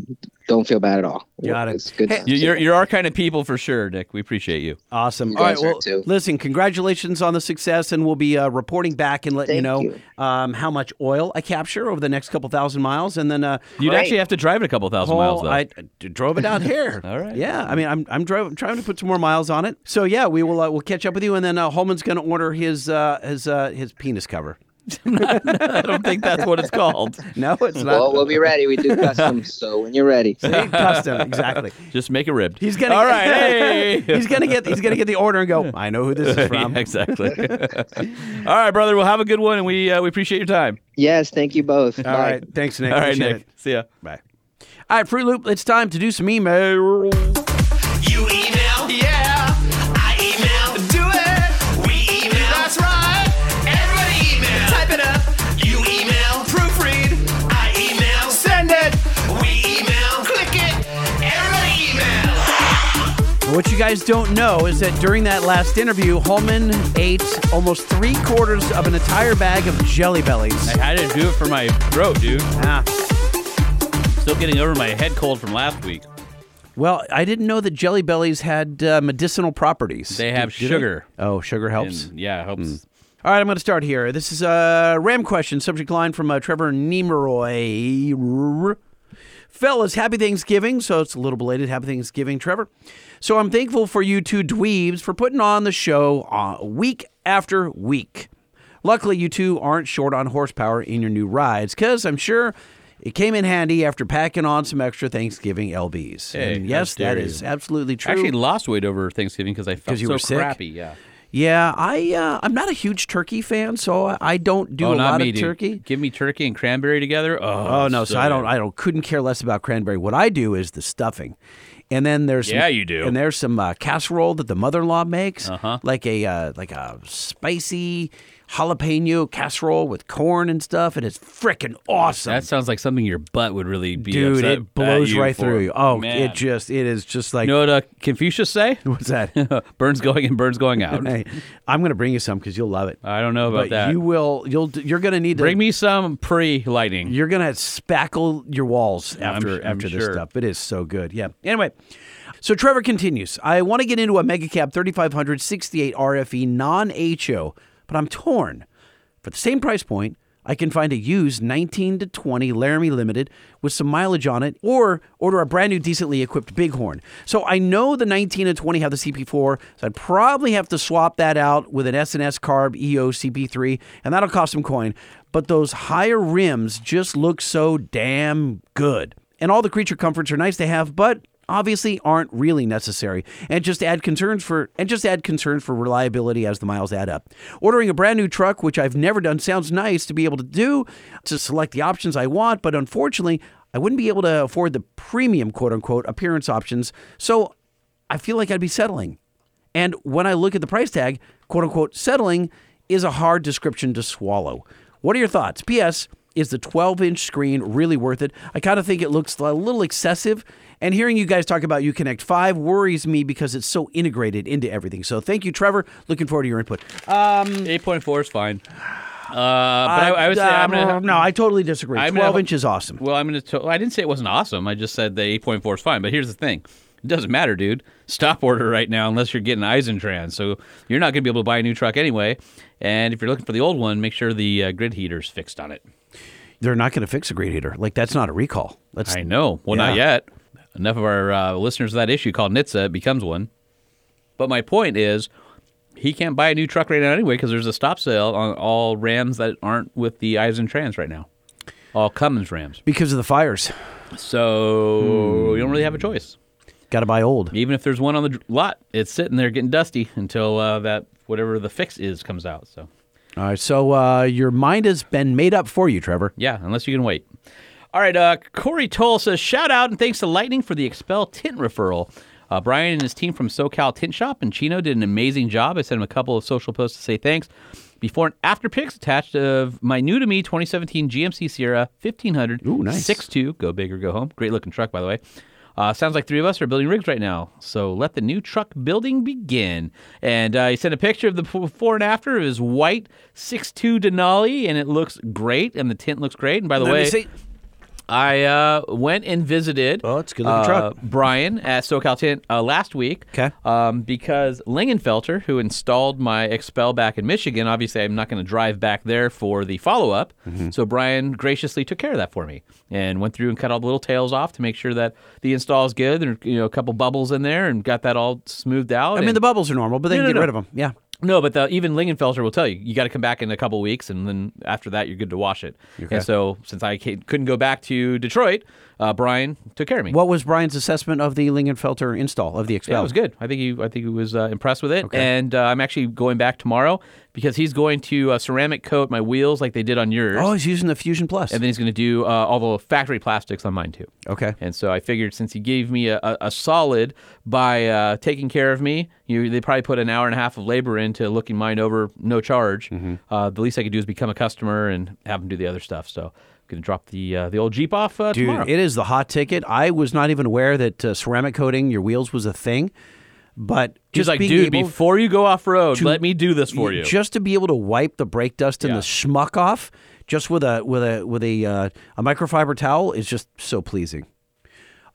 Speaker 10: don't feel bad at all.
Speaker 6: Got it.
Speaker 10: It's good.
Speaker 2: You-
Speaker 10: times.
Speaker 2: You're, you're our kind of people for sure, Nick. We appreciate you.
Speaker 6: Awesome.
Speaker 10: You
Speaker 6: All right.
Speaker 10: guys are
Speaker 6: Well,
Speaker 10: too.
Speaker 6: listen. Congratulations on the success, and we'll be uh, reporting back and letting you
Speaker 10: Thank
Speaker 6: know
Speaker 10: you.
Speaker 6: Um, how much oil I capture over the next couple thousand miles, and then uh,
Speaker 2: You'd
Speaker 10: Great.
Speaker 2: actually have to drive it a couple thousand
Speaker 6: Paul,
Speaker 2: miles though.
Speaker 6: I I d- drove it out here.
Speaker 2: All right.
Speaker 6: Yeah. I mean, I'm I'm drove, trying to put some more miles on it. So yeah, we will uh, we'll catch up with you, and then uh, Holman's going to order his uh, his uh, his penis cover.
Speaker 2: I don't think that's what it's called.
Speaker 6: No, it's not.
Speaker 10: Well, we'll be ready. We do customs, so when you're ready.
Speaker 6: Big custom, exactly.
Speaker 2: Just make it ribbed.
Speaker 6: He's gonna.
Speaker 2: All right. Hey.
Speaker 6: he's gonna get. He's gonna get the order and go. I know who this is
Speaker 2: Yeah,
Speaker 6: from.
Speaker 2: exactly. All right, brother. Well, have a good one, and we uh, we appreciate your time.
Speaker 10: Yes, thank you both.
Speaker 6: All right. Thanks, Nick.
Speaker 2: All right,
Speaker 6: Appreciate
Speaker 2: Nick.
Speaker 6: it.
Speaker 2: See ya.
Speaker 6: Bye. All right, Fruit Loop. It's time to do some email.
Speaker 3: You email? Yeah. I email? Do it. We email? That's right. Everybody email. Type it up. You email? Proofread. I email? Send it. We email? Click it. Everybody email.
Speaker 6: What you guys don't know is that during that last interview, Holman ate almost three quarters of an entire bag of Jelly Bellies.
Speaker 2: I didn't do it for my throat, dude.
Speaker 6: Ah,
Speaker 2: Still getting over my head cold from last week.
Speaker 6: well, I didn't know that Jelly Bellies had uh, medicinal properties.
Speaker 2: They have sugar.
Speaker 6: Oh, sugar helps.
Speaker 2: And, yeah, helps.
Speaker 6: Hmm. All right, I'm going to start here. This is a Ram question, subject line from uh, Trevor Nemeroy. Fellas, happy Thanksgiving. So it's a little belated. Happy Thanksgiving, Trevor. So I'm thankful for you two dweebs for putting on the show uh, week after week. Luckily, you two aren't short on horsepower in your new rides because I'm sure it came in handy after packing on some extra Thanksgiving LBs.
Speaker 2: Hey,
Speaker 6: And
Speaker 2: how
Speaker 6: yes, that
Speaker 2: dare
Speaker 6: is
Speaker 2: you.
Speaker 6: absolutely
Speaker 2: I
Speaker 6: true.
Speaker 2: actually lost weight over Thanksgiving because I felt
Speaker 6: you
Speaker 2: so
Speaker 6: were sick?
Speaker 2: crappy. Yeah.
Speaker 6: Yeah, I uh, I'm not a huge turkey fan, so I, I don't do
Speaker 2: oh,
Speaker 6: a
Speaker 2: not
Speaker 6: lot
Speaker 2: me,
Speaker 6: of
Speaker 2: dude.
Speaker 6: turkey.
Speaker 2: Give me turkey and cranberry together. Oh,
Speaker 6: Oh no, so, I don't
Speaker 2: good.
Speaker 6: I don't couldn't care less about cranberry. What I do is the stuffing. And then there's some-
Speaker 2: Yeah, you do.
Speaker 6: And there's some uh, casserole that the mother-in-law makes, uh-huh. like a uh, like a spicy jalapeno casserole with corn and stuff, and it's freaking awesome.
Speaker 2: That sounds like something your butt would really be.
Speaker 6: Dude,
Speaker 2: upset
Speaker 6: it blows
Speaker 2: at you
Speaker 6: right
Speaker 2: for.
Speaker 6: through you. Oh,
Speaker 2: Man.
Speaker 6: it just it is just like
Speaker 2: You know what uh, Confucius say?
Speaker 6: what's that?
Speaker 2: burns going in, burns going out.
Speaker 6: hey, I'm gonna bring you some because you'll love it.
Speaker 2: I don't know about
Speaker 6: but
Speaker 2: that.
Speaker 6: you will. You'll. You're gonna need to
Speaker 2: Bring me some pre-lighting.
Speaker 6: You're gonna spackle your walls
Speaker 2: I'm
Speaker 6: after
Speaker 2: su- I'm
Speaker 6: after this
Speaker 2: sure.
Speaker 6: stuff. It is so good. Yeah. Anyway, so Trevor continues. I want to get into a Megacab 3500 68 RFE non HO, E but I'm torn. For the same price point, I can find a used 19 to 20 Laramie Limited with some mileage on it, or order a brand new decently equipped Bighorn. So I know the 19 and 20 have the CP4, so I'd probably have to swap that out with an S&S Carb E EO CP3, and that'll cost some coin. But those higher rims just look so damn good. And all the creature comforts are nice to have, but obviously aren't really necessary and just add concerns for and just add concerns for reliability as the miles add up. Ordering a brand new truck, which I've never done, sounds nice to be able to do, to select the options I want, but unfortunately, I wouldn't be able to afford the premium quote unquote appearance options, so I feel like I'd be settling. And when I look at the price tag, quote unquote, settling is a hard description to swallow. What are your thoughts? P.S. Is the 12 inch screen really worth it? I kind of think it looks a little excessive. And hearing you guys talk about Uconnect 5 worries me because it's so integrated into everything. So thank you, Trevor. Looking forward to your input.
Speaker 2: Eight point four is fine. Uh, but I, I would say I'm gonna.
Speaker 6: Uh, no, I totally disagree.
Speaker 2: I'm gonna
Speaker 6: 12
Speaker 2: have-
Speaker 6: inch is awesome.
Speaker 2: Well, I'm gonna. To, I didn't say it wasn't awesome. I just said the eight point four is fine. But here's the thing. It doesn't matter, dude. Stop order right now unless you're getting Eisentrans. So you're not going to be able to buy a new truck anyway. And if you're looking for the old one, make sure the uh, grid heater's fixed on it.
Speaker 6: They're not going to fix a great heater. Like, that's not a recall. That's,
Speaker 2: I know. Well, not
Speaker 6: Yeah.
Speaker 2: yet. Enough of our uh, listeners of that issue called NHTSA, it becomes one. But my point is, he can't buy a new truck right now anyway because there's a stop sale on all Rams that aren't with the Eisen Trans right now, all Cummins Rams.
Speaker 6: because of the fires.
Speaker 2: So you don't really have a choice.
Speaker 6: Got to buy old.
Speaker 2: Even if there's one on the dr- lot, it's sitting there getting dusty until uh, that whatever the fix is comes out. So
Speaker 6: All right. So uh, your mind has been made up for you, Trevor.
Speaker 2: Yeah, unless you can wait. All right, uh, Corey Toll says, shout out and thanks to Lightning for the Expel Tint referral. Uh, Brian and his team from SoCal Tint Shop in Chino did an amazing job. I sent him a couple of social posts to say thanks. Before and after pics attached of my new to me 2017 GMC Sierra 1500
Speaker 6: Ooh, nice.
Speaker 2: 6.2, go big or go home. Great looking truck, by the way. Uh, sounds like three of us are building rigs right now. So let the new truck building begin. And uh, he sent a picture of the before and after of his white 6.2 Denali, and it looks great, and the tint looks great. And by the
Speaker 6: Let me
Speaker 2: way,
Speaker 6: see.
Speaker 2: I uh, went and visited. uh,
Speaker 6: Oh, it's a good-looking truck.
Speaker 2: Brian at SoCal Tint uh, last week.
Speaker 6: Okay.
Speaker 2: Um, because Lingenfelter, who installed my Expel back in Michigan, obviously I'm not going to drive back there for the follow up.
Speaker 6: Mm-hmm.
Speaker 2: So Brian graciously took care of that for me and went through and cut all the little tails off to make sure that the install is good. There, are, you know, a couple bubbles in there and got that all smoothed out.
Speaker 6: I mean,
Speaker 2: and-
Speaker 6: the bubbles are normal, but they
Speaker 2: No,
Speaker 6: can
Speaker 2: no,
Speaker 6: get
Speaker 2: no.
Speaker 6: rid of them. Yeah.
Speaker 2: no, but the, even Lingenfelter will tell you you got to come back in a couple weeks, and then after that you're good to wash it.
Speaker 6: Okay.
Speaker 2: And so since I ca- couldn't go back to Detroit, uh, Brian took care of me.
Speaker 6: What was Brian's assessment of the Lingenfelter install of the Expel?
Speaker 2: yeah, it was good. I think he I think he was uh, impressed with it, and uh, I'm actually going back tomorrow because he's going to uh, ceramic coat my wheels like they did on yours.
Speaker 6: Oh, he's using the Fusion Plus.
Speaker 2: and then he's going to do uh, all the factory plastics on mine too.
Speaker 6: okay.
Speaker 2: And so I figured since he gave me a, a, a solid by uh, taking care of me, you, they probably put an hour and a half of labor into looking mine over, no charge.
Speaker 6: Mm-hmm.
Speaker 2: Uh, the least I could do is become a customer and have them do the other stuff. So I'm going to drop the uh, the old Jeep off uh,
Speaker 6: Dude,
Speaker 2: tomorrow.
Speaker 6: it is the hot ticket. I was not even aware that uh, ceramic coating your wheels was a thing, but
Speaker 2: He's
Speaker 6: just
Speaker 2: like,
Speaker 6: being
Speaker 2: dude,
Speaker 6: able
Speaker 2: before you go off road,
Speaker 6: to-
Speaker 2: let me do this for you.
Speaker 6: just to be able to wipe the brake dust and
Speaker 2: Yeah.
Speaker 6: the schmuck off, just with a with a with a uh, a microfiber towel is just so pleasing.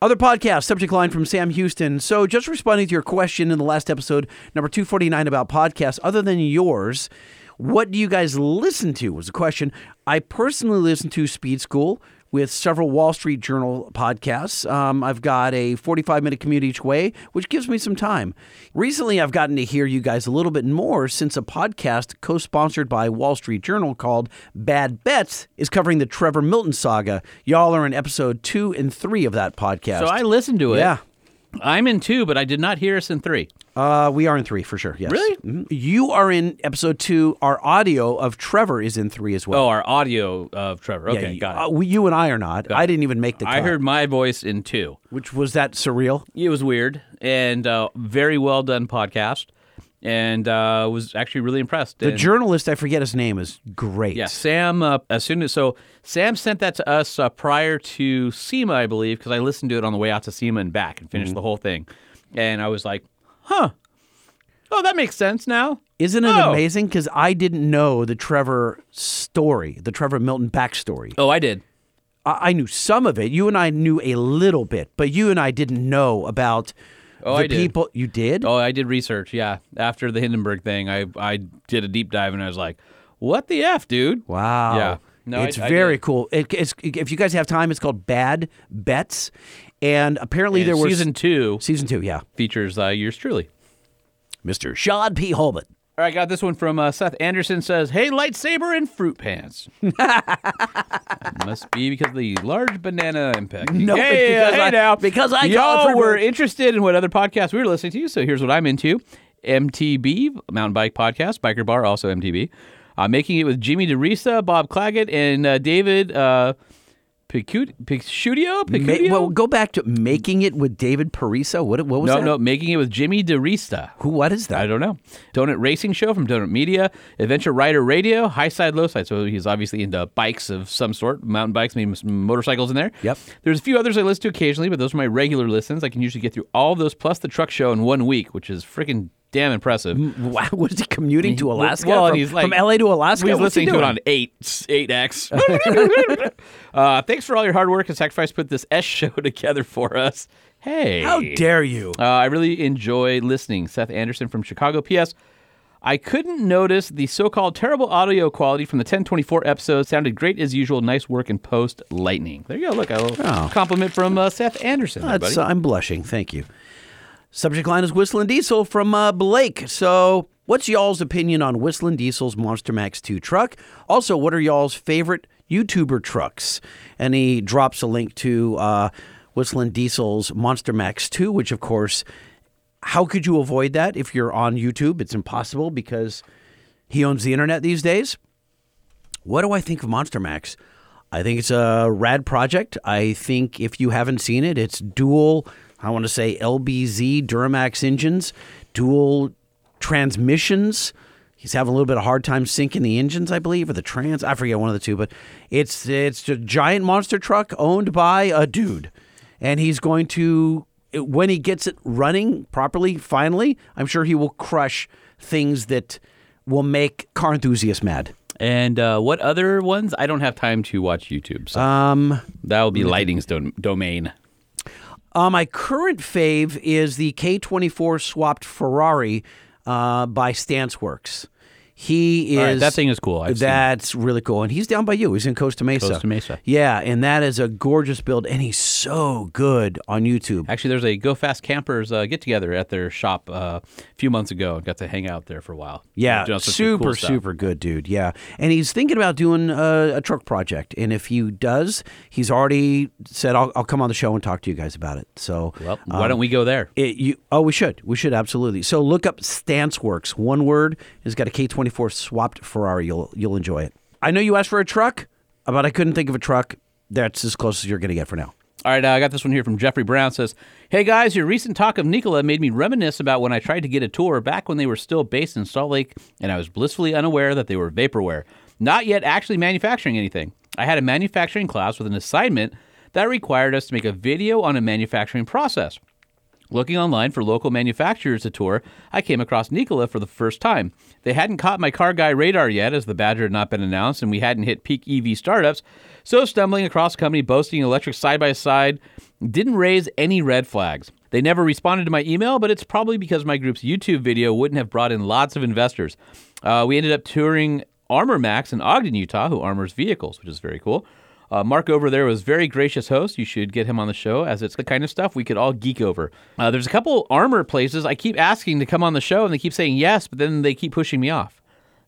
Speaker 6: Other podcast subject line from Sam Houston. So, just responding to your question in the last episode, number 249 about podcasts, other than yours, what do you guys listen to? Was the question. I personally listen to Speed School with several Wall Street Journal podcasts. Um, I've got a 45 minute commute each way, which gives me some time. Recently, I've gotten to hear you guys a little bit more since a podcast co sponsored by Wall Street Journal called Bad Bets is covering the Trevor Milton saga. Y'all are in episode two and three of that podcast.
Speaker 2: so I listened to it.
Speaker 6: Yeah.
Speaker 2: I'm in two, but I did not hear us in three.
Speaker 6: Uh, we are in three for sure. Yes.
Speaker 2: Really?
Speaker 6: Mhm. You are in episode two. Our audio of Trevor is in three as well.
Speaker 2: Oh, our audio of Trevor. Oh, Okay,
Speaker 6: you,
Speaker 2: got it.
Speaker 6: uh, we- you and I are not. I didn't even make the cut.
Speaker 2: I heard my voice in two.
Speaker 6: Which was that surreal?
Speaker 2: It was weird and uh, very well done podcast, and uh, was actually really impressed.
Speaker 6: The
Speaker 2: And-
Speaker 6: journalist, I forget his name, is great.
Speaker 2: yeah, Sam. Uh, as soon as so, Sam sent that to us uh, prior to SEMA, I believe, because I listened to it on the way out to SEMA and back, and
Speaker 6: Mm-hmm.
Speaker 2: finished the whole thing. And I was like, "Huh, oh, that makes sense now."
Speaker 6: Isn't it
Speaker 2: Oh.
Speaker 6: amazing? Because I didn't know the Trevor story, the Trevor Milton backstory.
Speaker 2: Oh, I did.
Speaker 6: I, I knew some of it. You and I knew a little bit, but you and I didn't know about
Speaker 2: Oh,
Speaker 6: the
Speaker 2: I did.
Speaker 6: people. You did?
Speaker 2: Oh, I did research. Yeah, after the Hindenburg thing, I I did a deep dive, and I was like, "What the f, dude?"
Speaker 6: Wow.
Speaker 2: Yeah. No, I-
Speaker 6: it's
Speaker 2: I
Speaker 6: very
Speaker 2: did.
Speaker 6: cool. It, it's, if you guys have time, it's called Bad Bets. And apparently there
Speaker 2: And
Speaker 6: were
Speaker 2: season two
Speaker 6: season two, yeah.
Speaker 2: features uh, yours truly.
Speaker 6: Mr. Shad P. Holman.
Speaker 2: All right, got this one from uh, Seth Anderson says, "Hey, lightsaber and fruit pants." Must be because of the large banana impact.
Speaker 6: No,
Speaker 2: hey, uh,
Speaker 6: because
Speaker 2: hey
Speaker 6: I-
Speaker 2: now,
Speaker 6: because I called
Speaker 2: y'all
Speaker 6: for-
Speaker 2: were interested in what other podcasts we were listening to, so here's what I'm into: MTB Mountain Bike Podcast, Biker Bar, also MTB. Uh, making it with Jimmy DeRisa, Bob Claggett, and uh, David uh, Picu- Picudio.
Speaker 6: Ma-
Speaker 2: Picudio?
Speaker 6: well, go back to making it with David Parisa. What, what was
Speaker 2: no,
Speaker 6: that?
Speaker 2: no, making it with Jimmy DeRisa.
Speaker 6: Who, what is
Speaker 2: I
Speaker 6: that?
Speaker 2: don't know. Donut Racing Show from Donut Media, Adventure Rider Radio, High Side, Low Side. So he's obviously into bikes of some sort, mountain bikes, maybe some motorcycles in there.
Speaker 6: Yep.
Speaker 2: There's a few others I listen to occasionally, but those are my regular listens. I can usually get through all of those plus the truck show in one week, which is freaking damn impressive.
Speaker 6: Wow, was he commuting to Alaska?
Speaker 2: Well, and
Speaker 6: from,
Speaker 2: he's like
Speaker 6: from LA to Alaska.
Speaker 2: He's
Speaker 6: What's he
Speaker 2: listening to it
Speaker 6: doing?
Speaker 2: on eight eight X. uh, thanks for all your hard work and sacrifice. to Put this S show together for us. Hey,
Speaker 6: How dare you?
Speaker 2: uh, I really enjoy listening. Seth Anderson from Chicago. P.S. I couldn't notice the so-called terrible audio quality from the 1024 episode. Sounded great as usual. Nice work in post lightning. There you go. Look, a little
Speaker 6: Oh.
Speaker 2: compliment from uh, Seth Anderson. there,
Speaker 6: That's,
Speaker 2: buddy.
Speaker 6: I'm blushing. Thank you. Subject line is Whistling Diesel from uh, Blake. So, what's y'all's opinion on Whistling Diesel's Monster Max 2 truck? Also, what are y'all's favorite YouTuber trucks? And he drops a link to uh, Whistling Diesel's Monster Max 2, which, of course, how could you avoid that if you're on YouTube? It's impossible because He owns the internet these days. What do I think of Monster Max? I think it's a rad project. I think if you haven't seen it, it's dual, I want to say LBZ Duramax engines, dual transmissions. He's having a little bit of hard time syncing the engines, I believe, or the trans. I forget one of the two, but it's it's a giant monster truck owned by a dude, and he's going to when he gets it running properly. Finally, I'm sure he will crush things that will make car enthusiasts mad.
Speaker 2: And uh, what other ones? I don't have time to watch YouTube. So
Speaker 6: Um,
Speaker 2: that will be Lighting's dom- domain.
Speaker 6: Uh, my current fave is the K24 swapped Ferrari uh, by Stanceworks. He is
Speaker 2: All right, that thing is cool. I've seen it.
Speaker 6: that's really cool, and he's down by you. He's in Costa Mesa.
Speaker 2: Costa Mesa.
Speaker 6: Yeah, and that is a gorgeous build, and he's so good on YouTube.
Speaker 2: Actually, there's a Go Fast Campers uh, get together at their shop uh, a few months ago. Got to hang out there for a while.
Speaker 6: Yeah,
Speaker 2: Doing some
Speaker 6: super,
Speaker 2: cool stuff.
Speaker 6: super good dude. Yeah, and he's thinking about doing a, a truck project, and if he does, he's already said, "I'll, I'll come on the show and talk to you guys about it." So,
Speaker 2: Well, why don't we go there?
Speaker 6: It, you, oh, we should. We should absolutely. So look up StanceWorks. One word. It's got a K24 swapped Ferrari. You'll you'll enjoy it. I know you asked for a truck, uh, but I couldn't think of a truck. That's as close as you're going to get for now.
Speaker 2: All right, uh, I got this one here from Jeffrey Brown. Says, "Hey guys, your recent talk of Nikola made me reminisce about when I tried to get a tour back when they were still based in Salt Lake, and I was blissfully unaware that they were vaporware, not yet actually manufacturing anything. I had a manufacturing class with an assignment that required us to make a video on a manufacturing process." Looking online for local manufacturers to tour, I came across Nikola for the first time. They hadn't caught my car guy radar yet, as the Badger had not been announced and we hadn't hit peak EV startups. So, stumbling across a company boasting electric side by side didn't raise any red flags. They never responded to my email, but it's probably because my group's YouTube video wouldn't have brought in lots of investors. Uh, we ended up touring Armor Max in Ogden, Utah, who armors vehicles, which is very cool. Uh, Mark over there was very gracious host. You should get him on the show, as it's the kind of stuff we could all geek over. Uh, there's a couple armor places I keep asking to come on the show, and they keep saying yes, but then they keep pushing me off.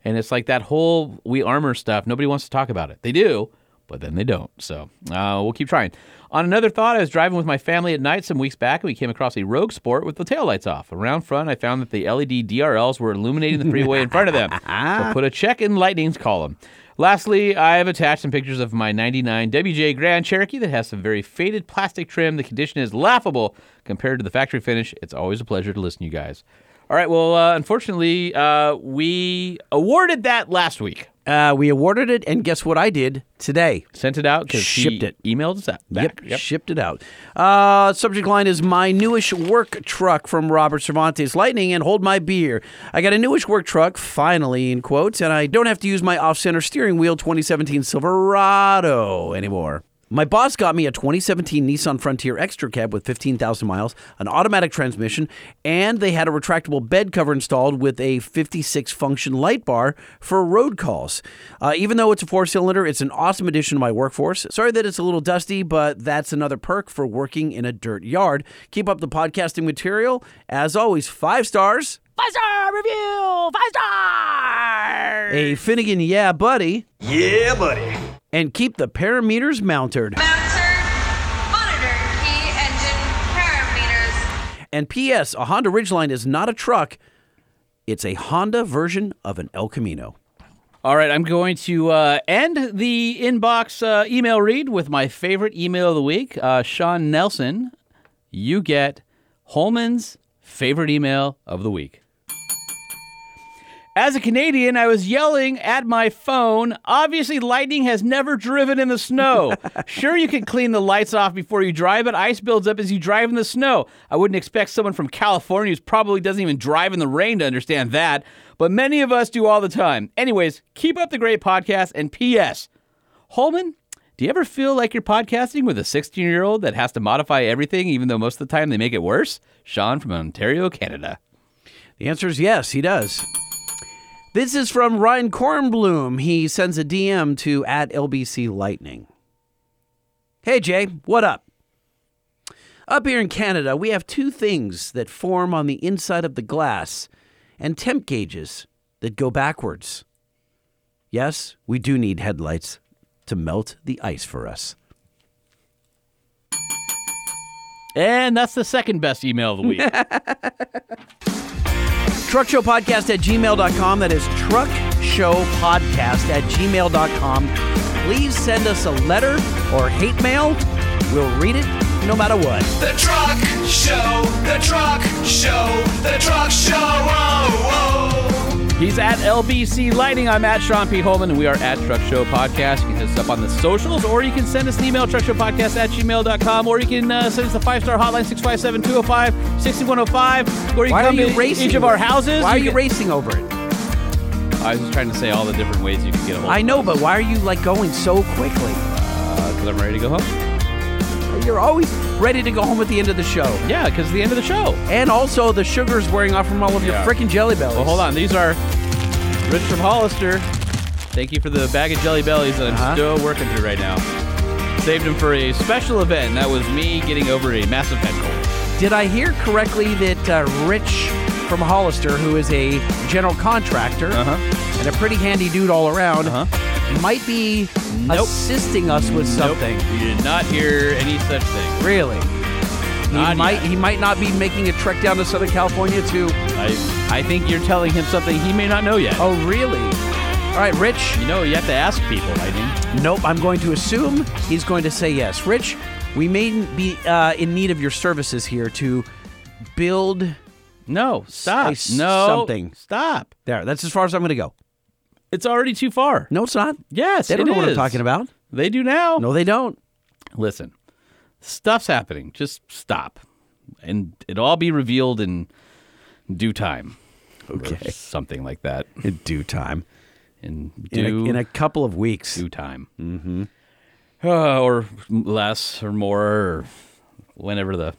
Speaker 2: And it's like that whole we armor stuff. Nobody wants to talk about it. They do, but then they don't. So uh, we'll keep trying. On another thought, I was driving with my family at night some weeks back, and we came across a Rogue Sport with the taillights off. Around front, I found that the E LED DRLs were illuminating the freeway in front of them. So put a check in Lightning's column. Lastly, I have attached some pictures of my 99 WJ Grand Cherokee that has some very faded plastic trim. The condition is laughable compared to the factory finish. It's always a pleasure to listen to you guys. All right, well, uh, unfortunately, uh, we awarded that last week.
Speaker 6: Uh, we awarded it, and guess what I did today?
Speaker 2: Sent it out because
Speaker 6: Shipped it.
Speaker 2: Emailed us that. Back.
Speaker 6: Yep, shipped it out. Uh, subject line is my newish work truck from Robert Cervantes. Lightning and hold my beer. I got a newish work truck, finally, in quotes, and I don't have to use my off center steering wheel 2017 Silverado anymore. My boss got me a 2017 Nissan Frontier Extra Cab with 15,000 miles, an automatic transmission, and they had a retractable bed cover installed with a 56 function light bar for road calls. Uh, even though it's a four cylinder, it's an awesome addition to my workforce. Sorry that it's a little dusty, but that's another perk for working in a dirt yard. Keep up the podcasting material. As always, five stars.
Speaker 12: Five star review! Five star!
Speaker 6: A Finnegan, yeah, buddy.
Speaker 13: Yeah, buddy.
Speaker 6: And keep the parameters mounted.
Speaker 3: Bouncer, monitor key engine parameters.
Speaker 6: And P.S. A Honda Ridgeline is not a truck; it's a Honda version of an El Camino.
Speaker 2: All right, I'm going to uh, end the inbox uh, email read with my favorite email of the week. Uh, Sean Nelson, you get Holman's favorite email of the week. As a Canadian, I was yelling at my phone. Obviously, lightning has never driven in the snow. sure, you can clean the lights off before you drive, but ice builds up as you drive in the snow. I wouldn't expect someone from California who probably doesn't even drive in the rain to understand that, but many of us do all the time. Anyways, keep up the great podcast, and P.S. Holman, do you ever feel like you're podcasting with a 16 year old that has to modify everything, even though most of the time they make it worse? Sean from Ontario, Canada.
Speaker 6: The answer is yes, he does. This is from Ryan Kornblum. He sends a DM to at LBC Lightning. Hey Jay, what up? Up here in Canada, we have two things that form on the inside of the glass and temp gauges that go backwards. Yes, we do need headlights to melt the ice for us.
Speaker 2: And that's the second best email of the week.
Speaker 6: truckshowpodcast at gmail.com. That is truckshowpodcast showpodcast at gmail.com. Please send us a letter or hate mail. We'll read it no matter what.
Speaker 3: The truck show, the truck show, the truck show. Oh, oh.
Speaker 2: He's at LBC Lighting. I'm at Sean P. Holman, and we are at Truck Show Podcast. You can hit us up on the socials, or you can send us an email, truckshowpodcast at gmail.com, or you can uh, send us the five oh star hotline, 657 205 6105, or you
Speaker 6: Why
Speaker 2: can
Speaker 6: are
Speaker 2: come
Speaker 6: you
Speaker 2: to
Speaker 6: racing?
Speaker 2: each of our houses.
Speaker 6: Why are you
Speaker 2: can-
Speaker 6: racing over it?
Speaker 2: I was just trying to say all the different ways you can get a hold
Speaker 6: I know, but why are you like going so quickly?
Speaker 2: because I'm ready to go home.
Speaker 6: You're always ready to go home at the end of the show.
Speaker 2: Yeah, because the end of the show.
Speaker 6: And also the sugar's wearing off from all of
Speaker 2: Yeah.
Speaker 6: your frickin' jelly bellies.
Speaker 2: Well, hold on. These are Rich from Hollister. Thank you for the bag of jelly bellies that I'm
Speaker 6: Uh-huh.
Speaker 2: still working through right now. Saved them for a special event. That was me getting over a massive head cold.
Speaker 6: Did I hear correctly that uh, Rich from Hollister, who is a general contractor
Speaker 2: Uh-huh.
Speaker 6: and a pretty handy dude all around, might be assisting us with something?
Speaker 2: Nope, you did not hear any such thing.
Speaker 6: Really?
Speaker 2: Not
Speaker 6: he might he might not be making a trek down to Southern California to
Speaker 2: I, I think you're telling him something he may not know yet.
Speaker 6: Oh really? All right, Rich.
Speaker 2: You know, you have to ask people, Lightning.
Speaker 6: Nope, I'm going to assume he's going to say yes. Rich, we may be uh, in need of your services here to build
Speaker 2: No, stop.
Speaker 6: Say
Speaker 2: no,
Speaker 6: something.
Speaker 2: Stop.
Speaker 6: there. That's as far as I'm going to go.
Speaker 2: It's already too far.
Speaker 6: No, it's not.
Speaker 2: Yes,
Speaker 6: They don't
Speaker 2: it
Speaker 6: know what I'm
Speaker 2: is.
Speaker 6: talking about.
Speaker 2: They do now.
Speaker 6: No, they don't.
Speaker 2: listen, stuff's happening. Just stop. And it'll all be revealed in due time. Okay. something like that.
Speaker 6: In due time.
Speaker 2: In
Speaker 6: In,
Speaker 2: due,
Speaker 6: a, in a couple of weeks.
Speaker 2: due time. Mm-hmm. Uh, or less or more or whenever the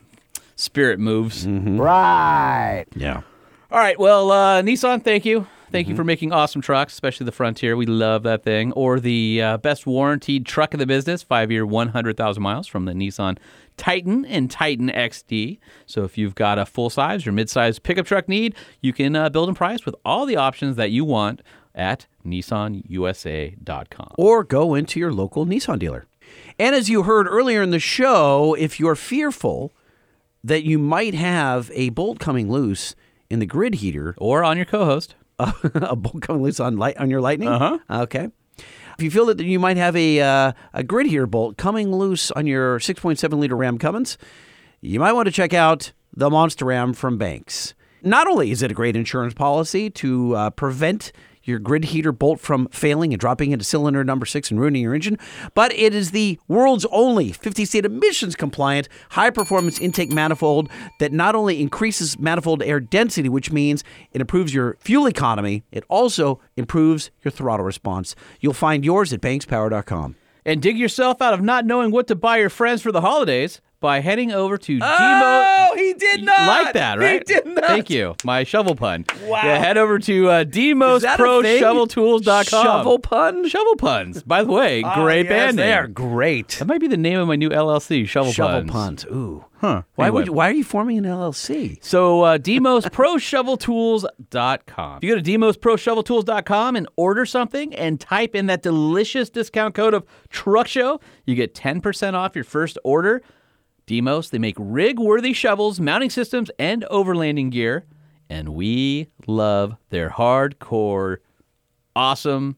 Speaker 2: spirit moves.
Speaker 7: Right.
Speaker 6: Yeah.
Speaker 2: All right. Well, uh, Nissan, thank you. Thank you for making awesome trucks, especially the Frontier. We love that thing. Or the uh, best warranted truck in the business, five year, 100,000 miles from the Nissan Titan and Titan XD. So if you've got a full size or mid size pickup truck need, you can uh, build and price with all the options that you want at nissanusa.com.
Speaker 6: Or go into your local Nissan dealer. And as you heard earlier in the show, if you're fearful that you might have a bolt coming loose in the grid heater,
Speaker 2: Or on your co host.
Speaker 6: a bolt coming loose on light on your lightning. Uh huh. Okay. If you feel that you might have a uh, a grid here bolt coming loose on your 6.7 liter Ram Cummins, you might want to check out the Monster Ram from Banks. Not only is it a great insurance policy to uh, prevent your grid heater bolt from failing and dropping into cylinder number six and ruining your engine, but it is the world's only 50 state emissions compliant high performance intake manifold that not only increases manifold air density, which means it improves your fuel economy, it also improves your throttle response. You'll find yours at bankspower.com.
Speaker 2: And dig yourself out of not knowing what to buy your friends for the holidays by heading over to Demo.
Speaker 6: Oh, he did
Speaker 2: like that, right? Thank you. My shovel pun. Wow. Yeah, head over to uh,
Speaker 6: that a thing?
Speaker 2: demostproshoveltools.com.
Speaker 6: Shovel pun? Ah,
Speaker 2: Shovel puns. By the way, great band
Speaker 6: They
Speaker 2: name.
Speaker 6: are great.
Speaker 2: That might be the name of my new LLC, Shovel,
Speaker 6: Shovel
Speaker 2: Puns.
Speaker 6: puns. Ooh.
Speaker 2: Huh.
Speaker 6: Why
Speaker 2: Anyway.
Speaker 6: would? you- Why are you forming an LLC?
Speaker 2: So, uh, demosproshoveltools.com. You go to demosproshoveltools.com and order something and type in that delicious discount code of truck show. You get 10% off your first order. Demos, they make rig worthy shovels, mounting systems, and overlanding gear. And we love their hardcore, awesome,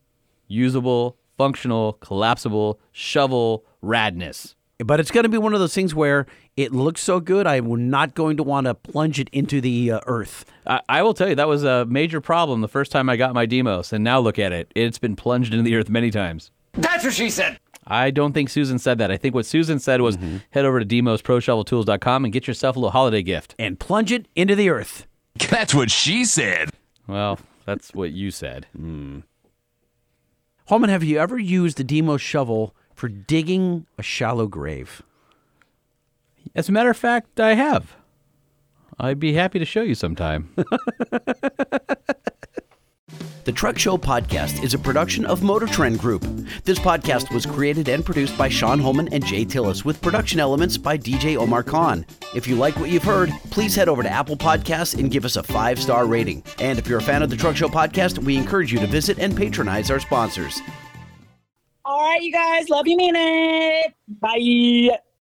Speaker 2: usable, functional, collapsible shovel radness.
Speaker 6: But it's going to be one of those things where it looks so good, I'm not going to want to plunge it into the uh, earth.
Speaker 2: I, I will tell you that was a major problem the first time I got my Demos, and now look at it. It's been plunged into the earth many times.
Speaker 7: That's what she said.
Speaker 2: I don't think Susan said that. I think what Susan said was head over to demosproshoveltools.com and get yourself a little holiday gift.
Speaker 6: And plunge it into the earth.
Speaker 4: That's what she said.
Speaker 2: Well, that's what you said.
Speaker 6: Holman, have you ever used the Demo shovel for digging a shallow grave?
Speaker 2: As a matter of fact, I have. I'd be happy to show you sometime.
Speaker 6: The Truck Show Podcast is a production of Motor Trend Group. This podcast was created and produced by Sean Holman and Jay Tillis, with production elements by DJ Omar Khan. If you like what you've heard, please head over to Apple Podcasts and give us a five star rating. And if you're a fan of the Truck Show Podcast, we encourage you to visit and patronize our sponsors.
Speaker 7: All right, you guys. Love you, mean it. Bye.